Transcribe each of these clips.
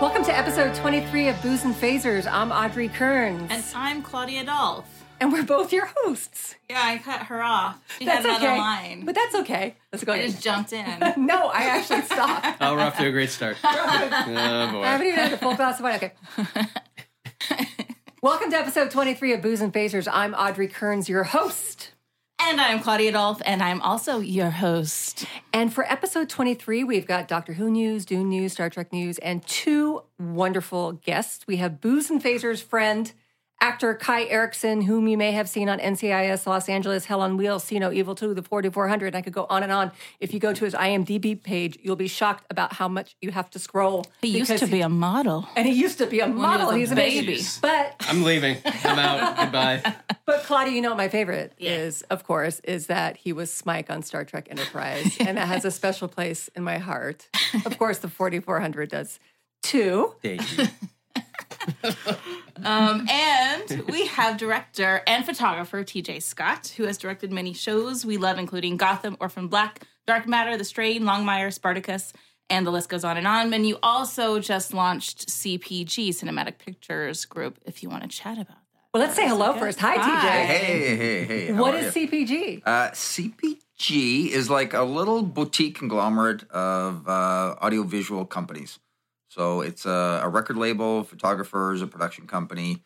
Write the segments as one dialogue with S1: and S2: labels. S1: Welcome to episode 23 of Booze and Phasers. I'm Audrey Kearns.
S2: And I'm Claudia Dolph.
S1: And we're both your hosts.
S2: Yeah, I cut her off. She
S1: That's
S2: had another
S1: okay.
S2: line.
S1: But that's okay. Let's go
S2: I
S1: ahead.
S2: just jumped in.
S1: no, I actually stopped.
S3: Oh, we're off to a great start. oh,
S1: I
S3: boy.
S4: Um,
S1: haven't even had a full glass of wine. Okay. Welcome to episode 23 of Booze and Phasers. I'm Audrey Kearns, your host.
S2: and I'm Claudia Dolph, and I'm also your host.
S1: And for episode 23, we've got Doctor Who news, Dune news, Star Trek news, and two wonderful guests. We have Booze and Phasers friend, actor Kai Erickson, whom you may have seen on NCIS Los Angeles, Hell on Wheels, See No Evil 2, The 4400. I could go on and on. If you go to his IMDb page, you'll be shocked about how much you have to scroll.
S2: He used
S1: because
S2: to be a model.
S1: And he used to be a model.
S2: was a
S1: He's a
S2: baby.
S1: baby. But
S3: I'm leaving. I'm out. Goodbye.
S1: But Claudia, you know what my favorite is, of course, is that he was Smike on Star Trek Enterprise, and that has a special place in my heart. Of course, the 4400 does too.
S3: Thank you.
S2: Um, and we have director and photographer TJ Scott, who has directed many shows we love, including Gotham, Orphan Black, Dark Matter, The Strain, Longmire, Spartacus, and the list goes on and on. And you also just launched CPG, Cinematic Pictures Group, if you want to chat about that.
S1: Well, let's say hello first. Hi,
S2: Hi.
S5: Hey, hey, hey.
S1: TJ.
S5: how
S1: What
S5: are
S1: is
S5: you?
S1: CPG?
S5: Uh, CPG is like a little boutique conglomerate of uh, audiovisual companies. So it's a, a record label, photographers, a production company,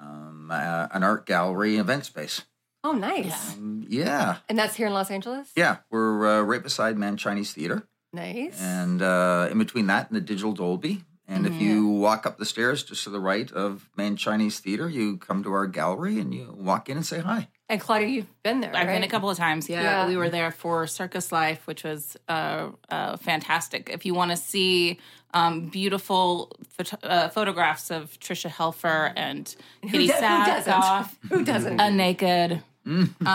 S5: um, uh, an art gallery, event space.
S1: Oh, nice.
S5: Um, yeah.
S1: And that's here in Los Angeles.
S5: Yeah. We're uh, right beside Man Chinese Theater.
S1: Nice.
S5: And uh, in between that and the Digital Dolby. And if you
S1: Mm-hmm.
S5: walk up the stairs just to the right of Man Chinese Theater, you come to our gallery and you walk in and say hi.
S1: and Claudia, you've been there.
S2: I've been a
S1: right?
S2: couple of times. Yeah.
S1: Yeah.
S2: we were there for Circus Life, which was uh, uh, fantastic. If you want to see um, beautiful photo- uh, photographs of Trisha Helfer and Kitty
S1: do- who
S2: Sackhoff,
S1: Who doesn't?
S2: a naked,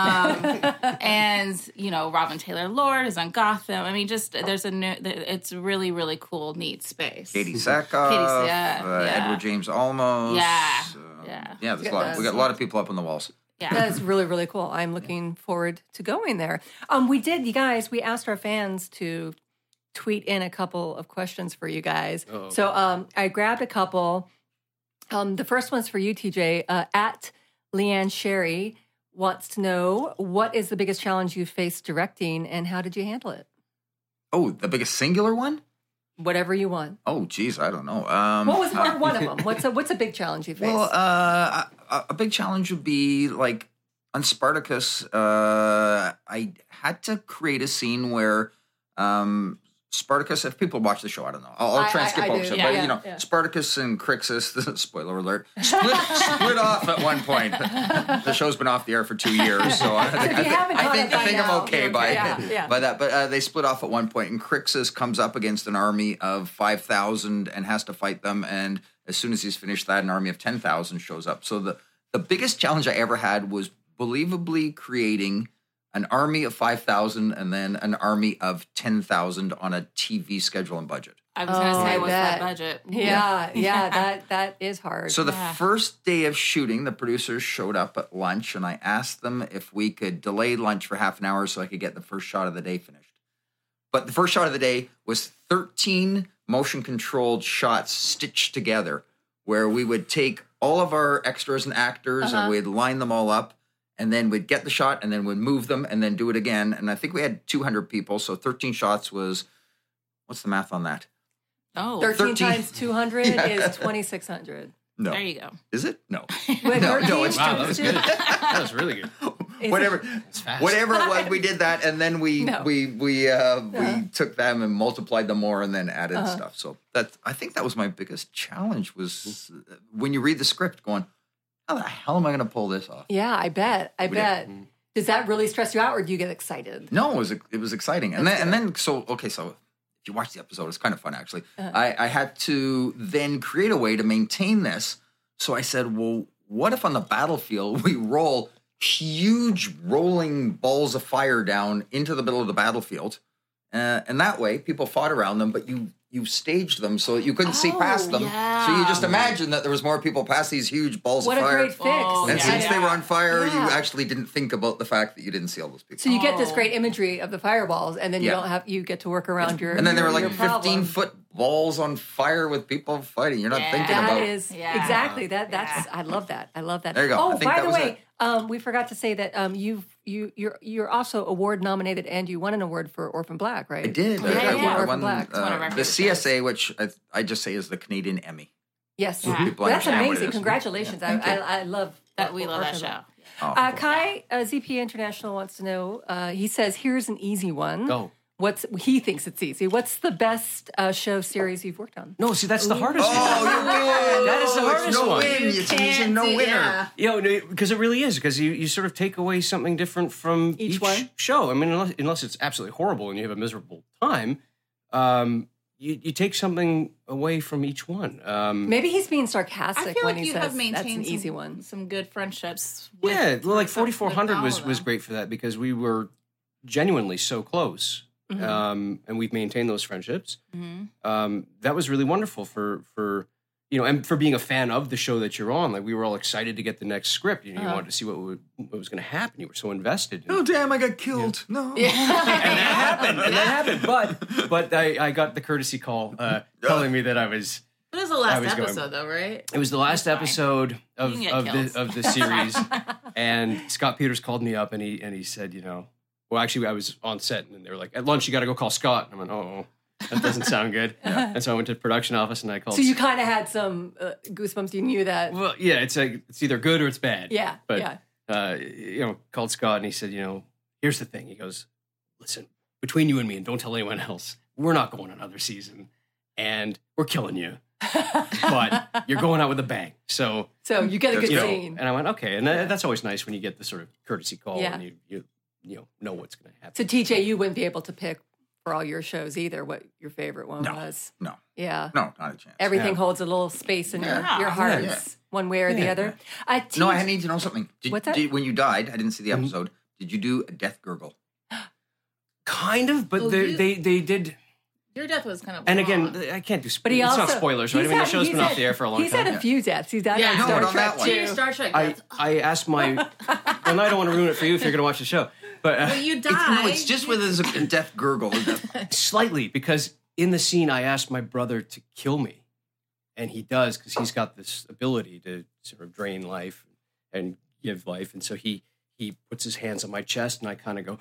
S2: um, and you know Robin Taylor Lord is on Gotham. I mean, just there's a new. It's really really cool, neat space.
S5: Katie Sackhoff,
S2: Katie, yeah,
S5: uh,
S2: yeah.
S5: Edward James Almos.
S2: Yeah,
S5: um,
S2: yeah.
S5: yeah. There's a lot. We got a lot of people up on the walls.
S2: Yeah.
S1: That's really, really cool. I'm looking forward to going there. Um, we did, you guys, we asked our fans to tweet in a couple of questions for you guys.
S5: Oh,
S1: So um, I grabbed a couple. Um, the first one's for you, TJ. Uh, at Leanne Sherry wants to know what is the biggest challenge you faced directing and how did you handle it?
S5: Oh, the biggest singular one?
S1: Whatever you want.
S5: Oh, geez, I don't know. Um,
S1: What was
S5: uh,
S1: part one of them? What's a, what's a big challenge you faced?
S5: well, uh, a, a big challenge would be like on Spartacus. Uh, I had to create a scene where um, Spartacus. If people watch the show, I don't know. I'll,
S1: I-
S5: I'll try and
S1: I-
S5: skip
S1: I
S5: over
S1: do.
S5: some,
S1: Yeah,
S5: but
S1: yeah,
S5: you know,
S1: yeah.
S5: Spartacus and Crixus. Spoiler alert! Split, split off at one point. The show's been off the air for two years, so I, I,
S1: if you haven't
S5: I
S1: caught
S5: think,
S1: it by
S5: I think
S1: now,
S5: I'm okay
S1: you're
S5: by
S1: Yeah, yeah.
S5: by that. But uh, they split off at one point, and Crixus comes up against an army of five thousand and has to fight them. And as soon as he's finished that, an army of ten thousand shows up. So the the biggest challenge I ever had was believably creating an army of five thousand and then an army of ten thousand on a TV schedule and budget.
S2: I was gonna
S1: Oh, I
S2: say, what's that
S1: bet.
S2: budget?
S1: yeah, yeah, that that is hard.
S5: So the first day of shooting, the producers showed up at lunch, and I asked them if we could delay lunch for half an hour so I could get the first shot of the day finished. But the first shot of the day was 13 motion controlled shots stitched together, where we would take all of our extras and actors
S2: Uh-huh.
S5: and we'd line them all up, and then we'd get the shot, and then we'd move them, and then do it again. And I think we had 200 people, so 13 shots was what's the math on that?
S2: Oh,
S1: 13,
S5: 13.
S1: times 200 is 2600.
S5: No,
S2: there you go.
S5: is it? No.
S1: Wait,
S5: No,
S1: 13
S5: no, it's-
S3: Wow, that was good. That was really good.
S5: whatever whatever it was we did that and then we
S1: No.
S5: we we uh we took them and multiplied them more and then added stuff so that's i think that was my biggest challenge was uh, when you read the script going how the hell am i going to pull this off
S1: Yeah, I bet. I
S5: did.
S1: bet. Does that really stress you out, or do you get excited?
S5: no it was it was exciting and then and then so okay so if you watch the episode it's kind of fun actually
S1: Uh-huh.
S5: i i had to then create a way to maintain this so i said well what if on the battlefield we roll huge rolling balls of fire down into the middle of the battlefield uh, and that way people fought around them but you you you staged them so that you couldn't see past
S2: Oh,
S5: them.
S2: yeah.
S5: So you just imagine that there was more people past these huge balls
S1: What a
S5: of fire.
S1: great fix.
S2: Oh,
S5: and
S2: yeah.
S5: since they were on fire, you
S1: Yeah.
S5: actually didn't think about the fact that you didn't see all those people.
S1: So you get this
S2: Oh.
S1: great imagery of the fireballs, and then you
S5: Yeah.
S1: don't have you get to work around your.
S5: and then there were
S1: your-
S5: like
S1: your
S5: 15
S1: problem.
S5: foot balls on fire with people fighting. You're not
S2: Yeah.
S5: thinking
S1: That
S5: about
S1: is
S2: Yeah.
S1: exactly that. That's I love that. I love that.
S5: There you go.
S1: Oh,
S5: I think
S1: by
S5: that
S1: the
S5: was
S1: way, um, we forgot to say that um, you've you you're you're also award nominated, and you won an award for Orphan Black, right?
S5: I did.
S2: Yeah,
S5: I- I,
S2: yeah.
S5: won- I
S1: Orphan
S5: won
S1: Black.
S2: one of
S5: uh,
S2: our
S5: the
S2: favorite
S5: CSA, which I, I just say is the Canadian Emmy.
S1: Yes.
S2: Yeah.
S5: People
S1: Well, that's
S5: understand what it
S1: amazing. uh,
S5: is.
S1: Congratulations.
S5: Yeah. Thank
S1: I,
S5: you.
S1: I I love
S2: That we love that
S1: Orphan Black.
S2: show.
S5: Oh,
S1: Uh, Kai uh, ZP International wants to know. Uh, he says, "Here's an easy one.
S3: Oh.
S1: What's he thinks it's easy. What's the best uh, show series you've worked on?
S4: No, see, that's the hardest
S5: Oh,
S4: one.
S5: you win!
S4: That is the
S5: Oh, it's
S4: hardest
S5: no
S4: one.
S5: Win. It's usually no winner.
S4: Yeah, because it really is because you, you sort of take away something different from
S1: Each
S4: each,
S1: one?
S4: show. I mean, unless, unless it's absolutely horrible and you have a miserable time, um, you, you take something away from each one. Um,
S1: Maybe he's being
S2: I
S1: sarcastic
S2: feel
S1: when
S2: like
S1: he
S2: you
S1: says
S2: have maintained
S1: that's an
S2: some,
S1: easy one.
S2: some good friendships. With,
S4: yeah, well,
S2: with
S4: like
S2: uh,
S4: forty four hundred
S2: all
S4: was
S2: of
S4: was
S2: them.
S4: great for that because we were genuinely so close,
S2: Mm-hmm.
S4: um, and we've maintained those friendships.
S2: Mhm.
S4: Um, that was really wonderful for for you know, and for being a fan of the show that you're on. Like we were all excited to get the next script. You, know, you
S1: Uh-huh.
S4: wanted to see what would, what was going to happen. You were so invested. in
S5: Oh, damn, I got killed. No.
S4: and that happened. And that happened. But but I, I got the courtesy call uh, telling me that I was.
S2: It was the
S4: I
S2: last
S4: was going-
S2: episode, though, right?
S4: It was the last
S2: That's fine.
S4: episode of
S2: You can get
S4: of the,
S2: killed.
S4: of the series, and Scott Peters called me up and he and he said, you know, well, actually, I was on set and they were like, at lunch, you got to go call Scott. And I went, oh, that doesn't sound good. And so I went to the production office and I called.
S1: So you kind of had some uh, goosebumps. You knew that.
S4: well, yeah, it's like it's either good or it's bad.
S1: Yeah.
S4: but
S1: yeah.
S4: uh, you know, called Scott and he said, you know, here's the thing. He goes, listen, between you and me, and don't tell anyone else, we're not going another season, and we're killing you, but you're going out with a bang. So
S1: So you get a
S5: That's
S1: good
S4: you know,
S1: scene.
S4: and I went, okay, and that, that's always nice when you get the sort of courtesy call
S1: Yeah.
S4: and you you you know know what's going to happen.
S1: So TJ, you wouldn't be able to pick for all your shows either what your favorite one
S5: No.
S1: was.
S5: No.
S1: Yeah.
S5: No, not a chance.
S1: Everything
S4: Yeah.
S1: holds a little space in
S2: Yeah.
S1: your, your hearts,
S4: Yeah.
S1: one way or the
S4: Yeah.
S1: other. Uh, TJ,
S5: no, I need to know something. Did,
S1: What's that?
S5: did- when you died, I didn't see the
S4: Mm-hmm.
S5: episode. Did you do a death gurgle?
S4: Kind of, but
S1: Oh,
S2: Well,
S4: they
S2: you-
S4: they they did.
S2: Your death was kind of.
S4: And
S2: long.
S4: again, th- I can't do. Sp-
S1: but he
S4: it's
S1: also
S4: not spoilers, right? I
S1: he's
S4: mean, the
S1: had-
S4: show's
S1: he's
S4: been off
S1: had-
S4: the air for a long
S1: He's
S4: time.
S1: had a few deaths. He's died
S2: Yeah,
S1: on
S2: no,
S1: Star
S5: but on
S1: Trek
S5: that one-
S2: to your
S1: too.
S2: Star Trek
S4: I
S2: death.
S4: I asked my. well, I don't want to ruin it for you if you're going to watch the show, but uh,
S2: Well, you died.
S5: It's, no, it's just whether there's a death gurgle. or death-
S4: slightly because in the scene I asked my brother to kill me, and he does because he's got this ability to sort of drain life and give life, and so he he puts his hands on my chest, and I kind of go,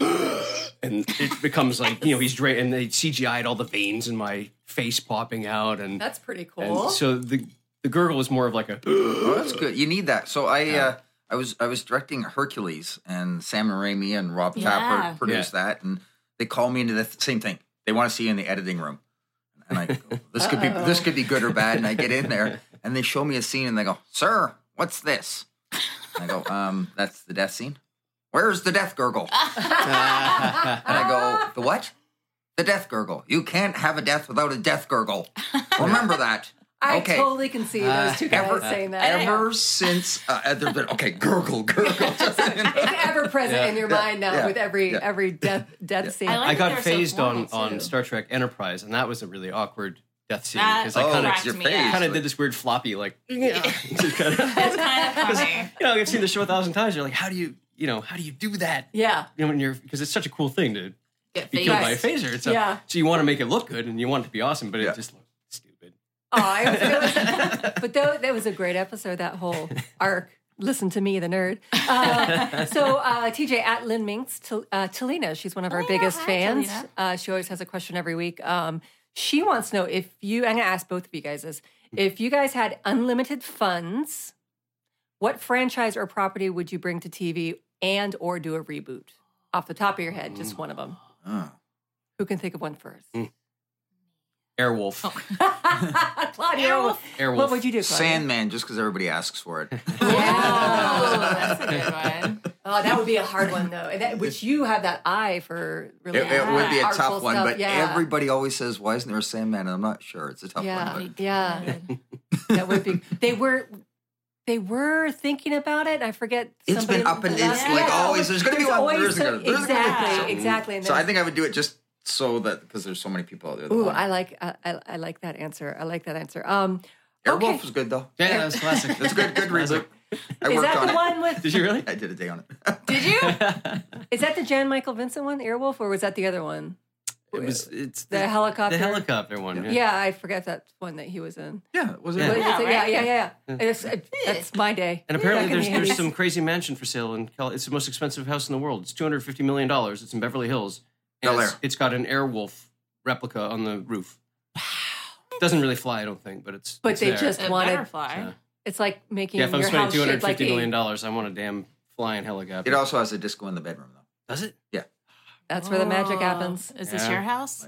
S4: and it becomes like you know he's drain, and they CGI'd all the veins in my face popping out, and,
S1: That's pretty
S4: and
S1: cool.
S4: so the the gurgle is more of like a
S5: oh, that's good. You need that. So I, uh, I was, I was directing Hercules, and Sam Raimi and Rob
S2: Yeah.
S5: Tapper produced that, and they called me into the th- same thing. They want to see you in the editing room, and I, go, this could be, this could be good or bad. And I get in there, and they show me a scene, and they go, "Sir, what's this?" And I go, "Um, that's the death scene. Where's the death gurgle?" And I go, the what? The death gurgle. You can't have a death without a death gurgle. Remember that.
S1: I
S5: okay. Uh,
S1: totally can see those two guys
S5: ever-
S1: saying that.
S5: Ever since uh, uh, there's been okay, gurgle, gurgle.
S1: it's ever present in your mind now
S5: yeah,
S1: with every
S5: yeah.
S1: every death death scene.
S2: I like-
S4: I
S2: think they
S4: got
S2: were so
S4: phased on
S2: formal, too.
S4: on Star Trek Enterprise, and that was a really awkward death scene
S2: That-
S4: because I
S5: oh,
S4: kind of
S5: it's your
S2: Cracked me
S5: face.
S2: up.
S4: kind of did this weird floppy like.
S2: It's kind of funny.
S4: you know, I've seen the show a thousand times. You're like, how do you, you know, how do you do that?
S1: yeah.
S4: You know, when you're because it's such a cool thing to
S2: Get
S4: be killed by a
S2: phased.
S4: phaser. It's a,
S1: Yeah.
S4: So you want to make it look good and you want it to be awesome, but
S5: Yeah.
S4: it just looks stupid.
S1: Oh, I was, that was- but though that was a great episode. That whole arc. Listen to me, the nerd. Uh, so uh, TJ at Lynn Minks, Tal- uh, Talina, she's one of our biggest
S2: hi,
S1: fans.
S2: Talina.
S1: Uh, she always has a question every week. Um, she wants to know if you. I'm going to ask both of you guys this. If you guys had unlimited funds, what franchise or property would you bring to TV and or do a reboot? Off the top of your head, just one of them.
S5: Oh.
S1: Who can think of one first?
S4: Airwolf.
S1: Claudio,
S4: Airwolf.
S1: what would you do, Claudio?
S5: Sandman, just because everybody asks for it.
S2: Oh, that's a good one.
S1: Oh, that would be a hard one though, and that, which you have that eye for
S5: It,
S1: really.
S5: it would be a
S1: artful
S5: tough one,
S1: stuff.
S5: but
S1: yeah.
S5: everybody always says, "Why isn't there a Sandman?" And I'm not sure. It's a tough
S1: yeah,
S5: one.
S1: yeah, that would be. They were, they were thinking about it. I forget.
S5: It's
S1: somebody-
S5: been up and it's
S2: like
S1: Yeah.
S5: always, there's gonna be one, there
S1: always
S5: isn't gonna-
S1: some-
S5: there's gonna be
S1: exactly,
S2: something.
S1: exactly.
S5: But
S1: And
S5: so I
S1: there's-
S5: think I would do it just so that because there's so many people out there. that
S1: Ooh,
S5: want it.
S1: I like I, I, I like that answer. I like that answer. Um,
S5: Airwolf
S1: okay.
S5: was good though.
S3: Yeah, that was classic.
S5: It's good, good reboot. I
S1: Is
S5: worked
S1: that
S5: on
S1: the
S5: it.
S1: one with?
S3: Did you really?
S5: I did a day on it.
S2: Did you?
S1: Is that the Jan Michael Vincent one, Earwolf, or was that the other one?
S3: It was. It's
S1: The helicopter.
S3: The helicopter one. Yeah.
S1: Yeah, I forget that one that he was in.
S5: yeah, was it?
S3: Yeah.
S1: But
S2: Yeah,
S1: it's- yeah,
S2: right?
S1: yeah, yeah, yeah. It's- it- that's my day.
S3: And apparently,
S1: Back in
S3: there's
S1: the
S3: there's
S1: 80s.
S3: some crazy mansion for sale in Cal. It's the most expensive house in the world. It's two hundred fifty million dollars. It's in Beverly Hills. And
S5: Bel Air.
S3: it's- it's got an Airwolf replica on the roof. Wow. Doesn't really fly, I don't think, but it's.
S1: But
S3: it's
S1: they
S3: there.
S1: just
S2: A
S1: wanted.
S2: butterfly.
S3: Yeah.
S1: It's like making
S3: Yeah, if I'm
S1: your
S3: spending
S1: house
S3: two hundred
S1: shaped like
S3: fifty
S1: a-
S3: million dollars, I want a damn flying helicopter.
S5: It also has a disco in the bedroom though.
S3: Does it?
S1: That's where the magic
S2: Oh.
S1: happens.
S2: Is this
S3: Yeah.
S2: your house?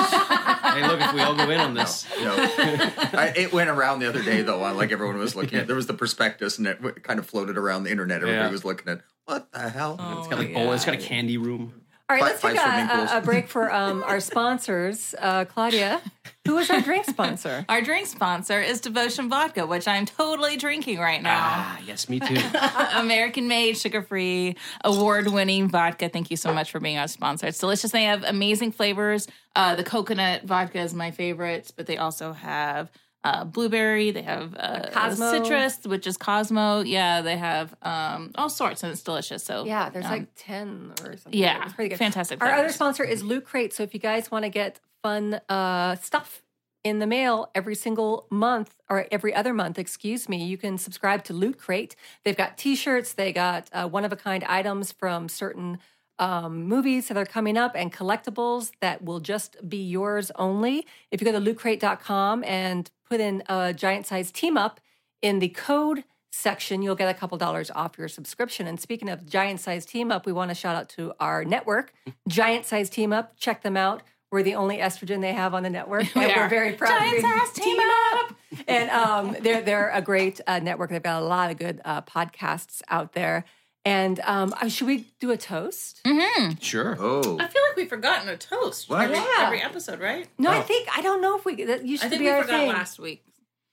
S3: Hey, look, if we all go in on this,
S5: No, I, it went around the other day though. I, like everyone was looking at. There was the prospectus, and it w- kind of floated around the internet. Everybody
S3: Yeah.
S5: was looking at. What the hell?
S4: Oh.
S3: it's got like bowl. It's got a candy room.
S1: All right,
S5: Five-
S1: let's take
S5: five swimming
S1: a,
S5: pools.
S1: a, a break for um, our sponsors. Uh, Claudia, who is our drink sponsor?
S2: Our drink sponsor is Devotion Vodka, which I'm totally drinking right now.
S3: Ah, yes, me too.
S2: American made, sugar free, award winning vodka. Thank you so much for being our sponsor. It's delicious. They have amazing flavors. Uh, the coconut vodka is my favorite, but they also have uh, blueberry. They have uh,
S1: Cosmo.
S2: citrus, which is Cosmo. Yeah, they have um, all sorts, and it's delicious. So
S1: Yeah, there's
S2: um,
S1: like 10 or something.
S2: yeah,
S1: It's pretty good.
S2: fantastic.
S1: Our other
S2: flavors.
S1: sponsor is Loot Crate. So if you guys want to get fun uh, stuff in the mail every single month or every other month, excuse me, you can subscribe to Loot Crate. They've got T-shirts. They got uh, one of a kind items from certain um, movies that are coming up and collectibles that will just be yours only. If you go to lootcrate.com and put in a giant size team up in the code section, you'll get a couple dollars off your subscription. And speaking of Giant Size Team Up, we want to shout out to our network, Giant Size Team Up. Check them out. We're the only estrogen they have on the network, and
S2: are.
S1: we're very proud. of
S2: Giant Size Team
S1: Up. and um, they're they're a great uh, network. They've got a lot of good uh, podcasts out there. And um, uh, should we do a toast?
S2: Mm-hmm.
S3: sure.
S5: Oh,
S2: I feel like we've forgotten a toast.
S5: What?
S2: Every,
S1: Yeah.
S2: every episode, right?
S1: No, I think I don't know if we. That, you should
S2: Oh. I think
S1: be
S2: we
S1: our
S2: forgot
S1: thing.
S2: last week.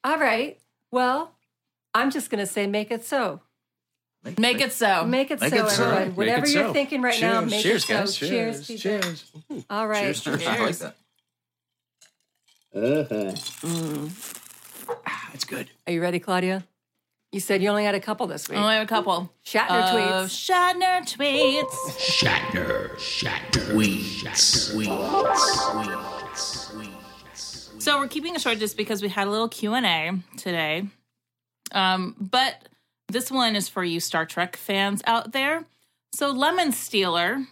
S1: All right. Well, I'm just gonna say, make it so.
S2: Make it so.
S1: Make it
S5: Make
S1: so,
S5: it so.
S1: everyone.
S5: Make
S1: Whatever
S4: it
S1: you're
S4: so.
S1: thinking right now, make
S4: cheers,
S1: it so.
S4: guys.
S1: Cheers. people.
S4: cheers.
S1: All right.
S5: cheers, cheers. I like
S2: Cheers.
S5: that.
S4: That's good.
S1: Are you ready, Claudia? You said you only had a couple this week.
S2: Oh, I have a couple.
S1: Shatner tweets.
S2: of Shatner tweets.
S6: Shatner. Shatner. Weeds. Weeds. Weeds.
S2: So we're keeping it short just because we had a little Q and A today. Um, but this one is for you Star Trek fans out there. So Lemon Stealer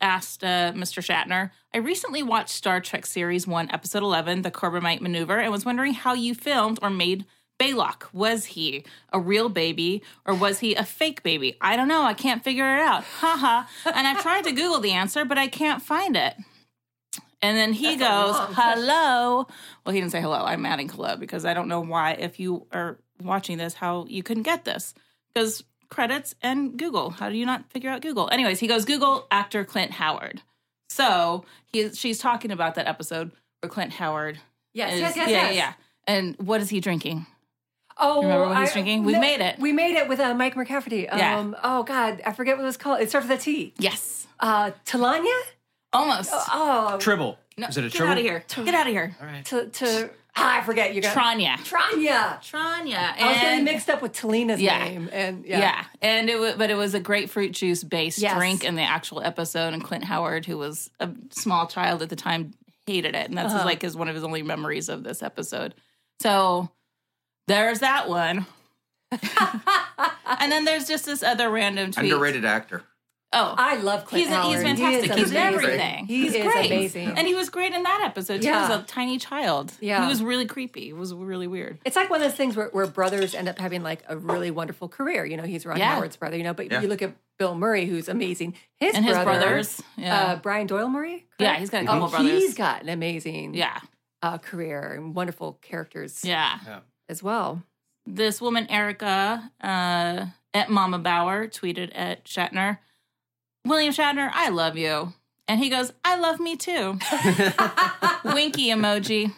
S2: asked uh, Mr. Shatner, "I recently watched Star Trek series one, episode eleven, the Corbomite maneuver, and was wondering how you filmed or made." Baylock, was he a real baby or was he a fake baby? I don't know. I can't figure it out. Haha. And I've tried to Google the answer, but I can't find it. And then he goes, hello. Well, he didn't say hello. I'm adding hello because I don't know why, if you are watching this, how you couldn't get this. Because credits and Google. How do you not figure out Google? Anyways, he goes, Google actor Clint Howard. So he, she's talking about that episode where Clint Howard
S1: yes,
S2: is.
S1: yes, yes,
S2: yeah,
S1: yes.
S2: yeah. And what is he drinking?
S1: Oh,
S2: Remember what he's drinking? We
S1: no,
S2: made it.
S1: We made it with uh, Mike McCafferty. Um,
S2: Yeah.
S1: Oh God, I forget what it was called. It starts with a T.
S2: Yes.
S1: Uh, Talanya.
S2: Almost.
S1: Oh,
S3: Tribble.
S2: No,
S3: Is it a
S2: get
S3: tribble?
S2: out of here. Get out of here.
S1: to, to ah, I forget. You got
S2: Tranya.
S1: Tranya.
S2: Tranya.
S1: I was
S2: And-
S1: getting mixed up with Talina's
S2: Yeah.
S1: name, and
S2: Yeah.
S1: yeah.
S2: and it was, but it was a grapefruit juice based
S1: Yes.
S2: drink in the actual episode, and Clint Howard, who was a small child at the time, hated it, and that's
S1: Uh-huh.
S2: his, like his one of his only memories of this episode. So there's that one, and then there's just this other random tweet.
S5: Underrated actor.
S2: Oh,
S1: I love Clint
S2: he's, he's
S1: Howard. He is
S2: fantastic. he's
S1: amazing.
S2: everything.
S1: He
S2: he's
S1: is
S2: great.
S1: amazing.
S2: and he was great in that episode too.
S1: Yeah.
S2: He was a tiny child.
S1: Yeah.
S2: he was really creepy. It was really weird.
S1: It's like one of those things where, where brothers end up having like a really wonderful career. You know, he's Ron
S2: Yeah.
S1: Howard's brother. You know, but
S5: Yeah.
S1: you look at Bill Murray, who's amazing. His
S2: And his
S1: brother,
S2: brothers, yeah,
S1: uh, Brian Doyle Murray.
S2: yeah,
S1: correct?
S2: he's got a couple
S1: Oh,
S2: brothers.
S1: he's got an amazing
S2: yeah,
S1: uh, career and wonderful characters
S2: yeah.
S1: as well.
S2: this woman Erica uh, at Mama Bauer tweeted at Shatner, William Shatner, I love you. And he goes, I love me too. Winky emoji.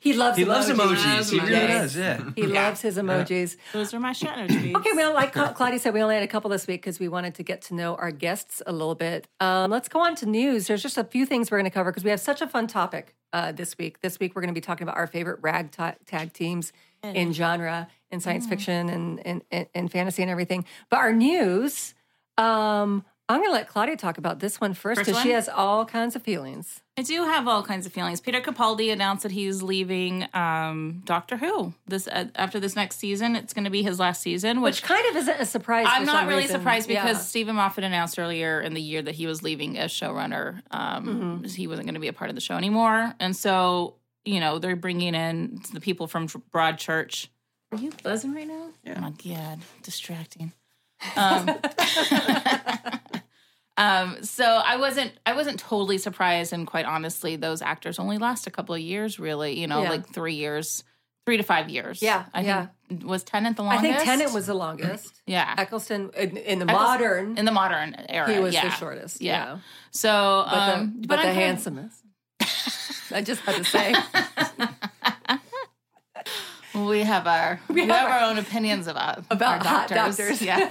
S1: He loves
S4: He loves emojis.
S2: Loves
S4: He really
S2: emojis.
S4: does. Yeah.
S1: He loves his emojis.
S2: Those are my shadow trees.
S1: Okay, well, like Cla- Claudia said, we only had a couple this week because we wanted to get to know our guests a little bit. Um, let's go on to news. There's just a few things we're going to cover because we have such a fun topic uh, this week. This week, we're going to be talking about our favorite rag ta- tag teams in genre, in science fiction, and and and- and fantasy and everything. But our news, um, I'm going to let Claudia talk about this one first
S2: First
S1: because she
S2: one?
S1: has all kinds of feelings.
S2: I do have all kinds of feelings. Peter Capaldi announced that he's leaving um, Doctor Who this uh, after this next season. It's going to be his last season,
S1: Which
S2: which
S1: kind of isn't a surprise.
S2: I'm
S1: for
S2: not
S1: some
S2: really
S1: reason.
S2: surprised
S1: Yeah.
S2: because Stephen Moffat announced earlier in the year that he was leaving as showrunner. Um,
S1: Mm-hmm.
S2: He wasn't going to be a part of the show anymore, and so you know they're bringing in the people from Broadchurch. Are you buzzing right now? Oh my god, distracting. Um, um, so I wasn't I wasn't totally surprised, and quite honestly, those actors only last a couple of years, really. You know,
S1: Yeah.
S2: like three years, three to five years.
S1: Yeah,
S2: I
S1: yeah.
S2: think was Tennant the
S1: I
S2: longest.
S1: think Tennant was the longest.
S2: yeah.
S1: Eccleston in, in the
S2: Eccles-
S1: modern,
S2: in the modern era.
S1: he was
S2: yeah.
S1: the shortest.
S2: Yeah.
S1: Yeah,
S2: So,
S1: but the,
S2: um,
S1: but the
S2: I'm kind of-
S1: handsomest. I just had to say.
S2: we have our we, have, our, own opinions about
S1: About
S2: our
S1: hot
S2: doctors.
S1: doctors.
S2: yeah,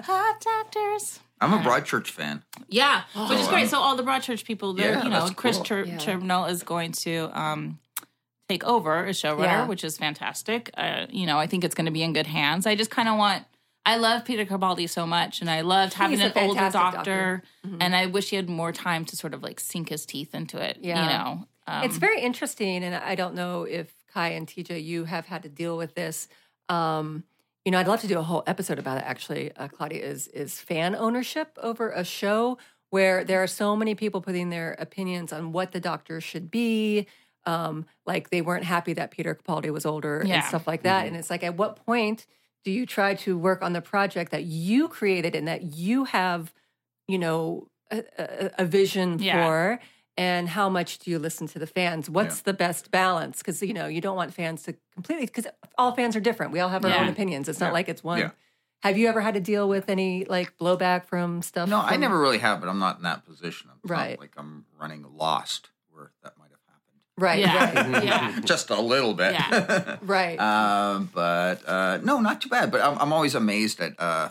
S2: hot doctors. Oh.
S5: I'm a Broadchurch fan.
S2: Yeah, which is
S5: wow.
S2: great. So all the Broadchurch people, they're
S5: Yeah,
S2: you know,
S5: that's
S2: Chris
S5: cool.
S2: Chir-
S1: Yeah.
S2: Chibnall is going to um, take over as showrunner,
S1: Yeah.
S2: which is fantastic. Uh, you know, I think it's going to be in good hands. I just kind of want. I love Peter Cabaldi so much, and I loved having
S1: He's
S2: an
S1: a
S2: older doctor,
S1: fantastic doctor. Mm-hmm.
S2: and I wish he had more time to sort of like sink his teeth into it.
S1: Yeah.
S2: You know, um,
S1: it's very interesting, and I don't know if Kai and TJ, you have had to deal with this. Um, you know, I'd love to do a whole episode about it. Actually, uh, Claudia is is fan ownership over a show where there are so many people putting their opinions on what the doctor should be. Um, like they weren't happy that Peter Capaldi was older
S2: Yeah.
S1: and stuff like that. And it's like, at what point do you try to work on the project that you created and that you have, you know, a, a, a vision
S2: Yeah.
S1: for? And how much do you listen to the fans? What's the best balance? Because you know you don't want fans to completely because all fans are different. We all have our
S2: Yeah.
S1: own opinions. It's not like it's one.
S5: Yeah.
S1: Have you ever had to deal with any like blowback from stuff?
S5: No, I
S1: from-
S5: never really have, but I'm not in that position. I'm not
S1: Right.
S5: like I'm running lost where that might have happened.
S1: Right,
S2: yeah,
S1: right,
S2: yeah.
S5: Just a little bit.
S1: right.
S5: Uh, but uh, no, not too bad. But I'm, I'm always amazed at. Uh,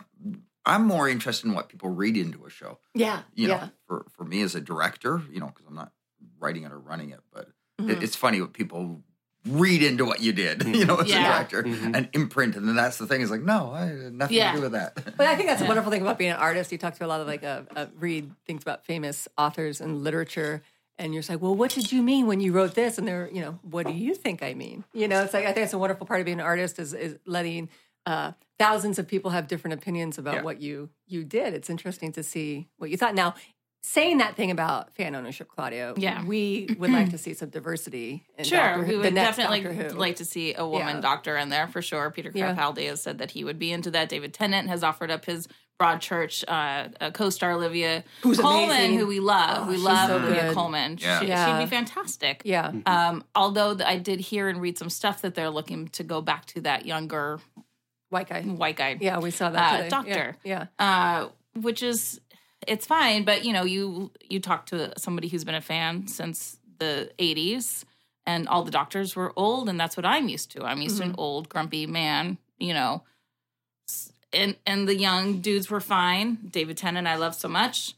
S5: I'm more interested in what people read into a show.
S1: yeah,
S5: You
S1: yeah.
S5: know, for for me as a director, you know, because I'm not writing it or running it, but it,
S1: Mm-hmm.
S5: it's funny what people read into what you did. You know, as
S2: Yeah.
S5: a director,
S4: Mm-hmm.
S5: and imprint, and then that's the thing. Is like, no, I had nothing
S2: Yeah.
S5: to do with that.
S1: But I think that's a wonderful thing about being an artist. You talk to a lot of like uh, uh, read things about famous authors and literature, and you're just like, well, what did you mean when you wrote this? And they're, you know, what do you think I mean? You know, it's like I think it's a wonderful part of being an artist is is letting uh, thousands of people have different opinions about what you you did. It's interesting to see what you thought. Now, saying that thing about fan ownership, Claudio,
S2: Yeah.
S1: we would like to see some diversity. In
S2: Sure,
S1: Doctor Who-
S2: we
S1: the
S2: would
S1: next
S2: definitely
S1: Doctor Who.
S2: like to see a woman
S1: Yeah.
S2: doctor in there for sure. Peter
S1: Yeah.
S2: Capaldi has said that he would be into that. David Tennant has offered up his Broadchurch uh, uh, co-star Olivia
S1: Who's
S2: Coleman,
S1: amazing.
S2: who we love.
S1: Oh,
S2: we
S1: she's
S2: love
S1: so
S2: Olivia
S1: good.
S2: Coleman.
S5: Yeah.
S2: She,
S1: Yeah.
S2: She'd be fantastic.
S1: yeah,
S2: Um, although th- I did hear and read some stuff that they're looking to go back to that younger
S1: white guy.
S2: white guy.
S1: Yeah, we saw that
S2: Uh,
S1: today. Yeah,
S2: Doctor.
S1: yeah.
S2: Uh, which is it's fine, but you know, you you talk to somebody who's been a fan since the '80s, and all the doctors were old, and that's what I'm used to. I'm used to
S1: Mm-hmm.
S2: an old, grumpy man, you know. S- And and the young dudes were fine. David Tennant, I love so much,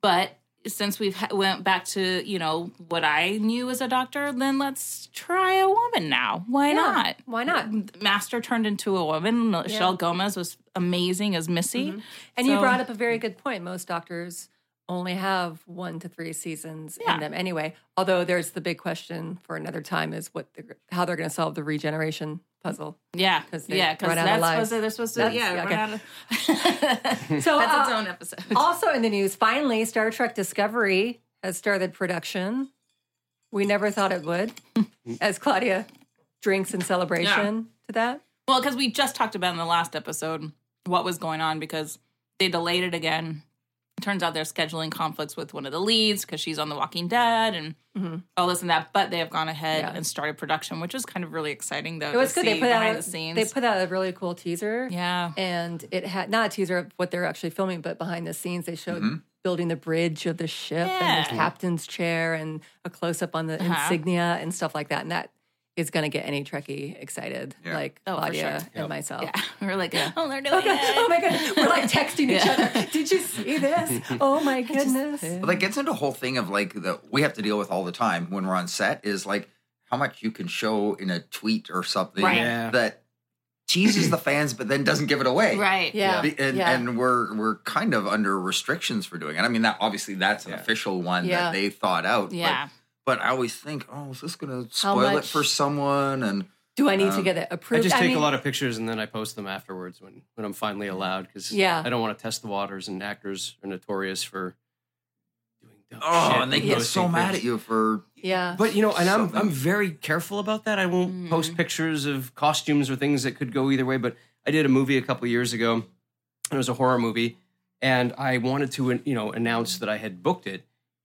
S2: but since we've ha- went back to you know what I knew as a doctor, then let's try a woman now. Why
S1: Yeah,
S2: not?
S1: Why not?
S2: Master turned into a woman. Michelle Gomez was amazing as Missy.
S1: Mm-hmm. And you
S2: So-
S1: brought up a very good point. Most doctors only have one to three seasons
S2: Yeah.
S1: in them anyway. Although there's the big question for another time is what they're, how they're going to solve the regeneration puzzle.
S2: Yeah,
S1: 'Cause they
S2: yeah, because
S1: run out of
S2: that's
S1: lives.
S2: supposed to, they're supposed to
S1: That's-
S2: yeah,
S1: yeah,
S2: run
S1: okay.
S2: out of.
S1: So
S2: that's its
S1: uh,
S2: own episode.
S1: also in the news, finally, Star Trek Discovery has started production. We never thought it would, as Claudia drinks in celebration to that.
S2: Well, because we just talked about in the last episode what was going on because they delayed it again. Turns out they're scheduling conflicts with one of the leads because she's on The Walking Dead and all this and that. But they have gone ahead
S1: Mm-hmm. Yeah.
S2: and started production, which is kind of really exciting though.
S1: It was good. They put out
S2: behind the scenes.
S1: they put out a really cool teaser.
S2: yeah,
S1: and it had not a teaser of what they're actually filming, but behind the scenes they showed building the bridge of the ship and
S2: Yeah.
S1: the captain's chair and a close up on the insignia and stuff like that. And that is going to get any Trekkie excited,
S5: Yeah.
S1: like
S2: Oh, for
S1: Claudia
S2: sure.
S4: Yeah.
S1: and myself.
S2: Yeah, we were like,
S1: Yeah.
S2: oh, they're doing
S1: Oh, God.
S2: it.
S1: oh my god, we're like texting each
S2: Yeah.
S1: other. Did you see this? Oh my goodness.
S5: But that gets into a whole thing of like that we have to deal with all the time when we're on set is like how much you can show in a tweet or something
S2: Right.
S4: Yeah.
S5: that teases the fans but then doesn't give it away.
S2: Right.
S1: yeah.
S5: Be- And,
S1: yeah.
S5: and we're we're kind of under restrictions for doing it. I mean, that obviously that's an
S4: Yeah.
S5: official one
S1: Yeah.
S5: that they thought out. but-
S2: Yeah.
S5: But, I always think, oh, is this going to spoil it
S1: much-
S5: for someone? And
S1: Do I need to
S5: um,
S1: get it
S4: I
S1: approved?
S4: just take
S1: mean,
S4: a lot of pictures and then I post them afterwards when, when I'm finally allowed because
S1: Yeah.
S4: I don't want to test the waters and actors are notorious for doing dumb
S5: oh,
S4: shit
S5: and they get
S4: posting
S5: so mad
S4: things.
S5: at you for
S1: Yeah.
S4: But you know, and I'm
S5: Something.
S4: I'm very careful about that. I won't
S2: Mm.
S4: post pictures of costumes or things that could go either way. But I did a movie a couple years ago. and It was a horror movie, and I wanted to you know announce that I had booked it.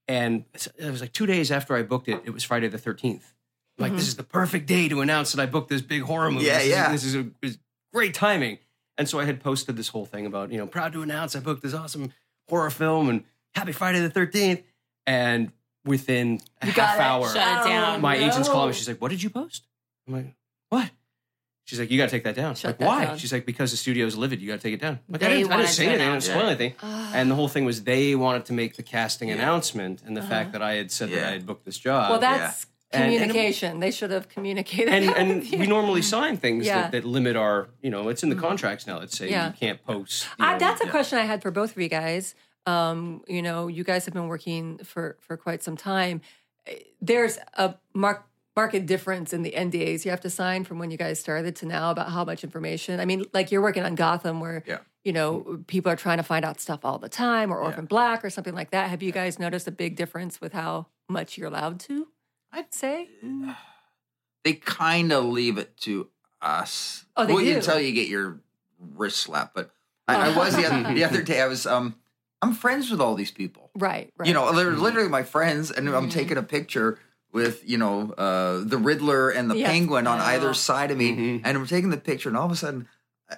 S4: And it was like two days after I booked it. It was Friday the 13th Like this is the perfect day to announce that I booked this big horror movie.
S5: Yeah,
S4: this
S5: yeah.
S4: Is, this is, a, is great timing. And so I had posted this whole thing about you know proud to announce I booked this awesome horror film and happy Friday the 13th. And within a
S1: You got
S4: half
S1: it.
S4: hour,
S2: Shut it down.
S4: my agent's calling
S1: No.
S4: me. She's like, "What did you post?" I'm like, "What?" She's like, "You got to take that down."
S1: Shut
S4: like,
S1: that
S4: why?
S1: down.
S4: She's like, "Because the studio's livid. You got to take it down." I'm Like,
S2: They
S4: I didn't, I
S2: wanted
S4: didn't say
S2: to
S4: anything. I didn't
S2: announce
S4: spoil
S5: it.
S4: anything. and the whole thing was they wanted to make the casting announcement and the fact that I had said that
S5: Yeah.
S4: I had booked this job.
S1: Uh-huh. well, that's
S4: And- and-
S1: communication. they should have communicated.
S4: and
S1: that
S4: and
S1: with you.
S4: we normally sign things
S1: Yeah. Mm-hmm.
S4: that, that limit our you know it's in the contracts now that say
S1: Yeah.
S4: you can't post. you
S1: I,
S4: know,
S1: that's a
S5: yeah.
S1: question I had for both of you guys. Um, you know, you guys have been working for for quite some time. Eh, There's a mark, market difference in the NDAs you have to sign from when you guys started to now about how much information. I mean, like you're working on Gotham, where
S5: Yeah.
S1: you know people are trying to find out stuff all the time, or Orphan Black, or something like that. Have you guys noticed a big difference with how much you're allowed to? I'd say.
S5: uh, they kind of leave it to us.
S1: Oh, they
S5: well,
S1: do?
S5: until you get your wrist slapped. But I, I was the other, the other day. I was um, I'm friends with all these people.
S1: Right. Right. Mm-hmm.
S5: You know, they're literally my friends, and I'm taking a picture with you know uh, the Riddler and the
S1: Yeah.
S5: Penguin on
S2: Oh.
S5: either side of me, and I'm taking the picture, and all of a sudden. I-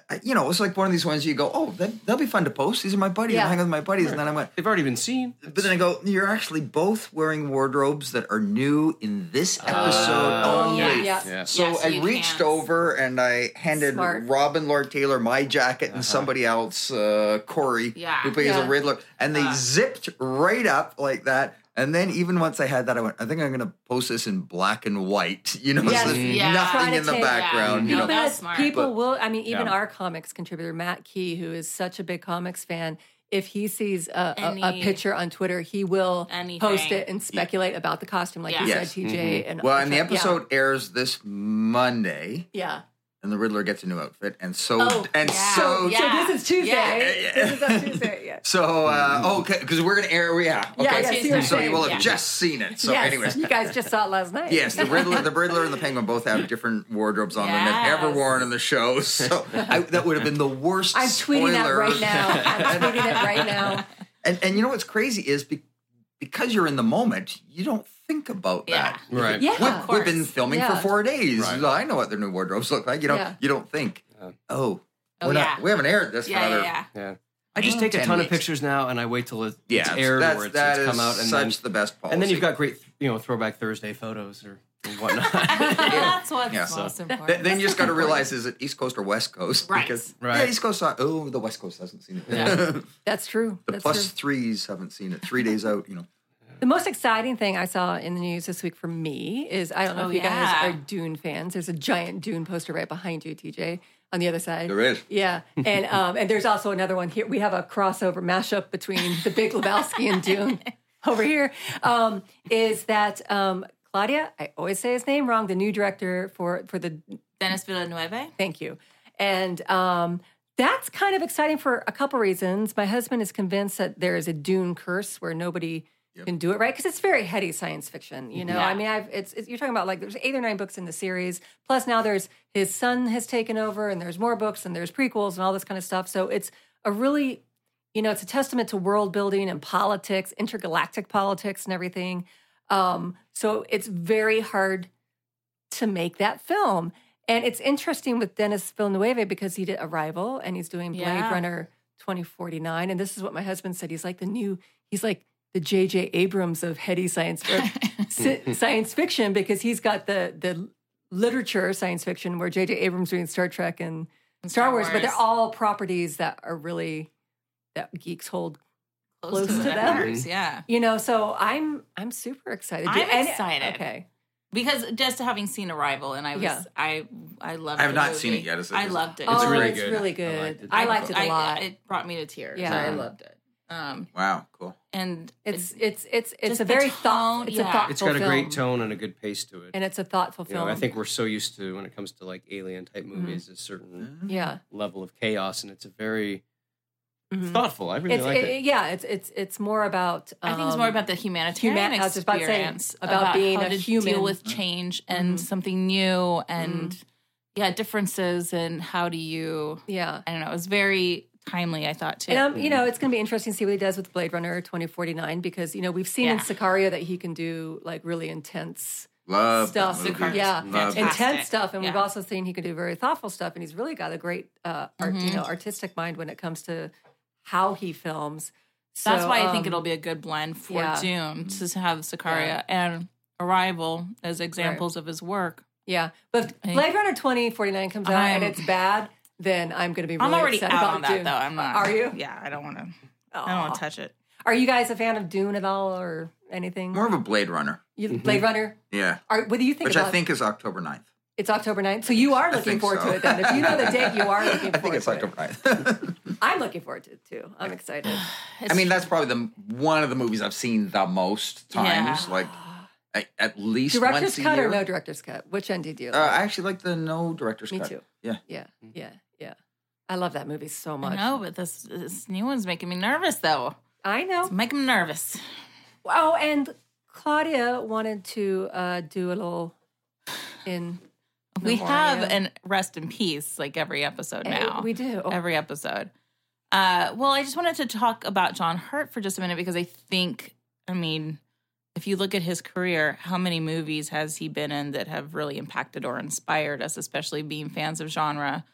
S5: I, you know, it's like one of these ones you go, oh, that, that'll be fun to post. These are my buddies.
S1: Yeah.
S5: I'm hanging with my buddies. And then I went,
S4: They've already been seen.
S5: but then I go, you're actually both wearing wardrobes that are new in this episode only.
S2: Oh, yeah.
S1: Yeah.
S4: Yeah.
S5: So
S2: Yes,
S5: I
S2: you
S5: reached
S2: can.
S5: over and I handed
S1: Smart.
S5: Robin Lord Taylor my jacket and somebody else, uh, Corey,
S2: Yeah.
S5: who plays
S1: Yeah. Uh.
S5: a Riddler, and they zipped right up like that. And then even once I had that, I went, I think I'm going to post this in black and white, you know,
S1: Yes,
S5: so there's
S2: yeah.
S1: Try
S5: nothing
S1: to
S5: in the
S1: take-
S5: background,
S2: yeah.
S5: you
S2: No,
S5: know.
S1: Even
S2: that's
S1: as
S2: smart.
S1: people
S5: But-
S1: will. I mean, even
S4: Yeah.
S1: our comics contributor Matt Key, who is such a big comics fan, if he sees a, a, a
S2: Any-
S1: picture on Twitter, he will
S2: Anything.
S1: post it and speculate about the costume, like you
S2: Yeah.
S5: Yes.
S1: said, TJ. And
S5: Mm-hmm. Well, and the
S1: yeah.
S5: episode airs this Monday,
S1: yeah.
S5: and the Riddler gets a new outfit, and so
S1: Oh,
S5: and
S2: yeah.
S5: so
S1: So
S2: Yeah.
S1: this is Tuesday.
S2: Yeah.
S1: This is on Tuesday. Yeah.
S5: so uh,
S4: Mm-hmm.
S5: oh, okay, because we're going to air, yeah,
S1: Yeah,
S5: okay,
S1: yeah,
S2: see what you're
S5: so you will have
S2: saying, yeah.
S5: just seen it. So,
S1: yes,
S5: anyways,
S1: you guys just saw it last night.
S5: Yes, the Riddler, the Riddler and the Penguin both have different wardrobes on them than ever
S2: Yes.
S5: worn in the show. So I, that would have been the worst.
S1: I'm tweeting that
S5: spoiler.
S1: right now. I'm tweeting it right now.
S5: And and you know what's crazy is be, because you're in the moment, you don't think about
S2: Yeah.
S5: that.
S4: Right.
S1: Yeah.
S5: We've- We've, been filming
S1: Yeah.
S5: for four days.
S4: Right.
S5: I know what their new wardrobes look like. You know,
S1: Yeah.
S5: you don't think. Oh,
S2: Oh,
S5: we're not-
S2: yeah.
S5: we haven't aired this for
S2: Yeah, yeah,
S5: another.
S2: yeah.
S4: Yeah. I just
S5: Mm.
S4: take a
S5: Ten
S4: ton
S5: weeks.
S4: of pictures now and I wait till it,
S5: Yeah,
S4: it's aired
S5: that's,
S4: or it's,
S5: that
S4: it's come
S5: is
S4: out and
S5: such
S4: then,
S5: the best policy.
S4: and then you've got great you know throwback Thursday photos or whatnot.
S2: That's what's
S5: Yeah.
S2: most
S5: Th-
S2: important.
S5: then you just got to realize is it East Coast or West Coast?
S2: Right.
S5: Because
S4: Right.
S5: yeah, East Coast. Oh, the West Coast hasn't seen it.
S1: That's true.
S5: The
S1: That's
S5: plus
S1: true.
S5: threes haven't seen it. Three days out, you know.
S1: The most exciting thing I saw in the news this week for me is I don't know
S2: Oh,
S1: if you
S2: yeah.
S1: guys are Dune fans. There's a giant Dune poster right behind you, TJ, on the other side.
S5: is.
S1: Yeah, and um, and there's also another one here. We have a crossover mashup between The Big Lebowski and Dune over here. Um, is that um, Claudia? I always say his name wrong. The new director for for the
S2: Dennis Villeneuve.
S1: Thank you. And um, that's kind of exciting for a couple reasons. My husband is convinced that there is a Dune curse where nobody can do it right because it's very heady science fiction. You know, I mean, I've, it's, it's you're talking about like there's eight or nine books in the series. Plus now there's his son has taken over, and there's more books, and there's prequels, and all this kind of stuff. So it's a really you know, it's a testament to world building and politics, intergalactic politics and everything. Um, so it's very hard to make that film. And it's interesting with Dennis Villeneuve because he did Arrival and he's doing Blade
S2: Yeah.
S1: Runner 2049. And this is what my husband said. He's like the new, he's like the J.J. Abrams of heady science, or sci- science fiction because he's got the, the literature science fiction where J.J. Abrams doing Star Trek and Star, Wars, but they're all properties that are really that geeks hold. close to
S2: their
S1: them.
S2: hearts, Yeah.
S1: You know, so I'm I'm super excited.
S2: I'm
S1: And-
S2: excited.
S1: Okay,
S2: Because just having seen Arrival, and I was,
S1: Yeah.
S2: I, I loved.
S5: I have
S2: the
S5: not seen
S2: movie.
S5: it yet. Is it-
S2: I
S5: is it-
S2: loved it.
S1: oh,
S4: really
S1: it's
S4: good.
S1: really
S4: I
S1: good.
S4: liked it.
S1: I liked it a
S2: I-
S1: lot.
S2: it brought me to tears.
S1: Yeah.
S2: I loved it. Um,
S5: Wow, cool.
S2: and
S1: it's it's it's it's
S2: Just
S1: a
S2: the
S1: very
S2: tone,
S1: thought. It's
S2: yeah.
S1: a thoughtful.
S4: It's got a great
S1: film,
S4: tone and a good pace to it.
S1: and it's a thoughtful
S4: you know,
S1: film. Mm-hmm.
S4: I think we're so used to when it comes to like alien type movies, a certain
S1: yeah,
S4: level of chaos, and it's a very
S1: Mhm.
S4: thoughtful. I really
S1: it's
S4: like
S1: it,
S4: it.
S1: yeah, it's it's it's more about.
S2: I think it's more about the humanitarian
S1: human- um, I was just about to say,
S2: experience
S1: about being
S2: how
S1: a
S2: to
S1: human. Mm-hmm.
S2: deal with
S5: Mm-hmm.
S2: change and something new and yeah differences and how do you
S1: yeah.
S2: I don't know it was very timely I thought too
S1: And um, you
S4: Mm.
S1: know, it's going to be interesting to see what he does with Blade Runner 2049 because you know we've seen in
S2: Yeah.
S1: Sicario that he can do like really intense
S5: Love
S1: stuff,
S5: That movie.
S1: yeah,
S5: Love
S2: Fantastic.
S1: intense stuff, and we've
S2: Yeah.
S1: also seen he can do very thoughtful stuff, and he's really got a great uh, art, you
S2: Mm-hmm.
S1: know artistic mind when it comes to how he films. So,
S2: that's why I think
S1: um,
S2: it'll be a good blend for
S1: yeah.
S2: Dune to have Sicaria
S1: Yeah.
S2: and Arrival as examples of his work
S1: Yeah, but if
S2: I-
S1: Blade Runner 2049 comes out and
S2: I'm-
S1: it's bad, then I'm going to be. Really
S2: I'm already
S1: upset
S2: out
S1: about
S2: on that
S1: Dune.
S2: though I'm not
S1: Are you?
S2: yeah I don't want to I don't
S1: Aw.
S2: want to touch it
S1: Are you guys a fan of Dune at all or anything?
S5: More of a Blade Runner.
S1: You, Blade Runner.
S5: Yeah.
S1: Are, what do you think
S5: Which
S1: about?
S5: I think is October 9th.
S1: it's October 9th, so you are looking
S5: think
S1: forward
S5: so.
S1: to it. Then, if you know the date, you are looking forward
S5: I think it's
S1: to
S5: October
S1: it.
S5: 9th.
S1: I'm looking forward to it too. I'm excited.
S5: I mean, that's probably the one of the movies I've seen the most times.
S2: Yeah.
S5: Like at, at least
S1: director's
S5: once a
S1: cut
S5: year.
S1: or no director's cut? Which ND do you
S5: uh, mm-hmm.
S1: like?
S5: I actually like the no director's
S1: Me
S5: cut.
S1: too.
S5: Yeah.
S1: yeah, yeah, yeah. I love that movie so much.
S2: no but this this new one's making me nervous though
S1: I know.
S2: it's making me nervous
S1: Oh, and Claudia wanted to uh, do a little in.
S2: we
S1: memoriam.
S2: have an rest in peace like every episode
S1: Eh,
S2: now
S1: We do.
S2: every episode. Uh, well, I just wanted to talk about John Hurt for just a minute because I think, I mean, if you look at his career, how many movies has he been in that have really impacted or inspired us, especially being fans of genre?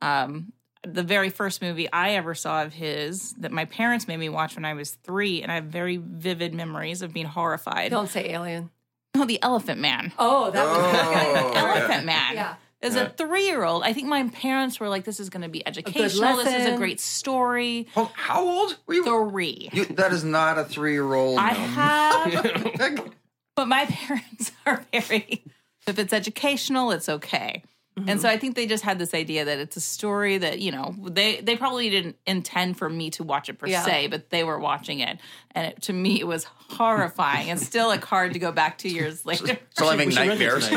S2: Um, the very first movie I ever saw of his that my parents made me watch when I was three, and I have very vivid memories of being horrified.
S1: Don't say alien.
S2: No, The Elephant Man.
S1: Oh, that was
S5: Oh,
S2: Elephant Man.
S1: Yeah.
S2: As a three year old, I think my parents were like, this is going to be educational. This is a
S1: lesson.
S2: great story.
S5: Hold- How old were you?
S2: Three.
S5: You- that is not a three-year-old.
S2: I
S5: no.
S2: have, but my parents are very, if it's educational, it's okay.
S1: Mm-hmm.
S2: And so I think they just had this idea that it's a story that, you know, they, they probably didn't intend for me to watch it per
S1: Yeah.
S2: se, but they were watching it. And it, to me, it was horrifying and still like hard to go back two years later.
S5: Still having nightmares.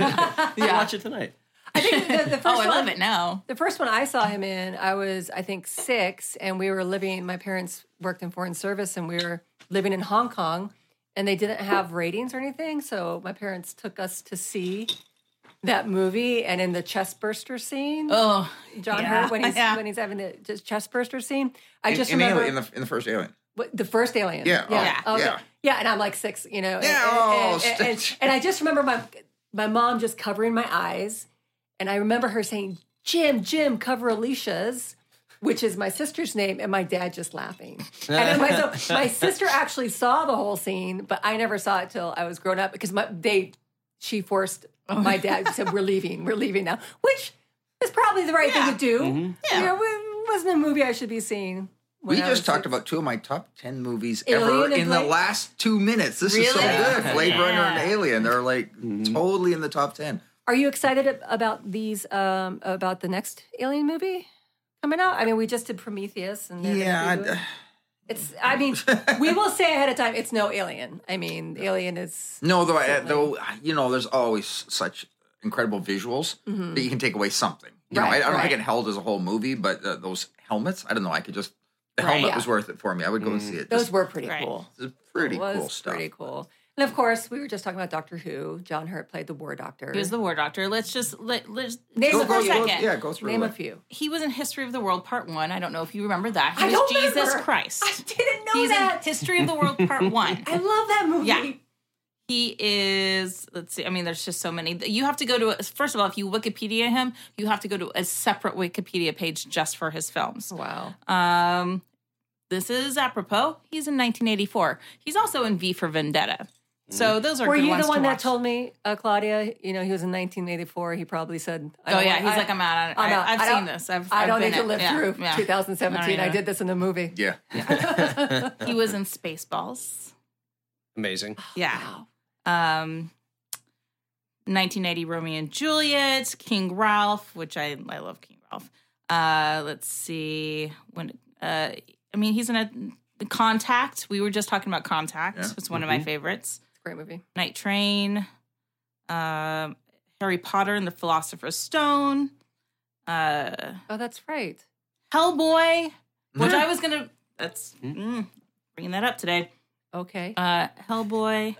S2: Yeah.
S4: Watch it tonight.
S1: I think the, the first
S2: oh, I love
S1: one-
S2: it now.
S1: The first one I saw him in, I was, I think, six, and we were living, my parents worked in foreign service, and we were living in Hong Kong, and they didn't have ratings or anything. So my parents took us to see that movie, and in the chest burster scene,
S2: Oh,
S1: John
S2: yeah,
S1: Hurt, when he's,
S2: yeah.
S1: when he's having the just chest burster scene, I
S5: In-
S1: just
S5: in,
S1: remember
S5: Alien- in, the, in the first Alien.
S1: what, the first Alien.
S5: Yeah,
S1: yeah,
S5: oh,
S1: Okay.
S5: yeah.
S1: yeah, And I'm like six, you know. and-
S5: Yeah,
S1: and,
S5: oh,
S1: and, and-
S5: Stitch.
S1: and I just remember my my mom just covering my eyes, and I remember her saying, "Jim, Jim, cover Alicia's." Which is my sister's name, and my dad just laughing. And then my, so my sister actually saw the whole scene, but I never saw it till I was grown up because my, they, she forced my dad said, "We're leaving, we're leaving now," which is probably the right thing to do.
S5: Mm-hmm.
S1: Yeah, you know, it wasn't a movie I should be seeing. when
S5: We
S1: I
S5: just
S1: was
S5: talked
S1: six.
S5: about two of my top ten movies
S1: Alien
S5: ever
S1: and
S5: in the
S1: Blade-
S5: last two minutes. This is so
S2: Really?
S5: good. Blade Runner
S2: Yeah.
S5: and Alien. They're like totally in the top ten.
S1: Are you excited ab- about these? Um, about the next Alien movie coming out? I mean, we just did Prometheus, and they're gonna
S5: Yeah,
S1: do
S5: I-
S1: it. it's. I mean, we will say ahead of time it's no Alien. I mean, Alien is.
S5: No, though, I, though you know, there's always such incredible visuals that you can take away something. You know, I, I
S1: Mm-hmm. Right,
S5: don't
S1: right.
S5: think it held as a whole movie, but uh, those helmets, I don't know. I could just the helmet
S1: yeah.
S5: was worth it for me. I would go and see it.
S1: Those
S5: This-
S1: were pretty
S2: Right.
S1: cool.
S5: this is pretty
S1: It was
S5: cool stuff.
S1: pretty cool. And of course, we were just talking about Doctor Who. John Hurt played the War Doctor.
S2: He was the war doctor. Let's just let, let's
S1: Name
S5: Go,
S1: a
S5: go,
S1: few.
S5: go,
S2: second.
S5: yeah, go through.
S1: Name a
S5: it.
S1: few.
S2: he was in History of the World Part One. I don't know if you remember that. He
S1: I
S2: was
S1: don't
S2: Jesus
S1: remember. I
S2: Christ.
S1: didn't know
S2: He's in
S1: that.
S2: History of the World Part One.
S1: I love that movie.
S2: Yeah. He is. Let's see. I mean, there's just so many. You have to go to. A, first of all, if you Wikipedia him, you have to go to a separate Wikipedia page just for his films.
S1: Wow.
S2: Uh, Um, this is apropos. He's in 1984. He's also in V for Vendetta. So those are
S1: Were
S2: good
S1: you
S2: ones
S1: the one
S2: to
S1: that
S2: watch.
S1: told me, uh, Claudia? You know, he was in 1984. He probably said, I
S2: Oh
S1: don't
S2: yeah,
S1: want-
S2: he's
S1: I-
S2: like I'm out. I,
S1: I'm out.
S2: I've
S1: I
S2: seen
S1: don't-
S2: this. I've,
S1: I
S2: I've
S1: don't
S2: been
S1: need to
S2: it.
S1: live
S2: Yeah,
S1: through
S2: yeah.
S1: 2017.
S2: I
S1: I
S2: know.
S1: did this in a movie.
S5: Yeah.
S2: He was in Spaceballs.
S4: Amazing.
S2: Yeah.
S1: Wow.
S2: um 1980 Romeo and Juliet, King Ralph, which I I love King Ralph. Uh let's see when uh I mean he's in a the Contact. We were just talking about Contact.
S5: Yeah.
S2: It's one of my favorites.
S1: It's a great movie.
S2: Night Train, um Harry Potter and the Philosopher's Stone, uh
S1: Oh, that's right.
S2: Hellboy, which
S5: Yeah.
S2: I was going to that's mm, bringing that up today
S1: Okay.
S2: uh, Hellboy,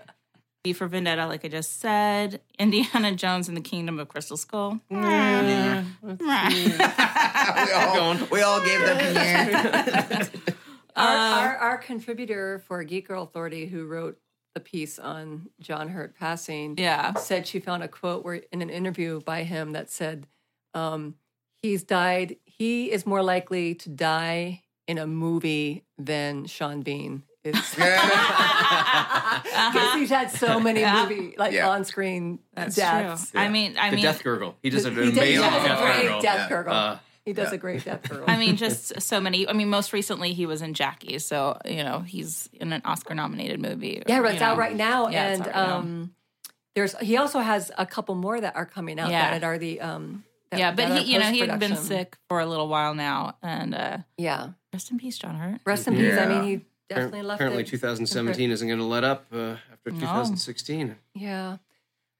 S2: B for Vendetta, like I just said, Indiana Jones and the Kingdom of Crystal Skull.
S5: we, all, we all gave them yeah.
S1: our, our, our contributor for Geek Girl Authority, who wrote the piece on John Hurt passing,
S2: yeah.
S1: said she found a quote where in an interview by him that said, um, "He's died. He is more likely to die in a movie than Sean Bean is." Because he's had so many movie like
S5: Yeah.
S1: on screen
S2: Uh-huh. That's
S1: deaths.
S2: true. I mean, I
S3: The
S2: mean,
S3: Death Gurgle. He does an
S1: He, did, he
S3: amazing
S1: does a
S3: Death
S1: great
S3: Gurgle.
S1: death gurgle.
S3: Uh,
S1: he does a great death gurgle.
S2: I mean, just so many. I mean, most recently he was in Jackie, so you know he's in an Oscar-nominated movie.
S1: Yeah,
S2: you
S1: it's out
S2: know.
S1: right now,
S2: Yeah, it's
S1: and
S2: out right now.
S1: um, there's he also has a couple more that are coming out
S2: Yeah.
S1: that are the um, that-
S2: Yeah,
S1: that
S2: but
S1: are
S2: he, you know, he had been
S1: post-production.
S2: sick for a little while now, and uh,
S1: Yeah,
S2: rest in peace, John Hurt.
S1: rest in peace. I
S5: Yeah.
S1: mean, he definitely left.
S3: apparently,
S1: it.
S3: 2017 isn't going to let up uh, after 2016.
S1: Yeah,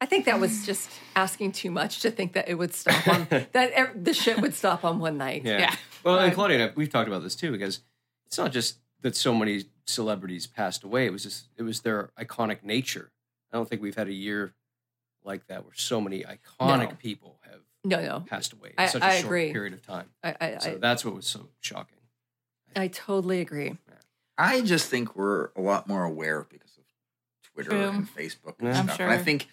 S1: I think that was just asking too much to think that it would stop on that ev- the shit would stop on one night.
S3: Yeah.
S2: Yeah.
S3: Well, and Claudia and I, we've talked about this too because it's not just that so many celebrities passed away. It was just it was their iconic nature. I don't think we've had a year like that where so many iconic
S1: No.
S3: people have
S1: No, no,
S3: passed away in
S1: I-
S3: such a
S1: I
S3: short
S1: agree.
S3: period of time.
S1: I I,
S3: So that's what was so shocking.
S1: I, I totally agree.
S5: I just think we're a lot more aware because of Twitter
S2: True.
S5: and Facebook and
S3: Yeah.
S2: I'm
S5: stuff. And I
S2: sure.
S5: think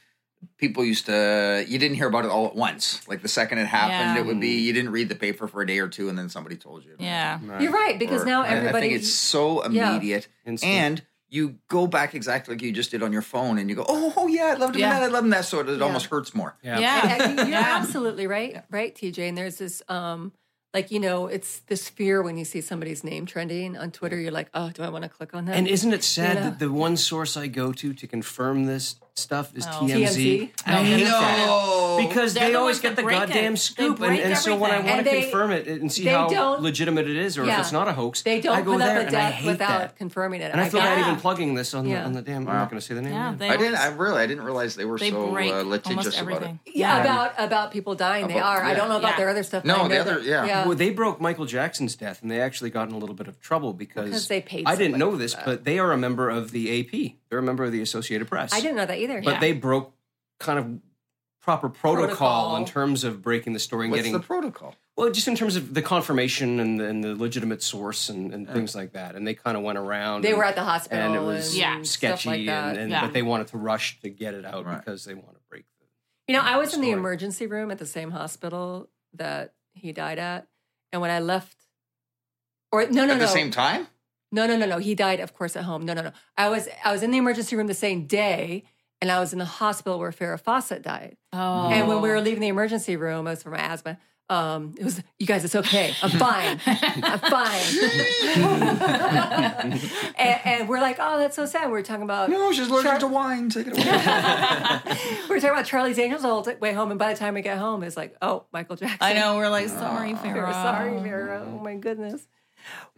S5: people used to you didn't hear about it all at once. Like the second it happened,
S2: Yeah.
S5: it would be you didn't read the paper for a day or two and then somebody told you.
S2: Yeah,
S1: You're right because
S5: Or-
S1: now
S5: I-
S1: everybody.
S5: I think it's so
S1: Yeah.
S5: immediate.
S3: Instant.
S5: And you go back exactly like you just did on your phone and you go, Oh, oh, yeah, I loved him
S2: Yeah.
S5: that, I love him that sort of it almost hurts more.
S2: yeah,
S1: I think you're
S2: Yeah.
S1: absolutely right, right, TJ. And there's this, um, like you know, it's this fear when you see somebody's name trending on Twitter. You're like, oh, do I want to click on that?
S4: And isn't it sad
S1: Yeah.
S4: that the one source I go to to confirm this stuff is
S2: Oh.
S4: TMZ?
S1: TMZ?
S4: I hate
S5: No.
S4: that. Because
S2: They're
S4: they
S2: the
S4: always
S2: ones
S4: get
S2: that
S4: the
S2: break
S4: goddamn
S2: it.
S4: scoop,
S2: They
S4: and,
S2: break
S4: and so when I
S2: everything.
S1: And
S4: want to
S1: they-
S4: confirm it and see
S1: they
S4: how
S1: don't-
S4: legitimate it is, or
S1: Yeah.
S4: if it's not a hoax,
S1: they don't
S4: I go
S1: put
S4: there
S1: up a
S4: and I
S1: death
S4: hate
S1: without
S4: that.
S1: confirming it.
S4: And I feel bad
S2: Yeah.
S4: even plugging this on,
S1: Yeah.
S4: the, on the damn. I'm not going to say the name.
S2: yeah. They
S5: I didn't. I
S2: always-
S5: really, I didn't realize they were
S2: they
S5: so
S2: break
S5: uh,
S2: almost
S5: litigious about it.
S2: everything.
S1: yeah, about about people dying. they
S5: About-
S1: are. I
S5: yeah.
S1: don't know about
S2: Yeah.
S1: their other stuff.
S5: No,
S1: but I
S5: the
S1: know
S5: other-
S1: that-
S5: yeah.
S4: Well, they broke Michael Jackson's death, and they actually got in a little bit of trouble because,
S1: Because they paid
S4: I didn't
S1: somebody
S4: know
S1: for
S4: this,
S1: that.
S4: but they are a member of the AP. They're a member of the Associated Press.
S1: I didn't know that either.
S4: but
S2: Yeah.
S4: they broke kind of proper protocol,
S1: Protocol.
S4: in terms of breaking the story and
S5: What's
S4: getting
S5: the protocol?
S4: well, just in terms of the confirmation and the, and the legitimate source and, and things like that. And they kind of went around.
S1: They
S4: and,
S1: were at the hospital
S4: and it was
S1: and
S2: Yeah.
S4: sketchy,
S1: stuff like that.
S4: and, and
S2: Yeah.
S4: but they wanted to rush to get it out
S5: Right.
S4: because they want to break. The,
S1: You know, I was in the
S4: story.
S1: emergency room at the same hospital that he died at, and when I left, or no, no, no,
S5: At the same time?
S1: No, no, no, no. He died, of course, at home. No, no, no. I was I was in the emergency room the same day, and I was in the hospital where Farrah Fawcett died.
S2: Oh,
S1: And when we were leaving the emergency room, I was for my asthma. Um, it was you guys. It's okay. I'm fine. I'm fine. and, and we're like, oh, that's so sad. We We're talking about
S5: No, she's allergic
S1: Char-
S5: to wine. Take it away.
S1: we we're talking about Charlie's Angels the whole t- way home. And by the time we get home, it's like, oh, Michael Jackson.
S2: I know we're like sorry,
S1: We're
S2: Farrah.
S1: sorry, Vera. Oh my goodness.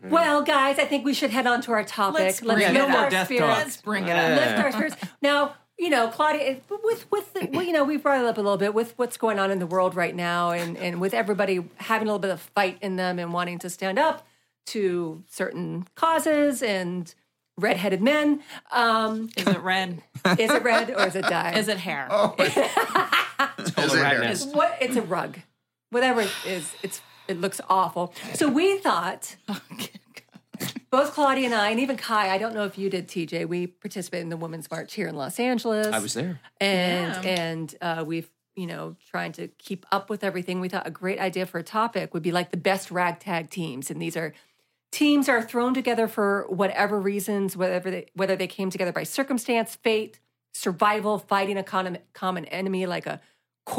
S1: Well, guys, I think we should head on to our topic.
S2: Let's bring it
S1: lift
S2: up. No
S1: our
S4: more death
S1: spirits.
S4: talk.
S2: Let's bring it
S4: Yeah.
S2: up.
S1: lift our spirits. Now, you know, Claudia, but with with the, well, you know, we brought it up a little bit with what's going on in the world right now, and and with everybody having a little bit of fight in them and wanting to stand up to certain causes and redheaded men. Um,
S2: Is it red?
S1: is it red or is it dye?
S2: Is it hair?
S5: Is it
S4: Right
S5: there?
S4: now.
S1: what? It's a rug. Whatever it is, it's it looks awful. So we thought. Both Claudia and I, and even Kai, I don't know if you did, TJ. We participated in the Women's March here in Los Angeles.
S4: I was there.
S1: and and uh, we've you know trying to keep up with everything we thought a great idea for a topic would be like the best ragtag teams and these are teams are thrown together for whatever reasons whether they whether they came together by circumstance fate survival, fighting a common, common enemy like a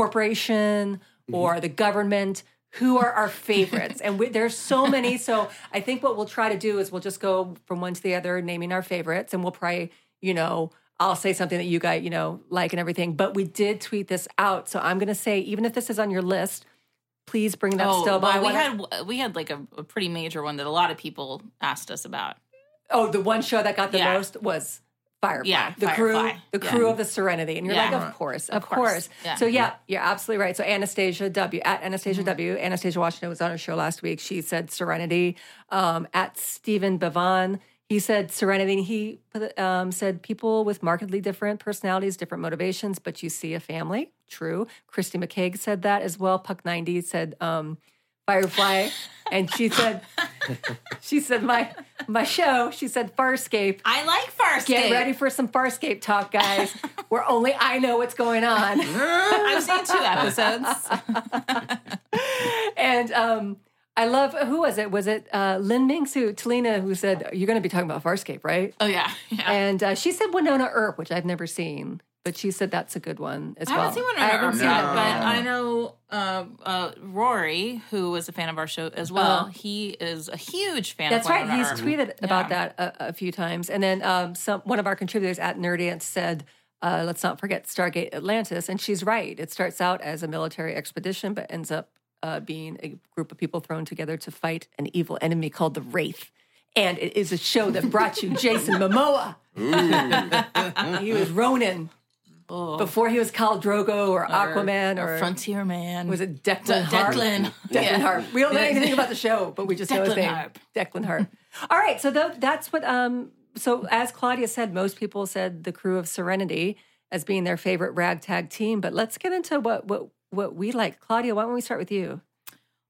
S1: corporation or the government. Who are our favorites? and we, there's so many. So I think what we'll try to do is we'll just go from one to the other, naming our favorites, and we'll probably, you know, I'll say something that you guys, you know, like and everything. But we did tweet this out, so I'm going to say, even if this is on your list, please bring that
S2: Oh,
S1: still. But I
S2: well, we
S1: wanna-
S2: had we had like a, a pretty major one that a lot of people asked us about.
S1: Oh, the one show that got the
S2: Yeah.
S1: most was Firefly.
S2: Yeah,
S1: the crew,
S2: Firefly.
S1: the
S2: Yeah.
S1: crew of the Serenity, and you're
S2: Yeah.
S1: like, of
S5: Right.
S1: course, of,
S2: course.
S1: course.
S2: Yeah.
S1: So yeah, you're absolutely right. So Anastasia W at Anastasia W, Anastasia Washington was on her show last week. She said Serenity. Um, at Stephen Bevan, he said Serenity. And he put, um, said people with markedly different personalities, different motivations, but you see a family. True. Christy McCaig said that as well. Puck ninety said. Um, Firefly, and she said, she said my my show. She said Farscape.
S2: I like Farscape.
S1: Get ready for some Farscape talk, guys. Where only I know what's going on.
S2: I've seen two episodes.
S1: and um, I love who was it? Was it uh, Lynn Minx who Talina who said you're going to be talking about Farscape, right?
S2: oh yeah, yeah.
S1: And uh, she said Winona Earp, which I've never seen, but she said that's a good one as
S2: I
S1: well.
S2: haven't seen one
S1: I
S2: on
S1: haven't
S2: Earth
S1: seen
S2: yet,
S1: that
S2: but
S1: one.
S2: I know uh, uh, Rory, who was a fan of our show as well. he is a huge fan.
S1: That's
S2: of
S1: right.
S2: Winona
S1: He's
S2: Earp.
S1: tweeted about that a, a few times, and then um, some one of our contributors at Nerdiant said. Uh, let's not forget Stargate Atlantis, and she's right. It starts out as a military expedition, but ends up uh, being a group of people thrown together to fight an evil enemy called the Wraith. And it is a show that brought you Jason Momoa. he was Ronin before he was Khal Drogo or Aquaman or,
S2: Oh. Frontier Man.
S1: was it Declan
S2: De-
S1: Hart?
S2: Declan.
S1: Declan
S2: Yeah.
S1: Hart. We don't know anything about the show, but we just know his
S2: Declan
S1: name.
S2: Hart.
S1: Declan Hart. All right, so tho- that's what. Um, so as Claudia said, most people said the crew of Serenity as being their favorite ragtag team. But let's get into what what what we like. Claudia, why don't we start with you?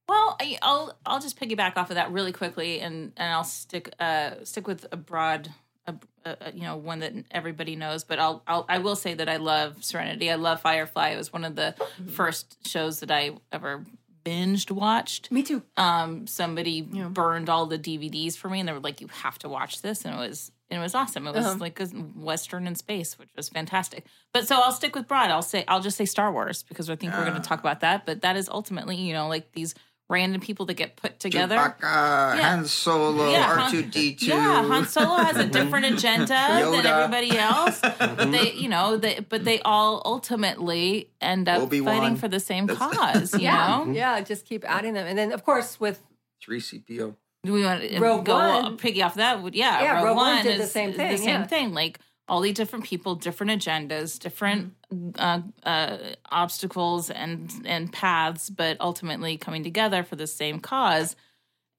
S2: Well, I, I'll I'll just piggyback off of that really quickly, and and I'll stick uh stick with a broad, a, a, a, you know, one that everybody knows. But I'll, I'll I will say that I love Serenity. I love Firefly. It was one of the first shows that I ever binged watched.
S1: Me too.
S2: Um, somebody burned all the DVDs for me, and they were like, "You have to watch this," and it was. It was awesome. It was like a western in space, which was fantastic. But so I'll stick with broad. I'll say I'll just say Star Wars because I think we're going to talk about that. But that is ultimately, you know, like these random people that get put together.
S5: Chewbacca, Han Solo,
S2: Yeah, Han-
S5: R2D2.
S2: Yeah, Han Solo has a different agenda than
S5: Yoda.
S2: everybody else, but they, you know, they, but they all ultimately end up
S5: Obi-Wan.
S2: fighting for the same cause. You know,
S1: yeah. Just keep adding them, and then of course with
S5: 3CPO.
S2: Do we want to
S1: Rogue
S2: go
S1: One.
S2: piggy off that? Would- Yeah,
S1: Yeah, Rogue One did the
S2: is
S1: same
S2: is
S1: thing,
S2: The same
S1: yeah.
S2: thing. Like all these different people, different agendas, different uh, uh, obstacles and and paths, but ultimately coming together for the same cause.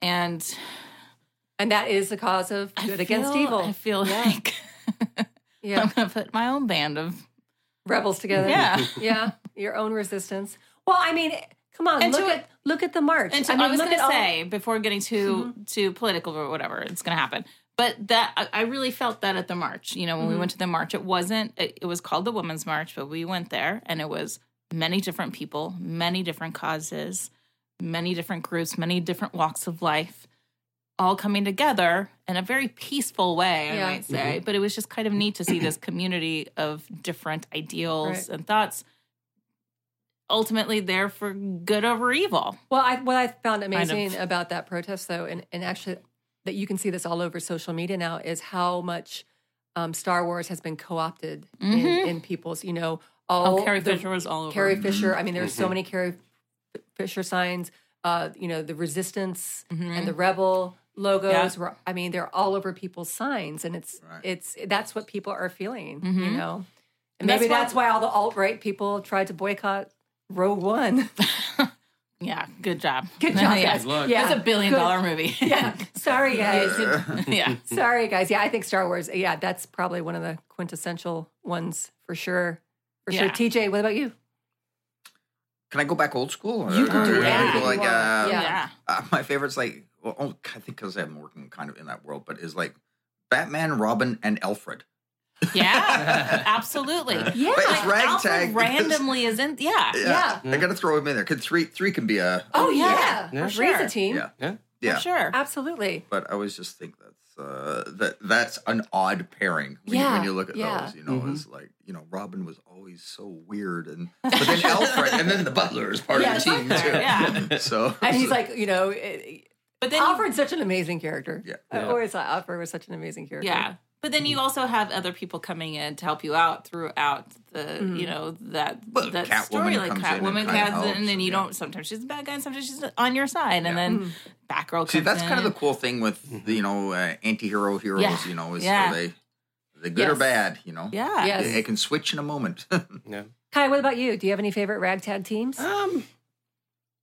S2: And
S1: and that is the cause of good
S2: I
S1: against
S2: feel-
S1: evil.
S2: I feel like I'm
S1: yeah,
S2: gonna put my own band of
S1: rebels together.
S2: yeah.
S1: yeah, your own resistance. Well, I mean, come on,
S2: And
S1: look
S2: to-
S1: at look at the march.
S2: And so
S1: I
S2: I,
S1: mean,
S2: was
S1: look
S2: going
S1: at
S2: to
S1: all- Mm-hmm.
S2: say before getting too too political or whatever, it's going to happen. But that I, I really felt that at the march. You know,
S1: Mm-hmm.
S2: when we went to the march, it wasn't. It, it was called the Women's March, but we went there, and it was many different people, many different causes, many different groups, many different walks of life, all coming together in a very peaceful way. I
S1: Yeah.
S2: might say, but it was just kind of neat to see this community of different ideals
S1: Right.
S2: and thoughts. Ultimately, there for good over evil.
S1: Well, I, what I found
S2: of.
S1: amazing about that protest, though, and, and actually that you can see this all over social media now, is how much um, Star Wars has been co opted in, in people's, you know, all
S2: Mm-hmm. Oh, Carrie
S1: the-
S2: Fisher was all over.
S1: Carrie Fisher. I mean, there's so many Carrie F- Fisher signs. Uh, you know, the resistance
S2: Mm-hmm.
S1: and the rebel logos.
S2: Yeah.
S1: Were, I mean, they're all over people's signs, and it's
S5: Right.
S1: it's that's what people are feeling. You
S2: Mhm.
S1: know, and
S2: That's
S1: maybe
S2: why-
S1: that's why all the alt right people tried to boycott Row One.
S2: yeah, good job.
S1: Good job,
S2: yeah.
S1: guys.
S3: Good luck.
S1: Yeah,
S2: That's a billion
S1: good.
S2: dollar movie.
S1: Yeah, sorry guys.
S2: yeah.
S1: sorry guys. Yeah, I think Star Wars. Yeah, that's probably one of the quintessential ones for sure. For sure.
S2: Yeah.
S1: TJ, what about you?
S5: Can I go back old school? Or,
S1: You can do
S5: or
S1: that.
S5: go Like, uh,
S1: Yeah.
S2: Yeah.
S5: uh, my favorite's like, well, oh, I think because I'm working kind of in that world, but is like Batman, Robin, and Alfred.
S2: Yeah. Absolutely.
S1: Yeah.
S5: But it's
S2: Like,
S5: ragtag.
S2: Alfred randomly is in. Yeah.
S5: Yeah, I gotta throw him in there. Could three three can be a
S1: Oh yeah,
S2: Yeah.
S1: for
S4: Yeah.
S1: sure. Raise a
S2: Sure.
S1: team.
S5: yeah.
S4: Yeah.
S5: Yeah.
S2: For sure.
S1: Absolutely.
S5: But I always just think that's uh, that that's an odd pairing when, you,
S1: Yeah,
S5: when you look at
S1: yeah.
S5: those. You know,
S4: Mhm.
S5: it's like you know Robin was always so weird, and but then Alfred, and then the butler is part
S2: Yeah,
S5: of the team
S2: Butler,
S5: too.
S2: yeah.
S5: So
S1: And he's like, you know, it,
S2: But then you-
S1: Alfred's such an amazing character. Uh,
S5: Yeah.
S1: I
S4: Yeah.
S1: always thought Alfred was such an amazing character.
S2: Yeah. But then you also have other people coming in to help you out throughout the,
S1: Mm-hmm.
S2: you know, that
S5: Well,
S2: that
S5: Catwoman
S2: story. Like
S5: comes in and
S2: Catwoman
S5: kinda
S2: comes in,
S5: helps,
S2: and then you
S5: yeah.
S2: don't. Sometimes she's a bad guy, and sometimes she's on your side, and then
S1: Mm-hmm.
S2: Batgirl comes
S5: See, that's kind of
S2: in.
S5: the cool thing with the, you know uh, anti-hero heroes.
S2: Yeah.
S5: You know, is
S2: Yeah.
S5: are they they good or
S2: Yes.
S5: bad? You know,
S2: yeah.
S1: Yes.
S5: It, it can switch in a moment.
S4: Yeah.
S1: Kai, what about you? Do you have any favorite ragtag teams?
S4: Um,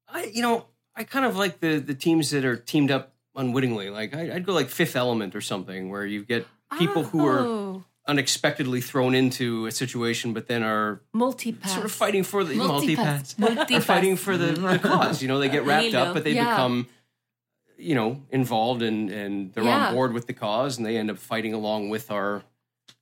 S4: I you know I kind of like the the teams that are teamed up unwittingly. Like I, I'd go like Fifth Element or something, where you get people who are
S1: Oh,
S4: unexpectedly thrown into a situation, but then are
S1: multi-pass.
S4: sort of fighting for the
S2: Multipass.
S4: multi-pass, are fighting for the, the cause. You know, they get wrapped
S2: Halo.
S4: up, but they
S1: Yeah.
S4: become you know involved and and they're
S1: Yeah.
S4: on board with the cause, and they end up fighting along with our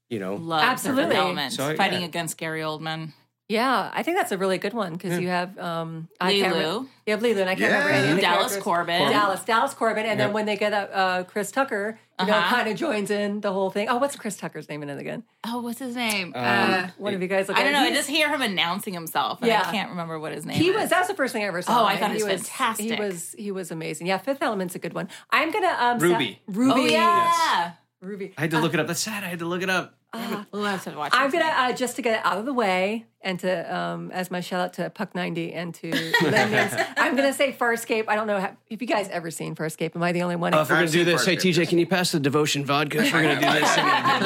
S4: you know
S2: Love
S1: Absolutely.
S2: Absolutely. Element,
S4: So,
S2: fighting
S4: yeah.
S2: against Gary Oldman.
S1: Yeah, I think that's a really good one
S4: Hmm.
S1: because you have um, I can't re-
S2: Lulu.
S1: you have Lulu, and I can't
S5: Yeah.
S1: remember any of the
S2: Dallas
S1: characters.
S2: Corbin.
S1: Dallas, Dallas Corbin, and then
S4: Yep.
S1: when they get uh, uh, Chris Tucker, you know,
S2: Uh-huh.
S1: kind of joins in the whole thing. Oh, what's Chris Tucker's name in it again?
S2: Oh, what's his name?
S4: Um,
S2: uh,
S1: One of you guys. Look
S2: I don't know.
S1: at
S2: I just hear him announcing himself, and I
S1: Yeah.
S2: can't remember what his name
S1: He
S2: is.
S1: was. That's the first thing I ever saw.
S2: Oh, I
S1: and
S2: thought he was
S1: He
S2: fantastic.
S1: was. He was amazing. Yeah, Fifth Element's a good one. I'm gonna um, sa-
S4: Ruby.
S1: Ruby.
S2: Oh yeah.
S1: Ruby.
S4: I had to look it up. That's sad. I had to look it up.
S1: Ah,
S2: We'll have to watch.
S1: I'm
S2: this.
S1: gonna uh, just to get it out of the way and to um, as my shout out to Puck ninety and to Lanyards, I'm gonna say Farscape. I don't know how, if you guys ever seen Farscape. Am I the only one?
S4: Uh, if we're gonna
S5: I've
S4: do
S5: seen
S4: this, hey
S5: Parker.
S4: TJ, can you pass the devotion vodka? If we're gonna do this,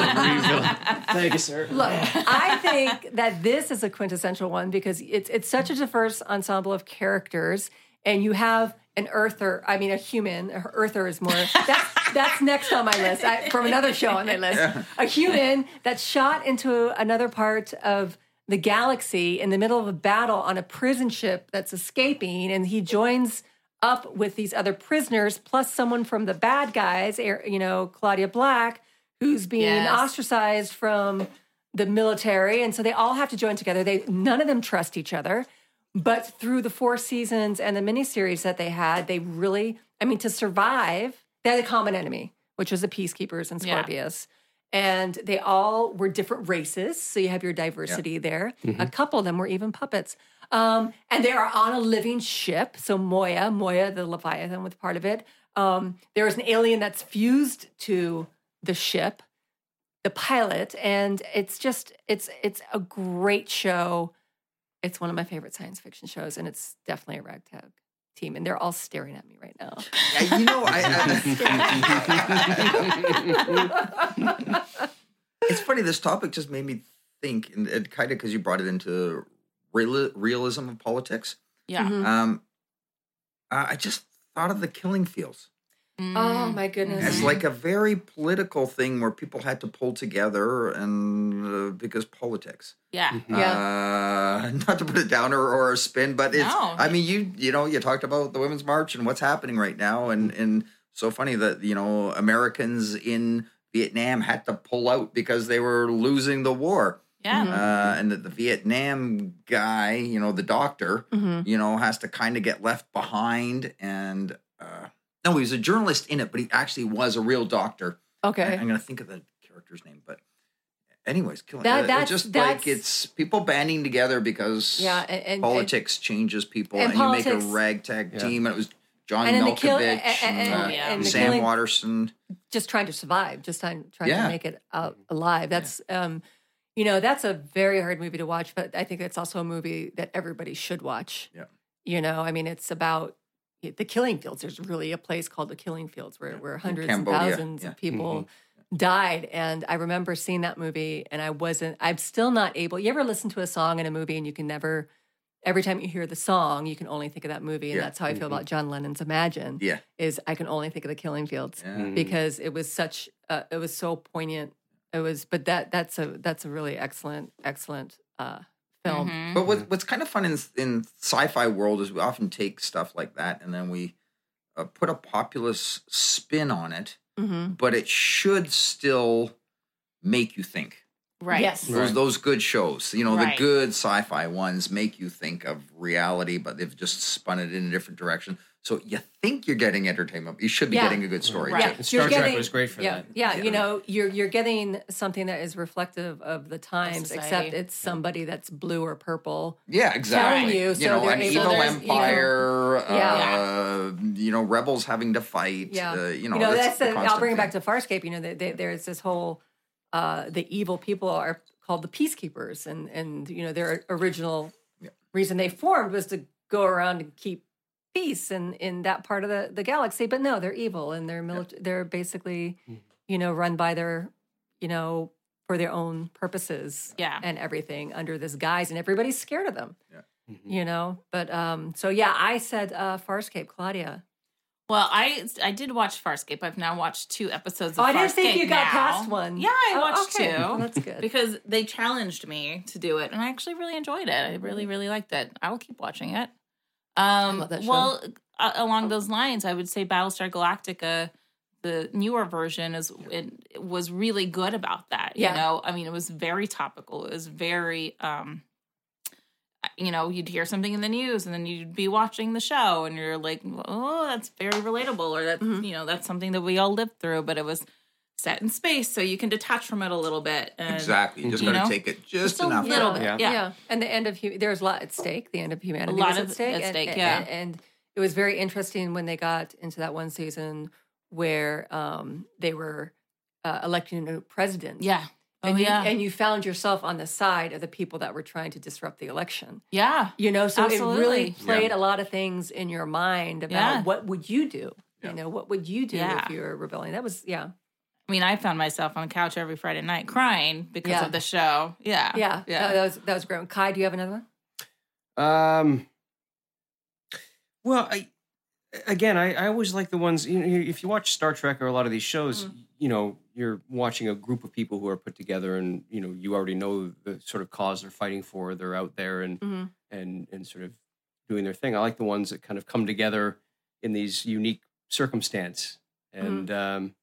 S4: I gotta get a refill. thank you, sir.
S1: Look, I think that this is a quintessential one because it's it's such a diverse ensemble of characters, and you have an earther. I mean, a human. A earther is more. That's that's next on my list I, from another show on my list. A human that's shot into another part of the galaxy in the middle of a battle on a prison ship that's escaping, and he joins. Up with these other prisoners, plus someone from the bad guys, er- you know, Claudia Black, who's being
S2: Yes.
S1: ostracized from the military and so they all have to join together they none of them trust each other but through the four seasons and the miniseries that they had they really i mean to survive they had a common enemy which was the peacekeepers and
S2: Yeah.
S1: scorpius and they all were different races so you have your diversity there a couple of them were even puppets um, and they are on a living ship so moya moya the leviathan was part of it um, there is an alien that's fused to the ship the pilot and it's just it's it's a great show it's one of my favorite science fiction shows and it's definitely a ragtag team and they're all staring at me right now
S5: Yeah, you know, I, I- it's funny. This topic just made me think, and, and kind of because you brought it into real, realism of politics.
S2: yeah.
S5: Um, I I just thought of the killing fields
S2: Mm-hmm.
S1: oh my goodness
S5: as Mm. like a very political thing where people had to pull together, and uh, because politics.
S1: Mm-hmm.
S2: Yeah.
S5: Uh, not to put it down or, or a spin, but it's.
S2: No.
S5: I mean, you you know, you talked about the women's march and what's happening right now, and and so funny that you know Americans in Vietnam had to pull out because they were losing the war,
S2: Yeah.
S5: uh, and that the Vietnam guy, you know, the doctor,
S1: Mm-hmm.
S5: you know, has to kind of get left behind, and uh, no, he was a journalist in it, but he actually was a real doctor. I-
S1: okay
S5: I'm gonna think of the character's name, but anyways, killing
S1: That-
S5: it- it
S1: that's-
S5: just
S1: that's-
S5: like it's people banding together because
S1: yeah and, and
S5: politics changes people
S1: and
S5: and, you make a
S1: politics-
S5: ragtag team and it was John
S1: And in the
S5: Malkovich
S1: kill-
S5: and,
S1: a- a- and-
S5: uh,
S2: yeah.
S1: and the
S5: Sam
S1: killing-
S5: Watterson.
S1: just trying to survive, just trying, trying
S5: Yeah.
S1: to make it out alive. That's, um, you know, that's a very hard movie to watch, but I think that's also a movie that everybody should watch.
S5: Yeah.
S1: You know, I mean, it's about the killing fields. There's really a place called the killing fields where, where hundreds and
S5: Cambodia,
S1: thousands
S5: yeah.
S1: of people died. And I remember seeing that movie and I wasn't, I'm still not able. You ever listen to a song in a movie and you can never, every time you hear the song, you can only think of that movie. And
S5: Yeah. Mm-hmm.
S1: that's how I feel about John Lennon's Imagine
S5: Yeah.
S1: is I can only think of the killing fields
S5: Yeah.
S1: because it was such uh, it was so poignant. It was, but that that's a that's a really excellent excellent uh, film.
S2: Mm-hmm.
S5: But what, what's kind of fun in in sci-fi world is we often take stuff like that and then we uh, put a populist spin on it,
S3: Mm-hmm.
S1: Mhm.
S5: but it should still make you think.
S2: Right.
S1: Yes.
S5: Those, those good shows, you know,
S2: Right.
S5: the good sci-fi ones make you think of reality, but they've just spun it in a different direction. So you think you're getting entertainment, but you should be
S1: Yeah.
S5: getting a good story.
S1: Right.
S5: too.
S3: And Star
S1: You're
S3: Trek
S1: getting-
S3: was great for
S1: yeah,
S3: that.
S1: yeah, you know, you're you're getting something that is reflective of the times, except
S2: society.
S1: it's somebody that's blue or purple.
S5: Yeah, exactly.
S1: you, so
S5: know,
S1: they're
S5: an
S1: able-
S5: evil
S2: there's, you know-
S5: empire.
S2: Yeah.
S5: Uh, you know, rebels having to fight.
S1: Yeah,
S5: Uh, you know,
S1: that's,
S5: the
S1: the, I'll
S5: constant
S1: bring it back
S5: thing.
S1: to Farscape. You know, they, they, there's this whole uh, the evil people are called the peacekeepers, and and you know their original reason they formed was to go around and keep peace in in that part of the the galaxy. But no, they're evil, and they're mili- they're basically you know run by their you know for their own purposes
S2: Yeah.
S1: and everything under this guise, and everybody's scared of them.
S5: Yeah.
S1: You know, but um, so yeah, I said uh, Farscape, Claudia.
S2: Well, I I did watch Farscape. I've now watched two episodes of
S1: Oh, I didn't
S2: Farscape
S1: think you got
S2: now.
S1: past one.
S2: Yeah, I
S1: Oh,
S2: watched
S1: okay.
S2: two.
S1: Well, that's good.
S2: because they challenged me to do it and i actually really enjoyed it i really really liked it i will keep watching it um
S1: love that show.
S2: well a- along those lines i would say battlestar galactica the newer version is it, it was really good about that
S1: Yeah.
S2: you know i mean it was very topical it was very um you know you'd hear something in the news and then you'd be watching the show and you're like oh that's very relatable or that
S1: Mm-hmm.
S2: you know that's something that we all lived through but it was set in space so you can detach from it a little bit and
S5: Exactly. You just
S2: You
S5: got
S2: know?
S5: to take it just,
S2: just a
S5: enough.
S2: little bit
S3: Yeah.
S2: yeah,
S1: yeah. and the end of hu- there's a lot at stake. The end of humanity,
S2: lot
S1: was
S2: of-
S1: at stake.
S2: at
S1: and-
S2: stake,
S1: and,
S2: yeah.
S1: and, and it was very interesting when they got into that one season where um, they were uh, electing a new president.
S2: Yeah. Oh,
S1: and you,
S2: yeah.
S1: and you found yourself on the side of the people that were trying to disrupt the election.
S2: yeah.
S1: You know, so it
S2: Absolutely.
S1: really played a lot of things in your mind about
S2: Yeah.
S1: what would you do. You know, what would you do
S2: Yeah.
S1: if you were rebelling? That was yeah,
S2: I mean, I found myself on the couch every Friday night crying because
S1: Yeah.
S2: of the show. Yeah.
S1: yeah,
S2: Yeah.
S1: That, that was that was great. Kai, do you have another one?
S4: Um. Well, I again, I, I always like the ones. You know, if you watch Star Trek or a lot of these shows, you know, you're watching a group of people who are put together, and you know, you already know the sort of cause they're fighting for. They're out there and
S1: Mhm.
S4: and and sort of doing their thing. I like the ones that kind of come together in these unique circumstance. And um,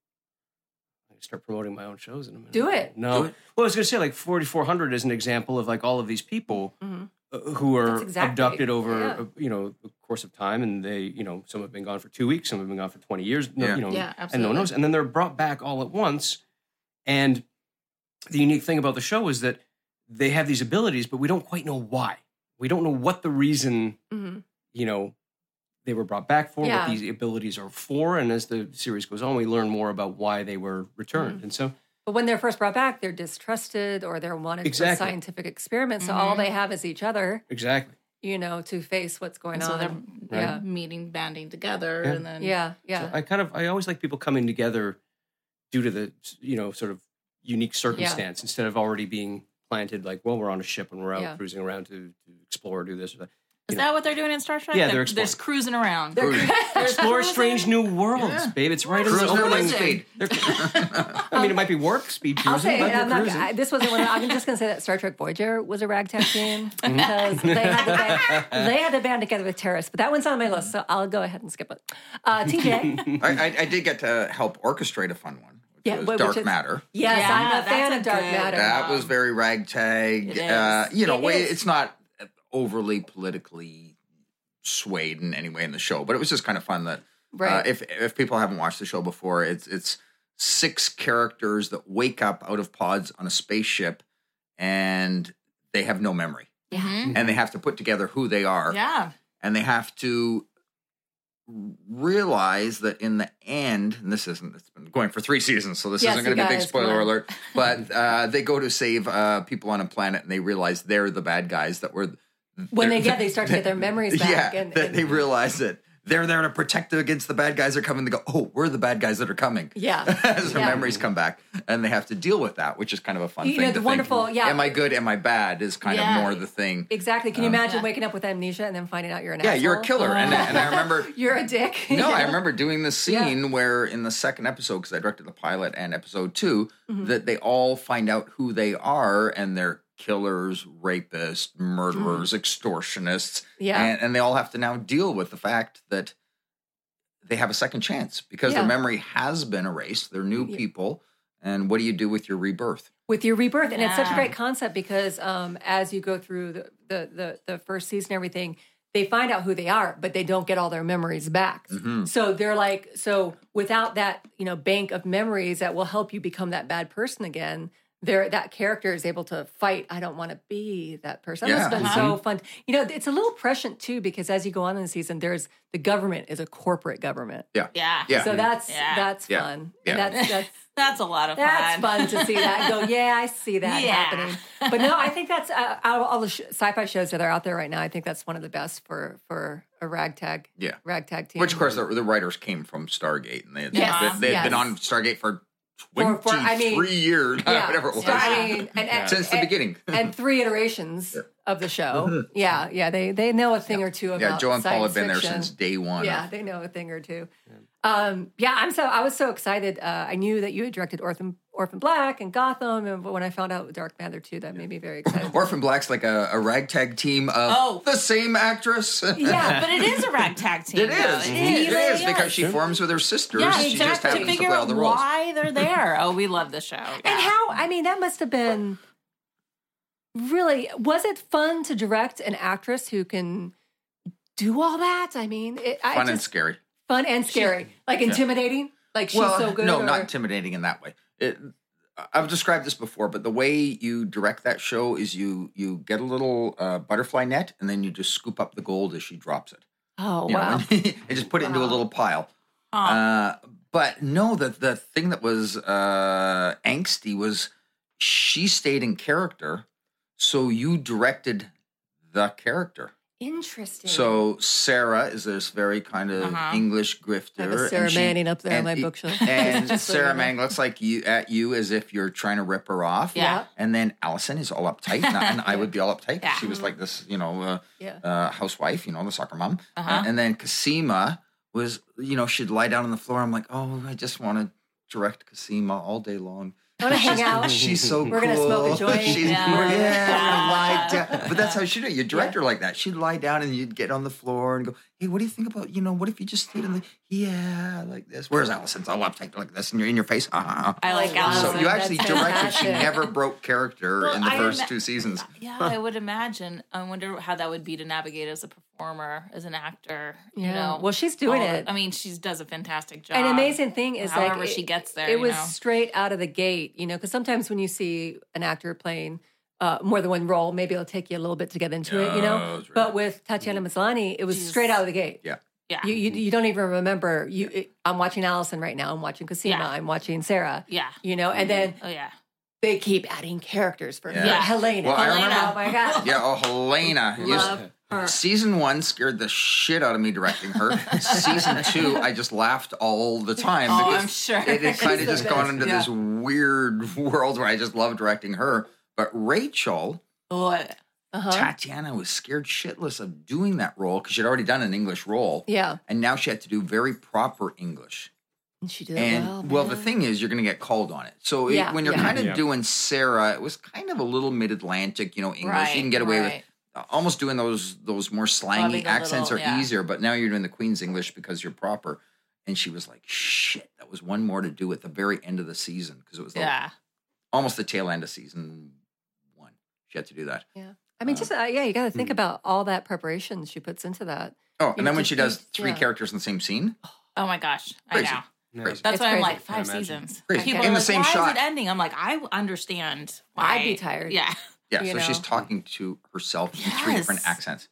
S4: I start promoting my own shows in a minute.
S1: Do it.
S4: No.
S5: Do it.
S4: Well, I was going to say like 4400 is an example of like all of these people uh, who are
S1: Mm-hmm. That's exactly-
S4: abducted over
S1: yeah.
S4: uh, you know the course of time and they you know some have been gone for two weeks some have been gone for 20 years no,
S5: Yeah.
S4: you know
S2: Yeah,
S4: and no one
S2: absolutely.
S4: knows and then they're brought back all at once and the unique thing about the show is that they have these abilities but we don't quite know why we don't know what the reason
S1: Mm-hmm.
S4: you know they were brought back for
S1: Yeah.
S4: what these abilities are for and as the series goes on we learn more about why they were returned
S1: Mm-hmm.
S4: and so
S1: But when they're first brought back, they're distrusted or they're wanted
S4: Exactly.
S1: for scientific experiments. So all they have is each other,
S4: exactly
S1: you know, to face what's going
S2: So
S1: on.
S2: they're
S1: yeah.
S2: meeting, banding together, and then
S1: yeah, yeah.
S4: So uh, I kind of I always like people coming together due to the you know sort of unique circumstance instead of already being planted like well we're on a ship and we're out
S1: Yeah.
S4: cruising around to, to explore or do this or that.
S2: Is that what they're doing in Star Trek?
S4: Yeah, they're
S2: just cruising around.
S4: Explore strange new worlds, babe. It's right in the
S5: Cruising
S4: opening.
S5: around speed.
S4: They're- I mean, it might be work speed cruising,
S1: I'll say
S4: but
S1: I'm
S4: they're
S1: not,
S4: cruising.
S1: I, this wasn't one. Of, I'm just going to say that Star Trek Voyager was a ragtag team because they had the band, they had the band together with terrorists. But that one's on my list, so I'll go ahead and skip it. Uh, TJ,
S5: I, I, I did get to help orchestrate a fun one, which
S1: Yeah,
S5: was
S1: but-
S5: Dark
S1: which is-
S5: Matter.
S1: yes,
S2: Yeah,
S1: I'm a
S2: that's
S1: fan
S2: a
S1: of Dark
S2: good-
S1: Matter.
S5: That was
S2: Um,
S5: very ragtag.
S2: it is.
S5: Uh, you know,
S1: It
S5: way-
S1: is.
S5: it's not overly politically swayed in any way in the show, but it was just kind of fun that
S1: Right.
S5: uh, if if people haven't watched the show before, it's it's six characters that wake up out of pods on a spaceship and they have no memory
S2: Mhm.
S5: and they have to put together who they are
S2: Yeah.
S5: and they have to realize that in the end, and this isn't, it's been going for three seasons, so this
S1: Yes,
S5: isn't going to
S1: you
S5: be a big
S1: guys, come
S5: spoiler
S1: on.
S5: alert, but uh, they go to save uh, people on a planet and they realize they're the bad guys that were.
S1: when
S5: they're-
S1: they get, they start to get their memories
S5: yeah,
S1: back. and,
S5: that
S1: and-
S5: they realize that they're there to protect them against the bad guys that are coming. They go, oh, we're the bad guys that are coming.
S1: Yeah.
S5: As their
S1: Yeah.
S5: memories come back, and they have to deal with that, which is kind of a fun
S1: You
S5: thing.
S1: know,
S5: to
S1: the
S5: think,
S1: wonderful- yeah.
S5: Am I good? Am I bad? Is kind
S2: Yeah.
S5: of more the thing.
S1: exactly. Can you imagine
S2: Yeah.
S1: waking up with amnesia and then finding out you're an
S5: Yeah,
S1: asshole?
S5: you're a killer, and, and I remember
S1: You're a dick.
S5: No, I
S1: Yeah.
S5: remember doing this scene where in the second episode, because I directed the pilot and episode 2
S1: Mm-hmm.
S5: that they all find out who they are and they're killers, rapists, murderers, extortionists.
S1: Mm. Yeah.
S5: And, and they all have to now deal with the fact that they have a second chance because
S1: Yeah.
S5: their memory has been erased. They're new people. And what do you do with your rebirth?
S1: with your rebirth and it's such a
S2: Yeah.
S1: great concept because um, as you go through the, the the the first season and everything they find out who they are, but they don't get all their memories back.
S5: Mm-hmm.
S1: So they're like, so without that, you know, bank of memories that will help you become that bad person again, there that character is able to fight. I don't want to be that person.
S5: Yeah. Mm-hmm.
S1: That's been so fun. You know, it's a little prescient too because as you go on in the season, there's the government is a corporate government,
S2: Yeah.
S5: Yeah. Mm-hmm.
S1: so that's
S2: Yeah.
S1: that's
S5: Yeah.
S1: fun.
S5: Yeah.
S1: That's that's.
S2: That's a lot of fun.
S1: That's fun to see that. Go, yeah, I see that
S2: Yeah.
S1: happening. But no, I think that's uh, out of all the sh- sci-fi shows that are out there right now. I think that's one of the best for for a ragtag,
S5: Yeah.
S1: ragtag team.
S5: Which, of course, the, the writers came from Stargate, and they had,
S2: Yes.
S5: they,
S1: Yes.
S5: have been on Stargate for
S1: For-
S5: twenty-three
S1: for- I mean-
S5: years,
S1: yeah.
S5: whatever it was,
S1: So, I mean, and, and-
S5: since the
S1: and-
S5: beginning. Mm-hmm.
S1: and three iterations of the show. Yeah, yeah, they they know a thing or two about.
S5: yeah, Joe and Paul
S1: science
S5: have been there
S1: fiction.
S5: since day one.
S1: Yeah, they know a thing or two. Um, yeah, I'm so I was so excited. Uh, I knew that you had directed Orphan Orphan Black and Gotham, and when I found out Dark Matter too, that made me very excited.
S5: Orphan Black's like a, a ragtag team of
S2: Oh.
S5: the same actress. It is.
S1: yeah,
S2: But it is a ragtag team.
S5: It
S2: though.
S5: is.
S2: It really is.
S5: because she forms with her sisters.
S2: yeah,
S5: she just
S2: exactly. To
S5: happens to,
S2: figure
S5: play all
S2: out
S5: the roles.
S2: why they're there. Oh, we love the show.
S1: And how? I mean, that must have been really. Was it fun to direct an actress who can do all that? I mean, it, I
S5: Fun
S1: just,
S5: and scary.
S1: fun and scary, like intimidating. Like she's
S5: well,
S1: so good.
S5: no,
S1: or-
S5: not intimidating in that way. It, I've described this before, but the way you direct that show is you you get a little uh, butterfly net and then you just scoop up the gold as she drops it.
S1: oh
S5: you know,
S1: wow.
S5: and, and just put it into a little pile. Uh, but no, the the thing that was uh, angsty was she stayed in character, so you directed the character.
S1: Interesting.
S5: So Sarah is this very kind of
S2: Uh-huh.
S5: English grifter.
S1: I have a Sarah Manning up there on
S5: and-
S1: my bookshelf.
S5: And
S1: Just so
S5: Sarah
S1: you know.
S5: Manning looks like you at you as if you're trying to rip her off.
S2: Yeah.
S5: And then Allison is all uptight, and, I- and I would be all uptight. 'cause
S2: Yeah.
S5: She was like this, you know, uh,
S1: Yeah.
S5: uh, housewife, you know, the soccer mom.
S2: Uh-huh.
S5: Uh, and then Kasima was, you know, she'd lie down on the floor. I'm like, oh, I just want to direct Kasima all day long.
S1: I want to hang out.
S5: She's so
S1: We're
S5: cool.
S1: gonna smoke a joint.
S5: She's,
S2: Yeah.
S5: we're- yeah, we're
S2: Yeah.
S5: gonna lie down. But that's how she did it. You direct her like that. She'd lie down and you'd get on the floor and go, hey, what do you think about, you know, what if you just stayed in the, yeah, like this. Whereas Allison's all uptight like this and you're in your face. Uh-huh.
S2: I like Allison.
S5: So you actually
S1: That's
S5: directed. She
S1: fantastic.
S5: never broke character
S2: Well,
S5: in the
S2: I
S5: first
S2: ima-
S5: two seasons.
S2: Yeah, I would imagine. I wonder how that would be to navigate as a performer, as an actor. You
S1: Yeah.
S2: know,
S1: Well, she's doing
S2: all-
S1: it.
S2: I mean, she does a fantastic job.
S1: An amazing thing is
S2: However
S1: like it-
S2: she gets there.
S1: it
S2: you
S1: was
S2: know?
S1: straight out of the gate, you know, because sometimes when you see an actor playing uh, more than one role, maybe it'll take you a little bit to get into it, you know.
S5: Yes, right.
S1: But with Tatiana Maslany, it was
S2: She's-
S1: straight out of the gate.
S5: Yeah.
S2: Yeah.
S1: You, you, you don't even remember. You, it, I'm watching Allison right now. I'm watching Cosima.
S2: Yeah.
S1: I'm watching Sarah.
S2: yeah.
S1: You know, and then
S2: Oh yeah.
S1: they keep adding characters for
S5: Yeah.
S1: her.
S2: Yeah.
S1: Helena.
S5: Well, I
S1: Helena.
S2: remember-
S1: Oh my god.
S5: Yeah, oh Helena. You-
S1: Love her.
S5: Season one scared the shit out of me directing her. Season two, I just laughed all the time.
S2: Oh,
S5: because
S2: I'm sure.
S5: It had kind
S1: She's
S5: of
S1: the
S5: just
S1: best,
S5: gone into
S1: yeah.
S5: this weird world where I just loved directing her. But Rachel,
S2: What?
S1: Uh-huh.
S5: Tatiana was scared shitless of doing that role because she'd already done an English role.
S1: Yeah.
S5: And now she had to do very proper English.
S1: And she did it
S5: And
S1: well.
S5: well,
S1: man.
S5: the thing is, you're going to get called on it. So it-
S1: Yeah,
S5: when you're
S1: yeah.
S5: kind of
S4: Yeah.
S5: doing Sarah, it was kind of a little mid-Atlantic, you know, English.
S2: Right,
S5: you can get away
S2: right.
S5: with almost doing those those more slangy
S2: Rubbing a
S5: accents
S2: little,
S5: are
S2: yeah.
S5: easier. But now you're doing the Queen's English because you're proper. And she was like, "Shit, that was one more to do at the very end of the season because it was the-
S2: Yeah.
S5: almost the tail end of season one. She had to do that.
S1: Yeah. I mean, just uh, yeah, you got to
S5: Hmm.
S1: think about all that preparation she puts into that.
S5: Oh,
S1: You
S5: and then when
S1: just
S5: she does
S1: think-
S5: three
S1: yeah.
S5: characters in the same scene,
S2: Oh my gosh.
S5: Crazy.
S2: I know.
S4: Yeah.
S5: crazy.
S2: That's
S1: It's
S2: why I'm
S1: crazy.
S2: like five
S4: imagine.
S2: seasons.
S5: Crazy.
S2: People
S5: In
S2: are
S5: the
S2: like,
S5: same
S2: why
S5: shot."
S2: is it ending? I'm like, I understand. Why.
S1: I'd be tired.
S2: Yeah.
S5: yeah.
S1: You
S5: So she's
S1: know.
S5: talking to herself in three different
S2: Yes.
S5: accents.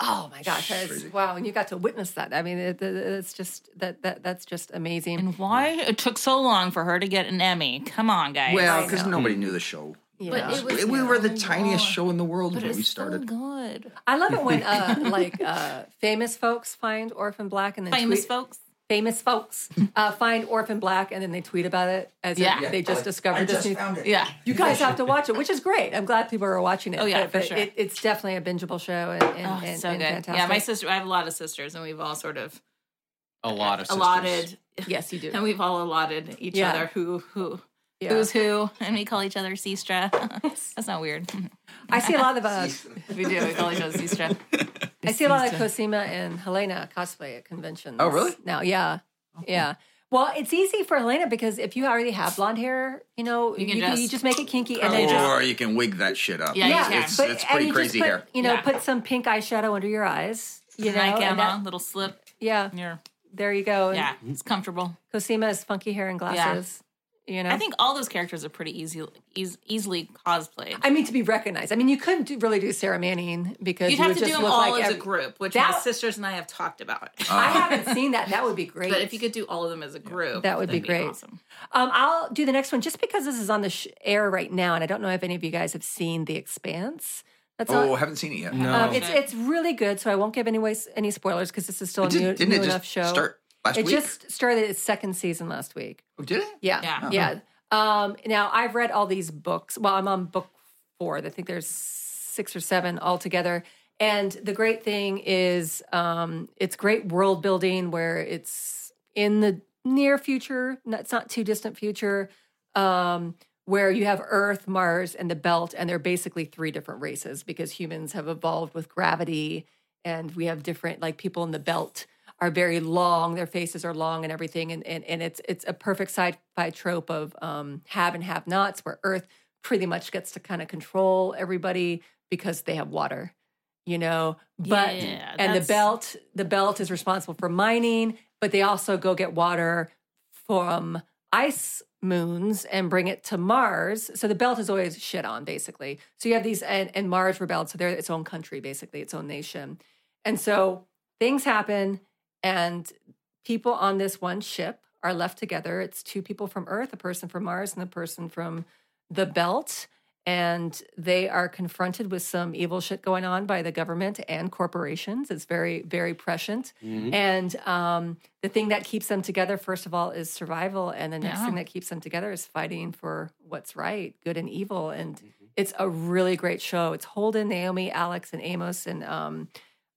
S1: Oh my gosh! that's-
S5: Crazy.
S1: wow, and you got to witness that. I mean, it, it- it's just that that that's just amazing.
S2: And why it took so long for her to get an Emmy? Come on, guys.
S5: Well, because nobody knew the show.
S1: yeah.
S2: but it was-
S5: We, we were the
S2: Oh,
S5: tiniest
S2: God.
S5: show in the world
S2: But
S5: when
S2: it's
S5: we started.
S2: so good.
S1: I love it when uh, like uh, famous folks find Orphan Black and then
S2: Famous
S1: tweet,
S2: folks.
S1: famous folks uh, find Orphan Black and then they tweet about it as
S2: Yeah.
S1: if they just discovered
S5: I
S1: this
S5: just
S1: new.
S5: found it.
S2: Yeah.
S1: You guys have to watch it, which is great. I'm glad people are watching it.
S2: Oh, yeah,
S1: but,
S2: for
S1: but
S2: sure.
S1: it, it's definitely a bingeable show and, and,
S2: Oh,
S1: and,
S2: so
S1: and
S2: good.
S1: fantastic.
S2: Yeah, my sister. I have a lot of sisters, and we've all sort of
S4: A lot of sisters.
S2: allotted,
S1: Yes, you do.
S2: and we've all allotted each
S1: Yeah.
S2: other who who
S1: Yeah.
S2: who's who, and we call each other Seastra. That's not weird.
S1: I see a lot of uh,
S2: we do. We call each other Seastra.
S1: I see a lot of Cosima and Helena cosplay at conventions.
S5: Oh, really?
S1: Now, yeah, yeah. Well, it's easy for Helena because if you already have blonde hair, you know, you,
S2: You can
S1: you
S2: just
S1: just, make it kinky and
S2: curl
S1: then
S2: it
S1: just
S2: up.
S5: Or Oh, you can wig that shit up.
S2: Yeah, you
S1: yeah,
S2: can.
S5: It's,
S1: but
S5: it's
S1: and
S5: pretty
S1: you just
S5: crazy
S1: put,
S5: hair.
S1: You know,
S2: Yeah.
S1: put some pink eyeshadow under your eyes, You know,
S2: Nike
S1: and
S2: Emma,
S1: that- Oh,
S2: little slip.
S1: yeah,
S2: You're-
S1: there you go. And
S2: yeah, it's comfortable.
S1: Cosima has funky hair and glasses. You know,
S2: I think all those characters are pretty easy, eas easily cosplayed.
S1: I mean to be recognized. I mean, you couldn't do, really do Sarah Manning because
S2: You'd
S1: you
S2: have
S1: would
S2: to do
S1: just
S2: them
S1: look
S2: all
S1: like
S2: as
S1: every-
S2: a group, which my
S1: That-
S2: sisters and I have talked about.
S1: I haven't seen that. That would be great.
S2: but if you could do all of them as a group,
S1: That would be
S2: that'd
S1: great.
S2: awesome.
S1: Um, I'll do the next one just because this is on the sh- air right now, and I don't know if any of you guys have seen The Expanse. That's
S5: Oh,
S1: all.
S5: haven't seen it yet.
S4: No.
S1: Um, it's it's really good, so I won't give any ways, any spoilers because this is still
S5: It
S1: a
S5: did,
S1: new,
S5: didn't
S1: new
S5: it
S1: enough
S5: just
S1: show.
S5: start last
S1: it
S5: week?
S1: just started its second season last week.
S5: oh, did it?
S1: Yeah,
S2: Yeah.
S1: yeah. Um, now I've read all these books. Well, I'm on book four. I think there's six or seven altogether. And the great thing is, um, it's great world building where it's in the near future. not- It's not too distant future. Um, where you have Earth, Mars, and the Belt, and they're basically three different races because humans have evolved with gravity, and we have different like people in the Belt are very long, their faces are long, and everything, and and, and it's it's a perfect sci-fi trope of um, have and have nots, where Earth pretty much gets to kind of control everybody because they have water, you know, but
S2: Yeah,
S1: and the
S2: that's-
S1: belt the belt is responsible for mining but they also go get water from ice moons and bring it to mars so the belt is always shit on basically so you have these and, and mars rebelled so they're its own country basically its own nation and so things happen and people on this one ship are left together it's two people from earth a person from mars and a person from the belt and they are confronted with some evil shit going on by the government and corporations. It's very, very prescient.
S4: Mm-hmm.
S1: And um, the thing that keeps them together, first of all, is survival. And the next
S2: Yeah.
S1: thing that keeps them together is fighting for what's right, good and evil. And
S5: Mm-hmm.
S1: it's a really great show. It's Holden, Naomi, Alex, and Amos. And um,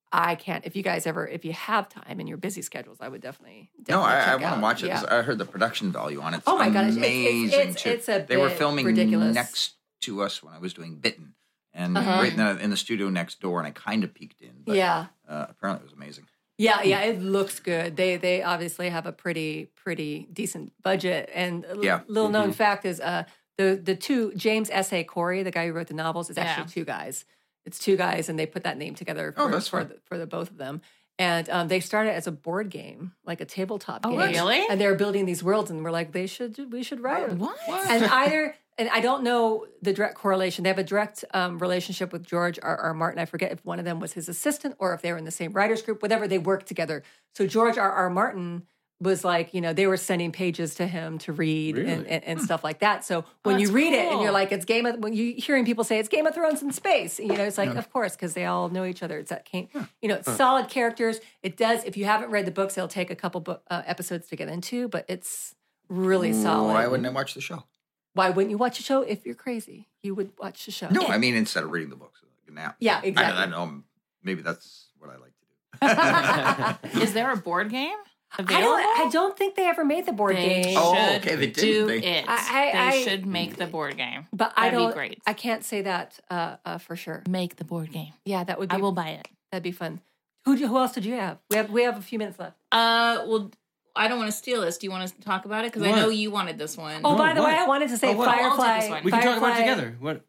S1: I can't, if you guys ever, if you have time in your busy schedules, I would definitely.
S5: No,
S1: definitely
S5: I, I
S1: check
S5: want
S1: out.
S5: to watch it.
S1: Yeah.
S5: 'cause I heard the production value on it.
S1: Oh my God, it's- it's- it's-
S5: amazing
S1: it's-
S5: too.
S1: it's a
S5: they were
S1: bit
S5: filming
S1: ridiculous.
S5: next to us when I was doing Bitten, and
S1: Uh-huh.
S5: right in the, in the studio next door, and I kind of peeked in. But,
S1: Yeah.
S5: uh, apparently it was amazing.
S1: Yeah, yeah, it looks good. They they obviously have a pretty pretty decent budget. And a l-
S5: Yeah. Mm-hmm.
S1: little known fact is uh the the two James S. A. Corey, the guy who wrote the novels, is actually
S2: Yeah.
S1: two guys. It's two guys, and they put that name together for
S5: Oh, that's
S1: for,
S5: fun.
S1: the, for the both of them. And um, they started as a board game, like a tabletop
S2: Oh,
S1: game.
S2: really? Oh,
S1: And they're building these worlds, and we're like, they should we should write 'em.
S2: What?
S1: And either, and I don't know the direct correlation. They have a direct um, relationship with George R. R. Martin. I forget if one of them was his assistant or if they were in the same writers group. Whatever, they worked together. So George R. R. Martin was like, you know, they were sending pages to him to read and,
S4: Really?
S1: and, and stuff like that. So when you
S2: Hmm. that's
S1: read it and
S2: cool.
S1: you're like, it's Game of when you hearing people say it's Game of Thrones in space, you know, it's like, of course, because they all know each other. It's that came, you know, it's solid characters. It does. If you haven't read the books, it'll take a couple bo- uh, episodes to get into, but it's really solid
S5: Why wouldn't I watch the show?
S1: why wouldn't you watch a show if you're crazy? You would watch the show.
S5: No, I mean instead of reading the books now.
S1: Yeah,
S5: I, I
S1: exactly.
S5: know. um, Maybe that's what I like to do.
S2: Is there a board game
S1: I
S2: available?
S1: don't. I don't think they ever made the board
S2: They
S1: game,
S2: should
S5: Oh, okay, they did,
S2: do
S5: they-
S2: it.
S1: I- I-
S2: they
S1: I-
S2: should make the board game.
S1: but I
S2: That'd be
S1: don't.
S2: great.
S1: I can't say that uh, uh, for sure.
S2: Make the board game.
S1: Yeah, that would be.
S2: I will buy it.
S1: That'd be fun. Who do- Who else did you have? We have. We have a few minutes left.
S2: Uh, well, I don't want to steal this. Do you want to talk about it? Because I
S4: What?
S2: know you wanted this one.
S1: Oh,
S4: No,
S1: by the way,
S4: what?
S1: I wanted to say
S4: Oh, what?
S2: I'll
S1: Firefly.
S2: take this one.
S4: We can talk about it
S1: Firefly-
S4: together. What?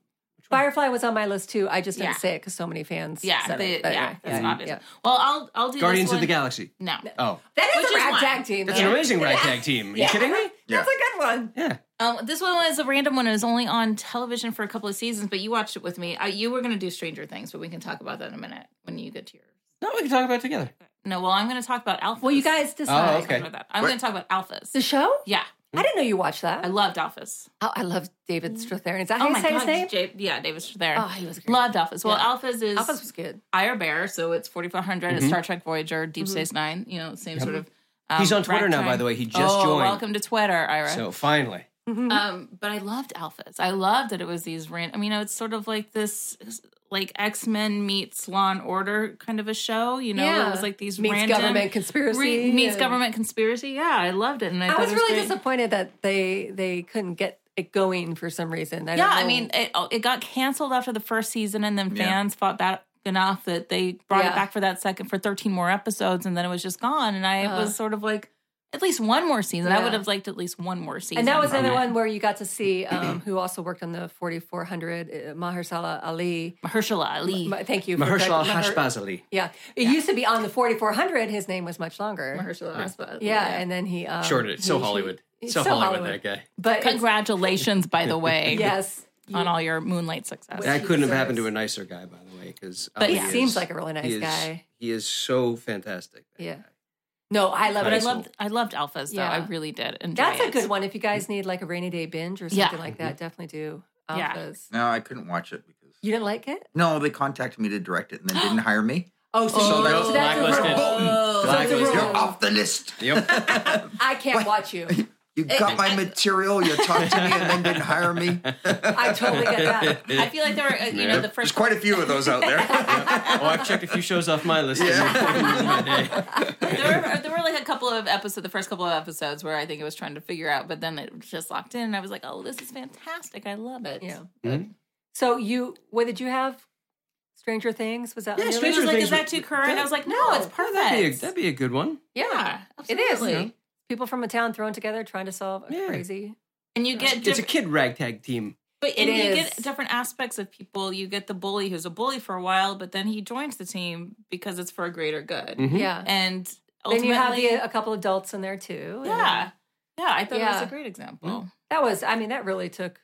S1: Firefly was on my list too. I just didn't
S2: Yeah.
S1: say it because so many fans.
S2: yeah,
S1: said
S2: they-
S1: it. But
S2: yeah,
S1: anyway,
S2: that's
S1: yeah,
S2: obvious.
S1: yeah.
S2: Well, I'll I'll do
S4: Guardians
S2: this
S4: of the
S2: one.
S4: Galaxy.
S2: No.
S4: Oh,
S1: That is
S2: Which
S1: a
S2: is
S1: rag
S2: one.
S1: tag team.
S4: that's
S1: though.
S4: an amazing ragtag team. Are you
S1: Yeah.
S4: kidding me?
S5: Yeah.
S1: That's a good one.
S4: Yeah.
S2: Um, this one was a random one. It was only on television for a couple of seasons, but you watched it with me. I, you were going to do Stranger Things, but we can talk about that in a minute when you get to your.
S4: No, we can talk about it together.
S2: No, well, I'm going to talk about alphas.
S1: Well, you guys decide.
S4: Oh, okay.
S2: Talk about that. I'm going to talk about alphas.
S1: The show?
S2: yeah,
S1: I didn't know you watched that.
S2: I loved alphas.
S1: Oh, I love David Strathairn. Is that how
S2: Oh
S1: you
S2: my
S1: say
S2: god,
S1: his name?
S2: J- yeah, Davis there.
S1: Oh, he was great.
S2: loved Alphas. Well,
S1: Yeah.
S2: Alphas is
S1: Alphas was good.
S2: Ire Bear, so it's forty four It's
S4: Mm-hmm.
S2: Star Trek Voyager, Deep
S1: Mm-hmm.
S2: Space Nine. You know, same sort of. um,
S4: He's on Twitter
S2: rack
S4: now, by
S2: time.
S4: the way. He just
S2: oh,
S4: joined.
S2: Welcome to Twitter, Ira.
S4: So finally,
S1: Mm-hmm.
S2: Um, but I loved Alphas. I loved that it was these random. I mean, you know, it's sort of like this, like X Men meets Law and Order kind of a show. You know,
S1: Yeah.
S2: it was like these
S1: Meets
S2: random
S1: government conspiracy
S2: re- meets
S1: and-
S2: government conspiracy. Yeah, I loved it, and I,
S1: I
S2: thought
S1: was
S2: it
S1: really
S2: great.
S1: disappointed that they they couldn't get it going for some reason. I
S2: Yeah,
S1: don't know.
S2: I mean, it, oh, it got canceled after the first season, and then
S5: Yeah.
S2: fans fought back enough that they brought
S1: Yeah.
S2: it back for that second for 13 more episodes, and then it was just gone. And I
S1: Uh-huh.
S2: was sort of like, at least one more season. I
S1: Yeah.
S2: would have liked at least one more season.
S1: And that was
S2: from
S1: another
S2: it.
S1: one where you got to see um, who also worked on the 4400, uh, Mahershala Ali.
S2: Mahershala Ali.
S1: Ma- thank you. for
S4: Mahershala
S1: correct- Maher-
S4: Hashbazali.
S1: Yeah. It used to be on the 4400. His name was much longer.
S2: Mahershala Hashbaz.
S1: Yeah, and then he um,
S4: Shorted it. So
S1: he-
S4: Hollywood.
S1: he-
S4: So, Hollywood, that guy.
S1: But it's-
S2: Congratulations, by the way,
S1: yes,
S2: on all your Moonlight success.
S1: Yeah.
S4: That
S1: he
S4: couldn't have
S1: deserves.
S4: happened to a nicer guy, by the way, because
S2: But
S1: he
S2: yeah.
S1: seems like a really nice
S4: he is,
S1: guy.
S4: He is so fantastic.
S1: Yeah. No, I love
S2: But
S1: it.
S2: I
S4: Nice.
S2: loved, I loved Alphas though.
S1: Yeah.
S2: I really did enjoy.
S1: That's a
S2: it.
S1: good one. If you guys need like a rainy day binge or something
S2: Yeah.
S1: like that, definitely do
S2: Yeah.
S1: Alphas.
S5: No, I couldn't watch it because
S1: You didn't like it?
S5: no, they contacted me to direct it and then didn't hire me.
S1: Oh, so,
S5: So
S1: you-
S5: that's-
S1: so that's a rule.
S4: Blacklisted.
S1: So it's a
S4: Blacklisted.
S1: rule.
S5: You're off the list.
S4: Yep.
S1: I can't watch you.
S5: You
S1: Eh,
S5: got my material. You talked to me and then didn't hire me.
S1: I totally get that.
S2: I feel like there were, uh, you know, the
S5: There's
S2: first
S5: quite a few of those out there.
S4: oh, I've checked a few shows off my list.
S2: there, were, there were like a couple of episodes, the first couple of episodes where I think it was trying to figure out, but then it was just locked in. And I was like, oh, this is fantastic. I love it.
S1: Yeah.
S4: Mhm.
S1: So you, what did you have? Stranger Things was that? on
S4: Yeah,
S1: your
S2: She was
S4: Stranger
S1: list?
S2: like,
S4: Things
S2: is that
S4: was-
S2: too current? I was like, no, it's perfect.
S4: That'd, be a, that'd be a good one.
S2: yeah,
S1: It is.
S2: absolutely.
S1: People from a town thrown together trying to solve a
S4: Yeah.
S1: crazy.
S2: And you get
S4: It's a
S2: different,
S4: kid ragtag team.
S2: but and
S1: It
S2: you
S1: is.
S2: get different aspects of people. You get the bully who's a bully for a while, but then he joins the team because it's for a greater good.
S4: Mhm.
S1: Yeah.
S2: And
S1: Then
S2: ultimately,
S1: you have the, a couple adults in there too. and
S2: yeah, yeah. I thought it was
S1: Yeah.
S2: a great example.
S4: Mm.
S1: That was, I mean, that really took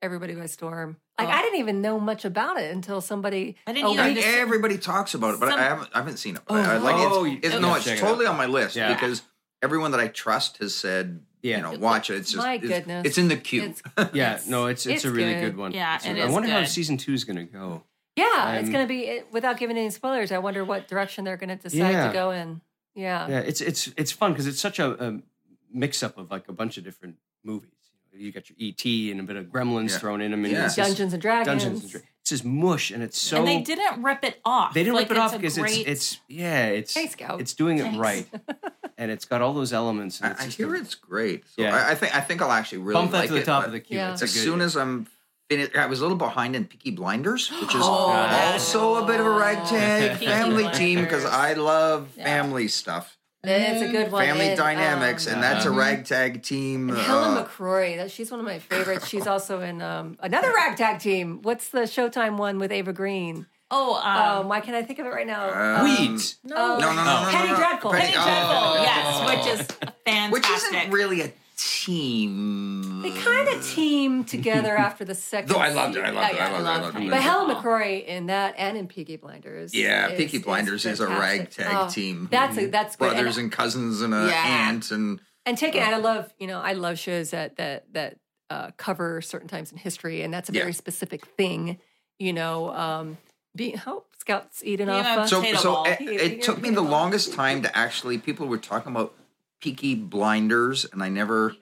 S1: everybody by storm. Like,
S2: Oh.
S1: I didn't even know much about it until somebody.
S2: I didn't
S1: a
S2: either.
S1: week-
S5: And everybody talks about it, but
S2: Some-
S5: I haven't. I haven't seen it. But I, I like it.
S4: Oh, you-
S5: It's, it's-
S4: you
S5: no,
S4: gotta
S5: it's
S4: check it
S5: totally on my list
S4: Yeah.
S5: because everyone that I trust has said,
S4: Yeah.
S5: you know, watch it. It's just,
S1: My
S5: it's,
S1: goodness.
S5: it's in the queue.
S1: It's-
S4: Yeah,
S1: It's-
S4: no, it's
S1: it's
S4: it's a really
S1: good.
S4: good, one.
S2: Yeah,
S4: It's a-
S2: it
S4: I
S2: is
S4: wonder how
S2: good.
S4: season two is going to go.
S1: Yeah, it's
S4: I'm-
S1: going to be, it, without giving any spoilers, I wonder what direction they're going to decide
S4: Yeah.
S1: to go in. Yeah.
S4: Yeah, it's it's it's fun because it's such a, a mix up of like a bunch of different movies. You got your ET and a bit of Gremlins
S5: Yeah.
S4: thrown in. I mean,
S5: Yeah.
S4: it's just-
S1: Dungeons and Dragons.
S4: Dungeons and Dragons. It's just mush, and it's so
S2: and they didn't rip it off.
S4: they didn't
S2: Like,
S4: rip it off
S2: a
S4: because
S2: great-
S4: it's it's yeah, it's
S1: Thanks, Scout.
S4: it's doing it
S2: Thanks.
S4: right, and it's got all those elements. And it's
S5: I, I
S4: just
S5: hear
S4: a-
S5: it's great. So
S4: Yeah.
S5: I, I think I think I'll actually really
S4: bump that
S5: like
S4: to the
S5: it,
S4: top
S5: but
S4: of the queue.
S1: Yeah.
S4: It's a
S5: As
S4: good-
S5: soon as I'm finished, I was a little behind in Peaky Blinders, which is
S4: yeah.
S5: also a bit of a ragtag
S4: Peaky
S5: family team because
S2: Blinders.
S5: I love family stuff,
S1: It's a good one.
S5: Mm. family
S1: And,
S5: dynamics,
S1: um,
S5: and that's a ragtag team.
S1: Helen
S5: uh,
S1: McCrory, that she's one of my favorites. She's also in um, another ragtag team. What's the Showtime one with Ava Green?
S2: oh, um,
S1: Um, why can't I think of it right now?
S5: uh,
S4: weeds.
S1: no,
S5: no, no, no, no, no,
S1: Penny
S5: no.
S1: Dreadful.
S2: Penny
S5: Penny-
S2: Dreadful, yes, which is fantastic.
S5: Oh. which isn't really a team.
S1: They kind of team together after the second.
S5: Though I loved it, I loved it,
S1: Yeah,
S5: I loved it, I loved it.
S1: But Helen McCrory in that and in Peaky Blinders.
S5: Yeah,
S1: is-
S5: Peaky Blinders is, a
S1: fantastic.
S5: ragtag
S1: Oh,
S5: team.
S1: That's a, that's good.
S5: brothers
S1: and,
S5: and cousins and an
S2: Yeah.
S5: aunt and
S1: and take it. And I love you know I love shows that that that uh, cover certain times in history, and that's a
S5: Yeah.
S1: very specific thing. You know, um, being oh, scouts eating
S2: You
S1: off.
S2: know,
S1: uh,
S5: so
S2: Potato
S5: so
S2: ball.
S5: it,
S1: Potato-
S5: it took me the
S1: potato ball.
S5: longest time to actually people were talking about Peaky Blinders and I never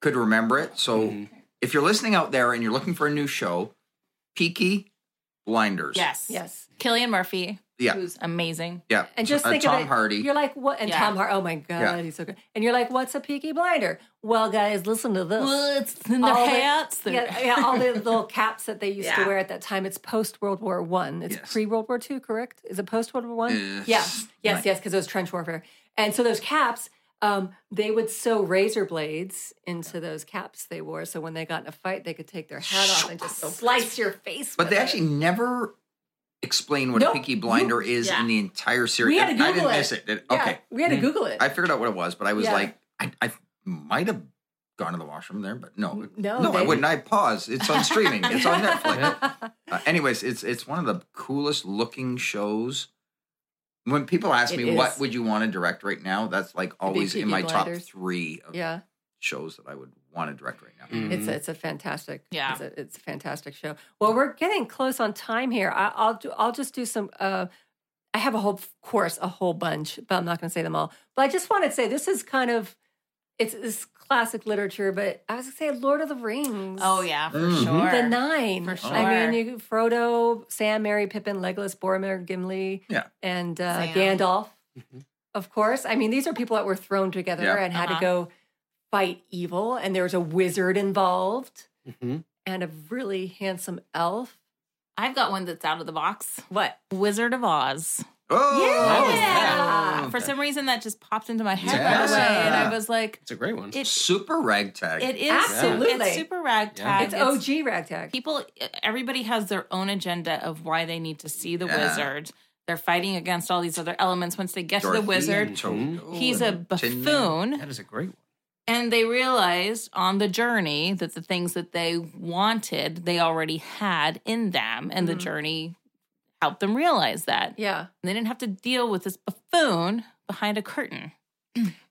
S5: could remember it. So if you're listening out there and you're looking for a new show, Peaky Blinders.
S2: yes,
S1: yes.
S2: Killian Murphy,
S5: Yeah.
S2: who's amazing.
S5: Yeah.
S1: And just
S5: Uh,
S1: think
S5: Tom
S1: of it.
S5: Hardy.
S1: You're like, what? And
S2: Yeah.
S1: Tom Hardy. Oh my God,
S5: Yeah.
S1: he's so good. And you're like, what's a Peaky Blinder? Well, guys, listen to this.
S2: in
S1: All
S2: their
S1: the-
S2: hats. their-
S1: Yeah, yeah, all the little caps that they used
S2: Yeah.
S1: to wear at that time. It's post World War One. It's
S5: Yes.
S1: pre World War Two, correct? Is it post World War One?
S5: Yes.
S1: Yes, yes,
S5: Right.
S1: yes, because it was trench warfare. And so those caps, um, they would sew razor blades into those caps they wore. So when they got in a fight, they could take their hat off and just slice your face.
S5: But
S1: with
S5: they
S1: it.
S5: actually never explain what
S1: No,
S5: Peaky Blinder is
S2: yeah.
S5: in the entire series.
S1: we had to Google
S5: I didn't
S1: it.
S5: miss it. Did-
S1: Yeah,
S5: Okay. Hmm. Mm.
S1: we had to Google it.
S5: I figured out what it was, but I was
S1: Yeah.
S5: like, I, I might have gone to the washroom there, but no,
S2: Oh,
S1: No,
S5: no, I
S1: they-
S5: wouldn't. I paused. It's on streaming. It's on Netflix. Uh, anyways, it's it's one of the coolest looking shows. When people ask
S1: It
S5: me
S1: is.
S5: what would you want to direct right now, that's like always in
S1: Peaky
S5: my
S1: Blinders.
S5: top three of
S1: yeah.
S5: shows that I would want to direct right now.
S1: It's a, it's a fantastic
S2: Mm-hmm. Yeah.
S1: it's a, it's a fantastic show. Well, we're getting close on time here. I, I'll do, I'll just do some. Uh, I have a whole of course, a whole bunch, but I'm not going to say them all. But I just wanted to say this is kind of it's, it's classic literature, but I was going to say Lord of the Rings.
S2: Oh yeah, for
S5: Mhm.
S2: sure.
S1: The nine.
S2: For sure.
S1: I mean, you, Frodo, Sam, Mary, Pippin, Legolas, Boromir, Gimli,
S5: Yeah.
S1: and uh,
S2: Sam.
S1: Gandalf, of course. I mean, these are people that were thrown together
S5: Yeah.
S1: and had to
S2: Uh-huh.
S1: go fight evil, and there was a wizard involved
S4: Mhm.
S1: and a really handsome elf.
S2: I've got one that's out of the box.
S1: What?
S2: Wizard of Oz.
S5: Oh,
S2: Yeah.
S5: Oh,
S2: For
S5: okay.
S2: some reason, that just popped into my head
S5: Yes.
S2: right away, and I was like,
S3: It's a great one.
S2: "It
S5: super ragtag.
S2: it is Super,
S1: Absolutely.
S2: it's super ragtag.
S1: It's OG ragtag.
S2: people. Everybody has their own agenda of why they need to see the
S5: Yeah.
S2: wizard. They're fighting against all these other elements. Once they get to the wizard, he's a buffoon,
S3: that is a great one.
S2: and they realized on the journey that the things that they wanted they already had in them, and the
S1: Mhm.
S2: journey helped them realize that.
S1: Yeah.
S2: And they didn't have to deal with this buffoon behind a curtain.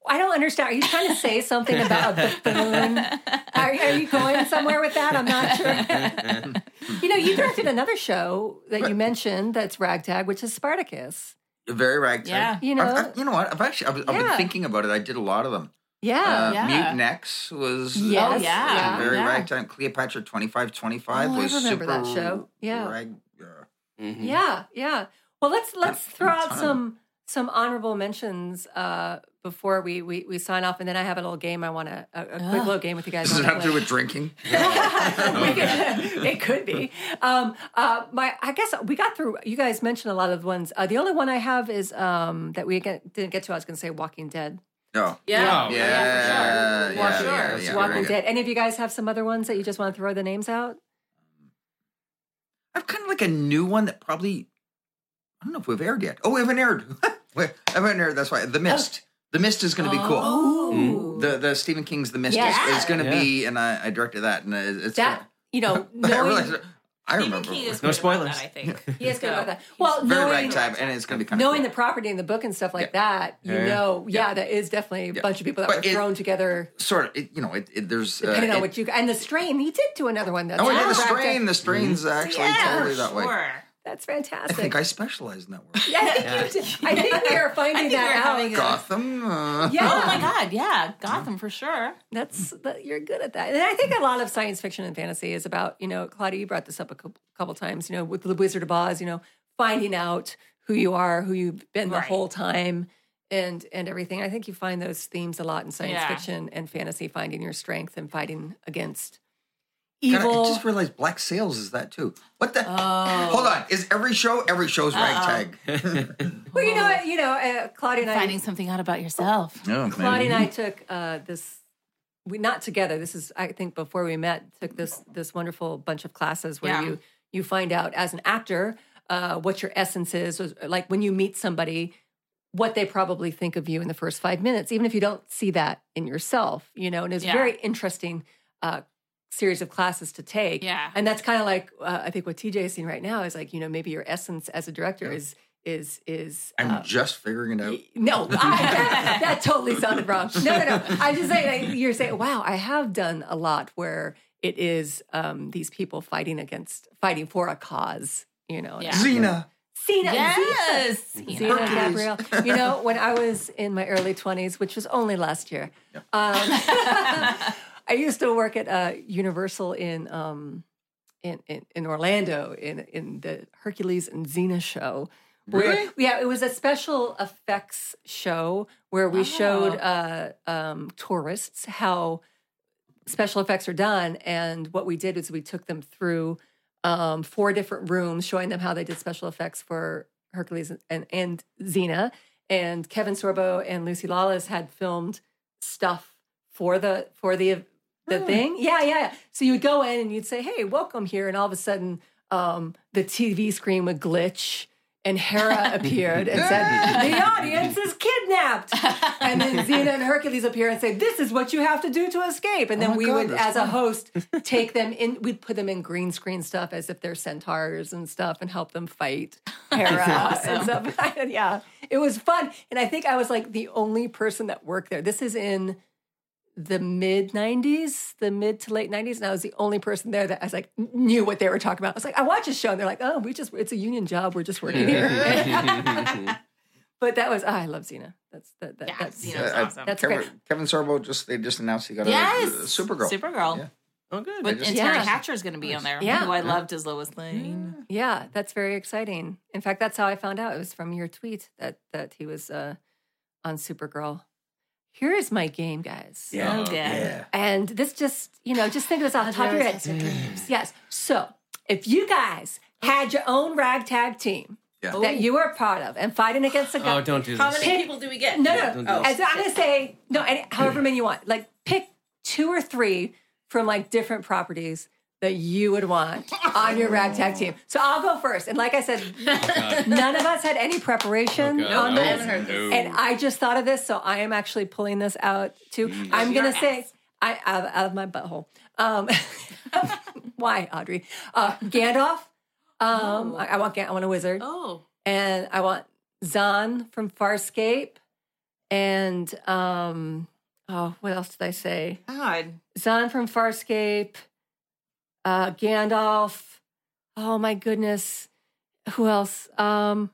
S1: I don't understand. Are you trying to say something about a buffoon? Are, are you going somewhere with that? I'm not sure. you know, you directed another show that you mentioned that's ragtag, which is Spartacus.
S5: Very ragtag.
S2: Yeah.
S1: You
S5: I've-
S1: know?
S5: I've- you know what? I've actually I've, I've been
S1: Yeah.
S5: thinking about it. I did a lot of them.
S1: Oh, Yeah.
S5: uh,
S2: yeah.
S5: Mutant X was
S1: Yes.
S2: Oh, yeah.
S5: very
S2: Yeah.
S5: ragtime. Cleopatra twenty five twenty five
S1: Oh, I
S5: was
S1: remember
S5: super
S1: that show. Yeah.
S5: rag- yeah.
S4: Mm-hmm.
S5: Um,
S3: Mhm.
S1: Yeah, yeah. Well, let's let's throw out
S5: Time.
S1: some some honorable mentions uh, before we, we we sign off, and then I have a little game I want to a, a quick little game with you guys.
S5: Does
S1: I
S5: it
S1: wanna
S5: have to do
S1: play.
S5: with drinking?
S1: We could- it could be. Um, uh, my, I guess we got through. You guys mentioned a lot of the ones. Uh, the only one I have is um, that we get, didn't get to. I was going to say Walking Dead.
S5: No.
S3: Yeah.
S2: Oh,
S5: Yeah. Yeah.
S1: For
S5: yeah,
S1: sure.
S5: yeah,
S1: It's
S5: yeah,
S1: Walking
S5: very good.
S1: Dead. Any of you guys have some other ones that you just want to throw the names out?
S5: I have kind of like a new one that probably I don't know if we've aired yet. Oh, we haven't aired. we haven't aired. That's why the mist. The mist is going to be cool.
S1: Ooh.
S5: The the Stephen King's The Mist is,
S1: Yeah.
S5: is going to
S4: Yeah.
S5: be, and I, I directed that, and it's it's
S1: that you know,
S5: gonna- Mm. I realized
S1: knowing
S5: it- I
S2: Stephen
S5: remember.
S2: King
S5: it was
S2: is
S4: No
S2: good about that,
S4: spoilers.
S2: I think.
S1: he is good
S2: So,
S1: about that. Well,
S5: Very
S1: knowing
S5: ragtime, and it's going to be kind
S1: knowing the
S5: of
S1: property in the book and stuff like that, you
S4: Yeah.
S1: know, yeah, there is definitely a
S5: Yeah.
S1: bunch of people that
S5: But
S1: were
S5: it-
S1: thrown together.
S5: the sort of it, you know it, it there's uh,
S1: Depending on
S5: it-
S1: what you and the strain, he did do another one. That's
S5: Oh yeah, the
S1: that's Mm-hmm. ragtag.
S5: strain. The strain's actually totally that way.
S2: sure.
S1: That's
S5: I
S1: fantastic.
S5: think I specialize in that word.
S1: yeah, I think you did. I think we are
S2: I
S1: finding
S2: think we're
S1: that out.
S2: having a-
S5: Gotham. Uh,
S1: Yeah,
S2: Oh my god, yeah, Gotham for sure.
S1: that's that, you're good at that. And I think a lot of science fiction and fantasy is about you know, Claudia, you brought this up a couple, couple times. You know, with the Wizard of Oz, you know, finding out who you are, who you've been the
S2: Right.
S1: whole time. And and everything. I think you find those themes a lot in science
S2: Yeah.
S1: fiction and fantasy, finding your strength and fighting against
S5: God,
S1: evil. Oh.
S5: I just realized Black Sails is that too. What the? Hold on. Is every show every show's ragtag?
S1: Well, you know, what, you know, uh, Claudia and I,
S2: Finding Mm-hmm. something out about yourself.
S5: No,
S1: Claudia and I took uh, this. We not together. This is, I think, before we met. Took this this wonderful bunch of classes where
S2: Yeah.
S1: you you find out as an actor uh, what your essence is, or, like when you meet somebody, what they probably think of you in the first five minutes, even if you don't see that in yourself. You know, and it's a
S2: Yeah.
S1: very interesting. Uh, series of classes to take
S2: Yeah.
S1: and that's kind of like uh, i think what tj is seeing right now is like you know maybe your essence as a director is is is
S5: I'm
S1: uh,
S5: just figuring it out.
S1: no, I, that, that totally sounded wrong. No, no, no. I'm just saying, like, you're saying, wow, I have done a lot where it is um, these people fighting against, fighting for a cause, you know.
S2: Yeah.
S5: Xena.
S1: Cena,
S2: Yes.
S1: Zena,
S2: Yeah.
S1: Zena Gabrielle. You know, when I was in my early 20s, which was only last year, um, I used to work at uh, Universal in. Um, in, in, in Orlando in in the Hercules and Xena show. Where,
S5: Really?
S1: Yeah, it was a special effects show where we showed
S2: Oh.
S1: uh, um, tourists how special effects are done, and what we did is we took them through um, four different rooms, showing them how they did special effects for Hercules and and Xena. And Kevin Sorbo and Lucy Lawless had filmed stuff for the for the the thing. Yeah, yeah. yeah. So you'd go in and you'd say, "Hey, welcome here," and all of a sudden, um, the TV screen would glitch. And Hera appeared and said, "The audience is kidnapped." And then Xena and Hercules appear and say, "This is what you have to do to escape." And then
S5: my
S1: we
S5: God,
S1: would, as
S5: that's
S1: a host, take them in. We'd put them in green screen stuff as if they're centaurs and stuff, and help them fight Hera Uh, and stuff. yeah, it was fun, and I think I was like the only person that worked there. This is in the mid 90s, the mid to late 90s. And I was the only person there that I was like, knew what they were talking about. I was like, I watched a show and they're like, oh, we just, it's a union job. We're just working here. but that was, oh, I love Xena. That's, that, that,
S2: Yeah,
S1: that's,
S2: Xena.
S5: Uh,
S2: That's
S5: I-
S2: awesome.
S1: That's
S5: Kevin,
S1: great.
S5: Kevin Sorbo just they just announced he got
S2: Yes.
S5: a, uh, Supergirl.
S2: Supergirl.
S5: Yeah.
S4: Oh, good.
S2: But, and
S1: Yeah.
S2: Terry Hatcher is going to be on there.
S1: Yeah.
S2: Who I loved as Lois Lane.
S1: yeah, that's very exciting. In fact, that's how I found out. It was from your tweet that, that he was uh, on Supergirl. Here is my game, guys.
S2: Oh, good.
S1: And this just, you know, just think of this off the top of your head. Yes. So if you guys had your own ragtag team,
S5: Yeah.
S1: that you were a part of and fighting against the
S4: Oh,
S1: government.
S4: don't do
S2: How
S4: this.
S2: many people do we get?
S1: No, no.
S4: don't do
S1: no.
S4: this.
S1: As- I'm gonna say no. Any, however many you want, like pick two or three from like different properties that you would want on your ragtag team. So I'll go first. And like I said,
S4: Oh,
S1: none of us had any preparation
S4: God.
S1: on
S4: No,
S1: this,
S2: I haven't heard this.
S1: and I just thought of this, so I am actually pulling this out too. I'm
S2: Your
S1: gonna say
S2: ass.
S1: I out of, out of my butthole. Um, why, Audrey? Uh, Gandalf. Um, I, I want. Gan- I want a wizard
S2: Oh,
S1: and I want Zahn from Farscape, and um, oh, what else did I say?
S2: God.
S1: Zahn from Farscape, uh, Gandalf. Oh my goodness, who else? Um,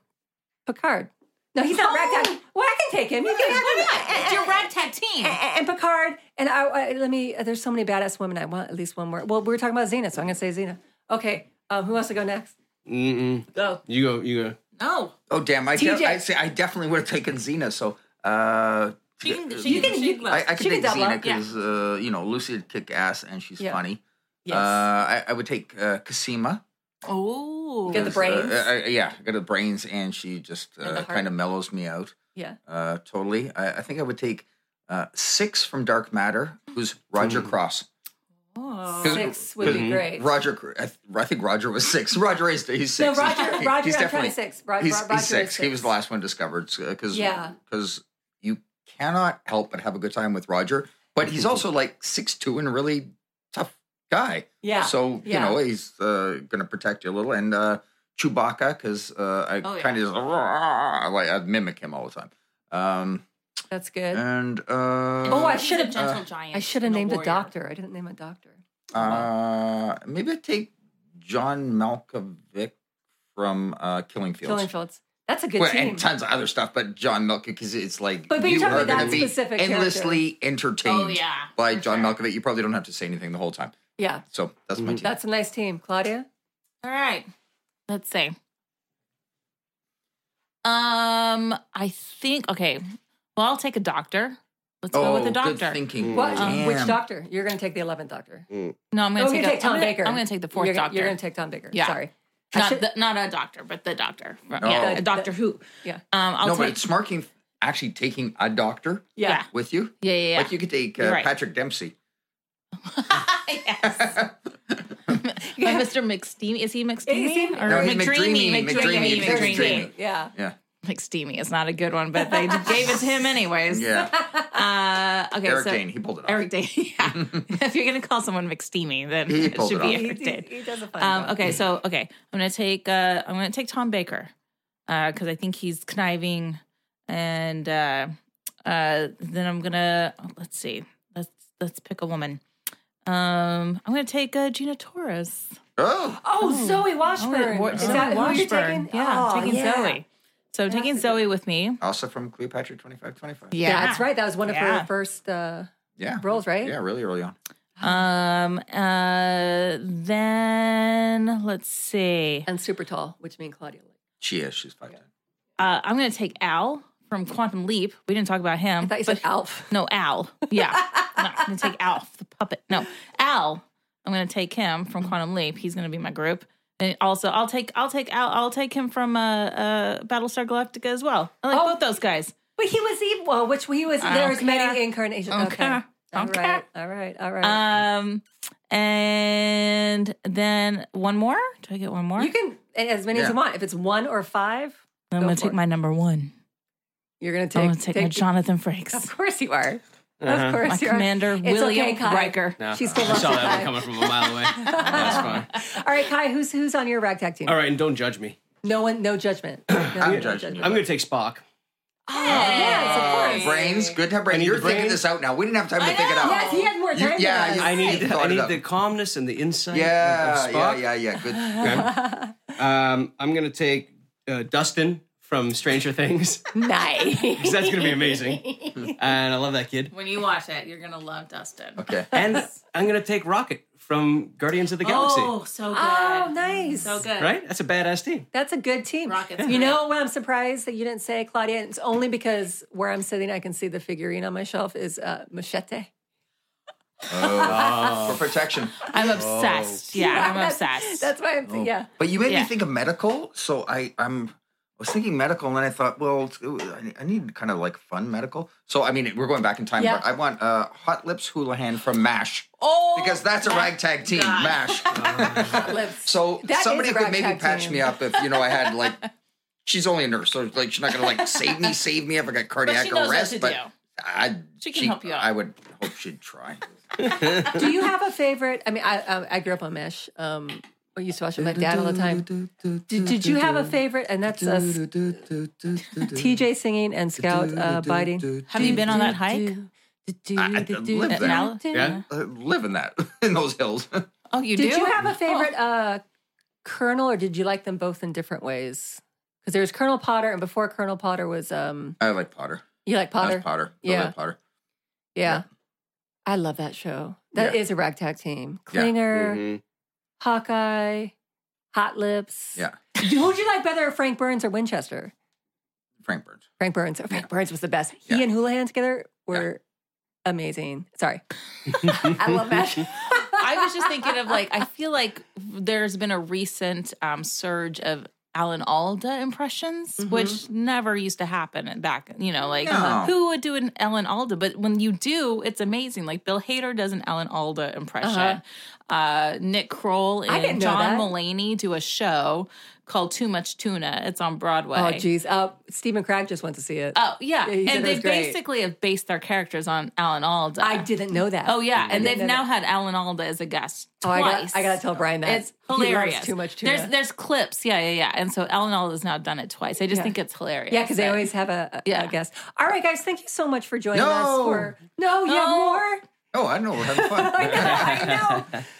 S1: Picard. No, he's not
S2: Oh.
S1: ragtag. Well, I can take him. You can have
S2: Why
S1: him.
S2: not? It's your ragtag team.
S1: And, and Picard. And I, I let me. uh, There's so many badass women. I want at least one more. Well, we were talking about Xena, so I'm gonna say Xena. Okay. Um, who wants to go next?
S4: Mm-mm.
S1: Go.
S4: You go. You go.
S2: No.
S5: Oh damn! I,
S1: TJ.
S5: de- I say I definitely would have taken Xena. So uh,
S2: She can, she
S1: You
S2: can,
S1: can-
S2: she
S1: you-
S2: can go.
S5: I, I
S1: She
S5: could
S1: can
S5: take
S1: double
S5: Xena
S1: up,
S2: yeah.
S5: because uh, you know Lucy would kick ass and she's
S1: Yeah.
S5: funny.
S1: Yes.
S5: Uh, I, I would take uh, Cosima.
S2: oh.
S1: Get the
S5: Because, uh,
S1: brains.
S5: I- I- yeah, I got the brains, and she just
S1: And the
S5: uh,
S1: heart.
S5: kind of mellows me out
S1: yeah.
S5: uh, totally. I, I think I would take uh, six from Dark Matter, who's Roger Cross.
S2: Oh.
S1: Six would be
S4: Mhm.
S1: great.
S5: Roger, I, th- I think Roger was six. Roger is he's
S1: No,
S5: six.
S1: Roger,
S5: He's-
S1: Roger,
S5: he's
S1: I'm trying
S5: definitely
S1: to six. Ro-
S5: he's,
S1: Ro- Roger
S5: he's
S1: is
S5: six. He was the last one discovered because
S1: Yeah.
S5: because you cannot help but have a good time with Roger, but he's also like six two and a really tough guy.
S1: Yeah.
S5: So you
S1: Yeah.
S5: know he's uh, going to protect you a little, and uh, Chewbacca because uh, I
S2: Oh, yeah.
S5: kind of just "Rah," like I mimic him all the time. Um,
S1: That's good.
S5: and uh,
S1: Oh, I
S2: He's a
S1: should've-
S2: gentle
S5: uh,
S2: giant.
S1: I should have
S2: and
S1: named a
S2: warrior.
S1: doctor. I didn't name a doctor.
S5: uh, maybe I take John Malkovich from uh, Killing Fields.
S1: Killing Fields. That's a good
S5: well,
S1: team.
S5: and tons of other stuff, but John Malkovich because it's like
S1: But- but you're
S5: you
S1: talking
S5: are
S1: about
S5: going
S1: that
S5: to be
S1: specific character.
S5: endlessly entertained
S2: Oh, yeah.
S5: by
S2: for
S5: John
S2: sure.
S5: Malkovich. You probably don't have to say anything the whole time.
S1: yeah,
S5: So that's my
S4: Mm-hmm.
S5: team.
S1: that's a nice team. Claudia?
S2: All right. Let's see. Um, I think okay. Well, I'll take a doctor. Let's go with a doctor.
S5: Oh, Good
S4: Mm.
S5: thinking.
S1: What?
S5: Damn.
S1: Um, Which doctor? You're going to take the 11th doctor.
S2: No, I'm gonna
S1: Oh,
S2: take,
S1: you
S2: a-
S1: take Tom
S2: I'm gonna-
S1: Baker.
S2: I'm gonna take the 4th
S1: you're, gonna-
S2: doctor.
S1: You're going to take Tom Baker.
S2: Yeah.
S1: Sorry. I
S2: not
S1: should-
S2: the, not a doctor, but the doctor.
S5: No.
S2: Yeah,
S1: The-
S2: a Doctor
S1: the-
S2: Who.
S1: yeah.
S2: Um, I'll
S5: Oh. no, but
S2: take.
S5: it's smart king- actually taking a doctor
S1: yeah.
S5: with you.
S2: Yeah, yeah, yeah.
S5: Like you could take uh,
S2: You're right.
S5: Patrick Dempsey.
S2: yes. Uh, Mr. McSteamy. Is he
S1: he-
S2: McSteamy? Or
S5: No, he's
S2: McDreamy.
S5: McDreamy, McDreamy,
S1: There's
S5: McDreamy.
S1: Jamie. Yeah.
S5: Yeah.
S2: McSteamy is not a good one, but they gave it to him anyways.
S5: Yeah.
S2: Uh, okay,
S5: Eric
S2: so
S5: Dane. He pulled it off.
S2: Eric Dane. Yeah. if you're gonna call someone McSteamy, then
S5: Mm-hmm. He
S2: it
S5: pulled
S2: should
S5: it
S2: be
S5: off.
S1: He,
S2: Eric
S1: he,
S2: Dane.
S1: he does a fine
S2: Um,
S1: job.
S2: okay, so okay, I'm gonna take uh, I'm gonna take Tom Baker because I think he's conniving, and uh, uh, then I'm gonna let's see, let's let's pick a woman. Um, I'm gonna take uh, Gina Torres.
S5: Oh.
S1: Oh, Zoe Washburn.
S2: Oh, Wa-
S1: Is
S2: Zoe
S1: that who you're
S2: Washburn.
S1: taking?
S2: Yeah,
S1: Oh,
S2: taking
S1: yeah.
S2: Zoe. So taking Zoe with me.
S5: Also from Cleopatra 2525.
S1: Yeah, that's right. That was one of
S2: Yeah.
S1: her first uh,
S5: Yeah.
S1: roles, right?
S5: Yeah, really early on.
S2: Um. Uh. Then let's see.
S1: And super tall, which me and Claudia like.
S5: She is. She's 5'10.
S2: Uh, I'm gonna take Al from Quantum Leap. We didn't talk about him.
S1: I thought you said Alf.
S2: No, Al. Yeah. no, I'm going to take Alf, the puppet. No, Al. I'm going to take him from Quantum Leap. He's going to be my group. And also, I'll take I'll take Al. I'll take him from uh, uh, Battlestar Galactica as well. I like
S1: Oh.
S2: both those guys.
S1: But he was evil. Well, which he was. There was
S2: Okay.
S1: many incarnations. Okay.
S2: Okay.
S1: All
S2: Okay.
S1: right. All right. All right.
S2: Um, and then one more. Do I get one more?
S1: you can as many as you
S5: Yeah.
S1: want. If it's one or five,
S2: I'm
S1: go
S2: going to
S1: for
S2: take
S1: it.
S2: my number one.
S1: you're gonna
S2: I'm
S1: take.
S2: going to take, my Jonathan Frakes.
S1: Of course you are.
S4: Uh-huh.
S1: Of course
S2: My
S1: you
S2: commander,
S1: are. It's
S2: William
S1: okay, Kai.
S2: Riker.
S4: Nah,
S1: She still
S4: I
S1: loves
S4: saw
S1: it,
S4: that
S1: Kai.
S4: one coming from a mile away. That's fine.
S1: All right, Kai. Who's who's on your ragtag team?
S4: All right, and don't judge me.
S1: No one. No judgment. No, no
S5: judging you.
S4: I'm going to take Spock.
S1: Oh, yes, of course.
S5: Brains. Good to have
S4: I
S5: brains.
S4: need
S5: You're
S4: the
S5: thinking
S4: brain.
S5: this out now. We didn't have time to think it out.
S1: Yes, he had more
S5: You-
S1: time.
S5: yeah,
S1: than
S5: you-
S1: us.
S4: I need,
S5: Thought
S4: I
S5: it
S4: need
S5: up.
S4: the calmness and the insight. of-
S5: Yeah,
S4: of
S5: yeah,
S4: Spock.
S5: yeah, yeah. Good.
S4: Um, I'm going to take uh, Dustin from Stranger Things
S1: nice.
S4: because that's going to be amazing. And I love that kid.
S2: When you watch it, you're going to love Dustin.
S5: Okay.
S4: And I'm going to take Rocket from Guardians of the Galaxy.
S2: Oh, so good.
S1: Oh, nice.
S2: So good.
S4: Right? That's a badass team.
S1: That's a good team.
S2: Rockets
S1: You
S2: are
S1: know what I'm surprised that you didn't say, Claudia? and It's only because where I'm sitting, I can see the figurine on my shelf is uh, Machete.
S5: For protection.
S2: I'm
S4: Oh.
S2: obsessed. Yeah, I'm
S1: That's-
S2: obsessed.
S1: That's why I'm, yeah.
S5: But you made
S2: Yeah.
S5: me think of medical, so I, I'm was thinking medical, and then I thought, well, it's- ooh, I need- I need kind of like fun medical. So I mean, we're going back in time,
S1: Yeah.
S5: but I want uh, Hot Lips Houlihan from Mash
S2: Oh,
S5: because that's a ragtag team,
S2: God.
S5: Mash.
S1: Lips.
S5: So
S1: That is
S5: somebody
S1: a
S5: could
S1: ragtag
S5: maybe patch
S1: team.
S5: me up if you know I had like. She's only a nurse, so like she's not gonna like save me, save me if I got
S2: but
S5: cardiac
S2: she knows
S5: arrest.
S2: what
S5: but
S2: to do.
S5: I,
S2: She can help you out.
S5: I would hope she'd try.
S1: Do you have a favorite? I mean, I I, I grew up on Mesh. Um, I used to watch it with my dad all the time. Did, did you have a favorite? And that's us, TJ singing and Scout uh, biting.
S2: Have you been on that hike?
S5: I- I live there.
S2: Nala?
S4: Yeah.
S5: Uh, live in that in those hills.
S2: Oh, you
S1: Did
S2: do? Oh.
S1: you have a favorite uh, Colonel, or did you like them both in different ways? Because there was Colonel Potter, and before Colonel Potter was um,
S5: I like Potter.
S1: you like
S5: Potter.
S1: Potter,
S5: Potter. I
S1: Yeah.
S5: love Potter.
S1: yeah.
S5: yeah.
S1: I love that show. That is
S5: Yeah.
S1: a ragtag team.
S5: Yeah.
S1: Klinger,
S5: Mm-hmm.
S3: Mhm.
S1: Hawkeye, Hot Lips.
S5: Yeah.
S1: Who'd you like better, Frank Burns or Winchester?
S5: Frank Burns.
S1: Frank Burns. Frank Burns was the best. He
S5: Yeah.
S1: and Houlihan together were amazing. Sorry. I love that.
S2: I was just thinking of like I feel like there's been a recent um, surge of Alan Alda impressions,
S1: Mm-hmm.
S2: which never used to happen back. You know, like
S5: No.
S2: who would do an Alan Alda? But when you do, it's amazing. Like Bill Hader does an Alan Alda impression. uh Nick Kroll
S1: Uh-huh. I didn't
S2: and
S1: know
S2: John
S1: that.
S2: Mulaney do a show called Too Much Tuna. It's on Broadway.
S1: Oh, geez. Uh, Stephen Cragg just went to see it.
S2: Oh yeah,
S1: Yeah, he said
S2: and
S1: it
S2: they
S1: was great.
S2: basically have based their characters on Alan Alda.
S1: I didn't know that.
S2: Oh yeah,
S1: I
S2: and they've
S1: didn't know
S2: now
S1: that.
S2: had Alan Alda as a guest
S1: Oh, I
S2: twice.
S1: got, I got to tell Brian that.
S2: It's
S1: He loves
S2: hilarious.
S1: too much tuna.
S2: There's there's clips. Yeah, yeah, yeah. And so Alan Alda's now done it twice. I just
S1: Yeah.
S2: think it's hilarious.
S1: yeah, because they
S2: that-
S1: always have a, a,
S2: Yeah.
S1: a guest. All right, guys, thank you so much for joining us.
S5: No.
S1: For, no, you have
S2: No.
S1: more?
S5: Oh, I know. We're having fun.
S1: I know, I know.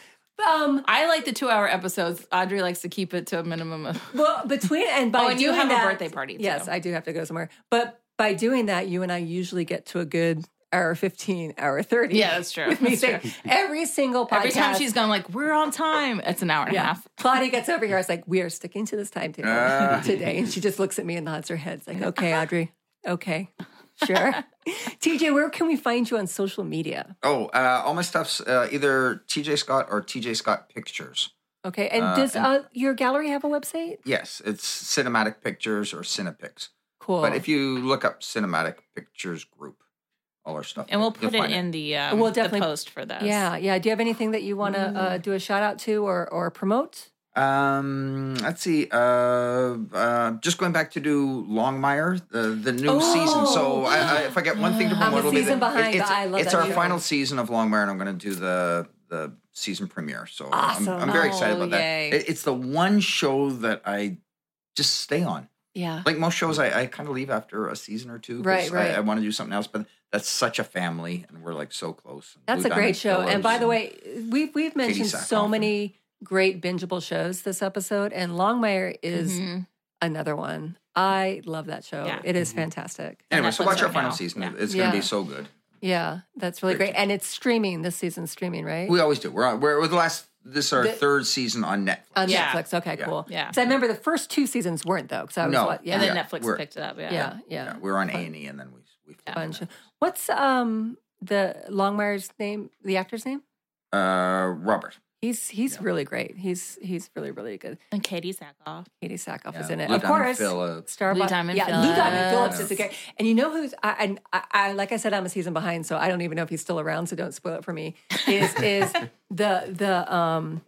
S1: Um,
S2: I like the two hour episodes. Audrey likes to keep it to a minimum of.
S1: well, between and by
S2: Oh, and you
S1: doing
S2: have a
S1: that-
S2: birthday party, too.
S1: Yes, I do have to go somewhere. But by doing that, you and I usually get to a good hour fifteen, hour thirty.
S2: Yeah, that's true.
S1: with me
S2: That's true.
S1: saying every single podcast.
S2: Every time she's gone, like we're on time. It's an hour and a
S1: yeah.
S2: half.
S1: Claudia gets over here. I was like, we are sticking to this timetable
S5: Ah.
S1: today. And she just looks at me and nods her head. It's like, okay, Audrey. Okay. Sure. TJ, where can we find you on social media?
S5: oh, uh, all my stuff's uh, either TJ Scott or TJ Scott Pictures.
S1: Okay. And
S5: Uh,
S1: does
S5: and-
S1: uh, your gallery have a website?
S5: Yes, it's Cinematic Pictures or Cinepics.
S1: Cool.
S5: But if you look up Cinematic Pictures Group, all our stuff,
S2: And we'll
S5: you'll
S2: put it
S5: find
S2: in the um,
S1: We'll
S2: the
S1: definitely-
S2: post for those.
S1: yeah, yeah. Do you have anything that you want to uh,
S5: Mm.
S1: do a shout out to or, or promote?
S5: Um, let's see. Uh, uh, just going back to do Longmire, the the new season. So I, I, if I get one thing to promote,
S1: Oh, a
S5: it'll be
S1: season
S5: that-
S1: behind,
S5: it's,
S1: but I love
S5: it's
S1: that
S5: our
S1: show.
S5: final season of Longmire, and I'm going to do the the season premiere. So
S1: Awesome.
S5: I'm, I'm very excited
S2: Oh,
S5: about
S2: yay.
S5: that. It, it's the one show that I just stay on.
S1: Yeah.
S5: Like most shows, I, I kind of leave after a season or two. 'cause
S1: Right,
S5: I-
S1: right.
S5: I, want to do something else, but that's such a family, and we're like so close. And
S1: That's
S5: Blue
S1: a great
S5: Diamond
S1: show. And
S5: Killers
S1: by the way, we've we've mentioned so
S5: Sackhoff.
S1: many great bingeable shows this episode, and Longmire is
S2: Mhm.
S1: another one. I love that show.
S2: Yeah.
S1: It is fantastic.
S5: anyway,
S2: and
S5: so
S2: Netflix
S5: watch our
S2: right
S5: final
S2: now.
S5: season.
S2: Yeah.
S5: It's going to
S1: Yeah.
S5: be so good.
S1: Yeah, that's really great. And it's streaming this season. Streaming right
S5: We always do. We're on, we're, we're the last. This is our
S1: The-
S5: third season on Netflix.
S1: on
S2: Yeah.
S1: Netflix. Okay,
S5: Yeah.
S1: cool.
S2: Yeah.
S1: Because I remember the first two seasons weren't though. Because I was
S5: No.
S1: what? Yeah.
S2: And then
S5: Yeah,
S2: Netflix
S5: we're-
S2: picked it up. Yeah.
S1: yeah, yeah,
S5: yeah, we're on A and E, and then we we
S1: Bunch. of- What's um the Longmire's name? The actor's name?
S5: Uh, Robert.
S1: He's he's really great. He's he's really really good.
S2: And Katie Sackhoff.
S1: Katie Sackhoff
S5: Yeah,
S1: is in it,
S5: Blue
S1: of
S5: Diamond
S1: course.
S5: Phillips.
S1: Starbucks.
S2: Blue Diamond
S1: yeah, Blue Diamond
S2: Phillips.
S1: Phillips is a guy. And you know who's I, and I, I like I said, I'm a season behind, so I don't even know if he's still around. So don't spoil it for me. Is is the the um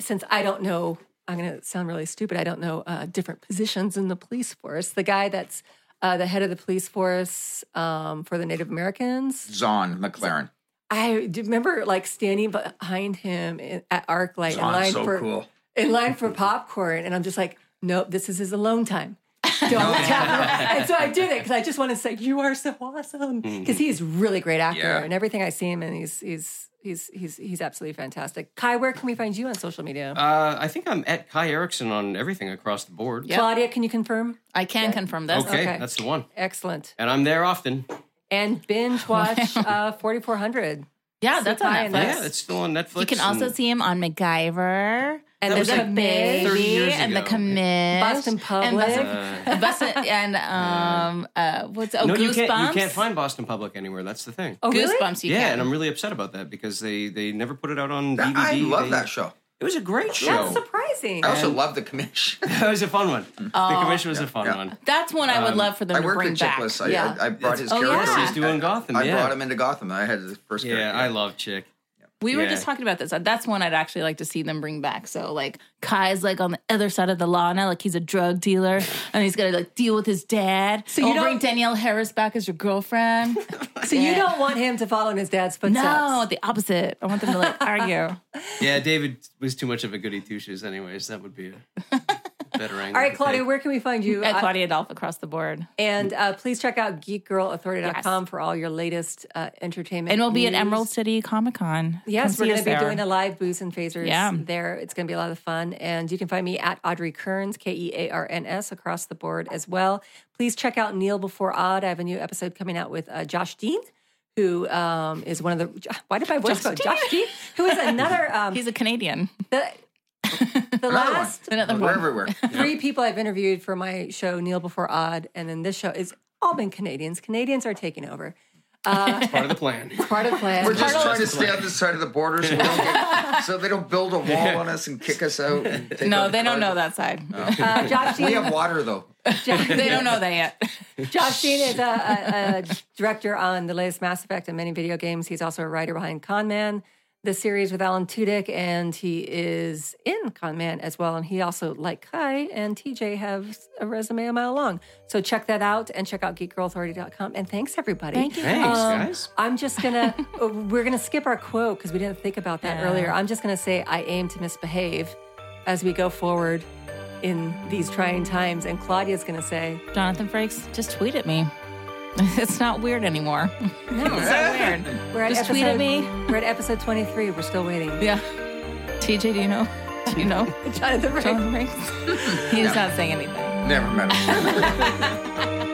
S1: since I don't know, I'm gonna sound really stupid. I don't know uh, different positions in the police force. The guy that's uh, the head of the police force um, for the Native Americans.
S5: Zon McLaren.
S1: I do remember like standing behind him in, at ArcLight in line for in line for popcorn, and I'm just like, nope, this is his alone time. Don't tap him. And so I did it because I just want to say you are so awesome because he's a really great actor
S5: Yeah.
S1: and everything I see him and he's he's he's he's he's absolutely fantastic. Kai, where can we find you on social media?
S4: Uh, I think I'm at Kai Erickson on everything across the board.
S1: Claudia, can you confirm?
S2: I can confirm this.
S4: Okay,
S1: Okay.
S4: that's the one.
S1: Excellent.
S4: And I'm there often.
S1: And binge watch uh, 4400.
S2: Yeah, that's on
S1: Kai and
S2: Netflix.
S1: Yes.
S4: Yeah, it's still on Netflix.
S2: You can also
S4: and-
S2: see him on MacGyver
S1: And
S4: That
S1: the
S4: was like
S1: Commit,
S4: 30
S2: Baby
S4: years
S2: and the
S4: ago.
S2: Commit,
S1: Boston
S2: and
S1: Public.
S2: Boston, Boston and um, uh, what's oh
S4: Uh, no,
S2: Goosebumps?
S4: you can't. You can't find Boston Public anywhere. That's the thing.
S1: oh, really?
S2: Goosebumps. You
S4: yeah,
S2: can.
S4: and I'm really upset about that because they they never put it out on DVD.
S5: I love
S4: They-
S5: that show.
S3: It was a great show.
S1: That's surprising.
S5: I also love the commission.
S4: It was a fun one.
S1: Oh.
S4: the commission was a fun
S5: yeah.
S4: one.
S2: That's one I would
S4: Um,
S2: love for them
S5: I
S2: to
S5: worked
S2: bring
S5: in Chickless.
S2: back.
S5: I,
S1: Yeah.
S5: I, I brought his
S2: Oh,
S5: character.
S2: yeah.
S4: He's doing Gotham.
S5: I
S4: yeah.
S5: brought him into Gotham. I had his first
S4: Yeah,
S5: character.
S4: I love Chick.
S2: We were
S4: Yeah.
S2: just talking about this. Uh, That's one I'd actually like to see them bring back. So like Kai's like on the other side of the law now, like he's a drug dealer and he's got to like deal with his dad. So
S1: you
S2: you bring
S1: don't-
S2: Danielle Harris back as your girlfriend.
S1: so you don't want him to follow in his dad's footsteps.
S2: no, the opposite. I want them to like argue.
S4: Yeah, David was too much of a goody two shoes, anyways. That would be a better angle.
S1: All right,
S4: to
S1: Claudia,
S4: take.
S1: where can we find you?
S2: At
S1: Uh,
S2: Claudia Adolph across the board.
S1: and uh, please check out geekgirlauthority.com for all your latest uh, entertainment.
S2: And we'll be at
S1: news.
S2: Emerald City Comic Con.
S1: Yes, we're going to be doing a
S2: a
S1: live booths and phasers
S2: Yeah.
S1: there. It's going to be a lot of fun. And you can find me at Audrey Kearns, K E A R N S, across the board as well. Please check out Neil Before Odd. I have a new episode coming out with uh, Josh Dean, who um, is one of the. Why did my voice go?
S2: Josh Dean.
S1: Josh Dean, who is another. Um,
S2: He's a Canadian.
S1: the, the last
S2: Another
S5: We're
S2: one.
S5: everywhere.
S1: three people I've interviewed for my show, Neil Before Odd, and then this show, is all been Canadians. Canadians are taking over.
S4: part of the plan.
S1: Part of the plan.
S5: We're just
S1: Part of-
S5: trying to stay on this side of the border so, we don't get, so they don't build a wall on us and kick us out. and take
S2: No,
S5: our
S2: they don't
S5: cars.
S2: know that side.
S4: Oh,
S1: uh, Josh
S5: We
S1: Dean.
S5: have water though.
S2: they don't know that yet.
S1: Josh Dean is a, a, a director on the latest Mass Effect and many video games. He's also a writer behind Con Man, the series with Alan Tudyk, and he is in Con Man as well. And he also, like Kai and TJ, have a resume a mile long. So check that out and check out geekgirlauthority.com. And thanks, everybody.
S2: Thank you.
S4: Thanks,
S1: Um,
S4: guys.
S1: I'm just gonna, uh, we're gonna skip our quote because we didn't think about that
S2: Yeah.
S1: earlier. I'm just gonna say, I aim to misbehave as we go forward in these trying times. And Claudia's gonna say,
S2: Jonathan Frakes, just tweet at me. It's not weird anymore. No, it's not weird.
S1: We're at
S2: Just
S1: episode,
S2: tweet at me.
S1: We're at episode 23. We're still waiting.
S2: Yeah. TJ, do you know? Do you know?
S1: Jonathan Frakes.
S2: Jonathan Frakes? He's not saying anything.
S5: Never met. him.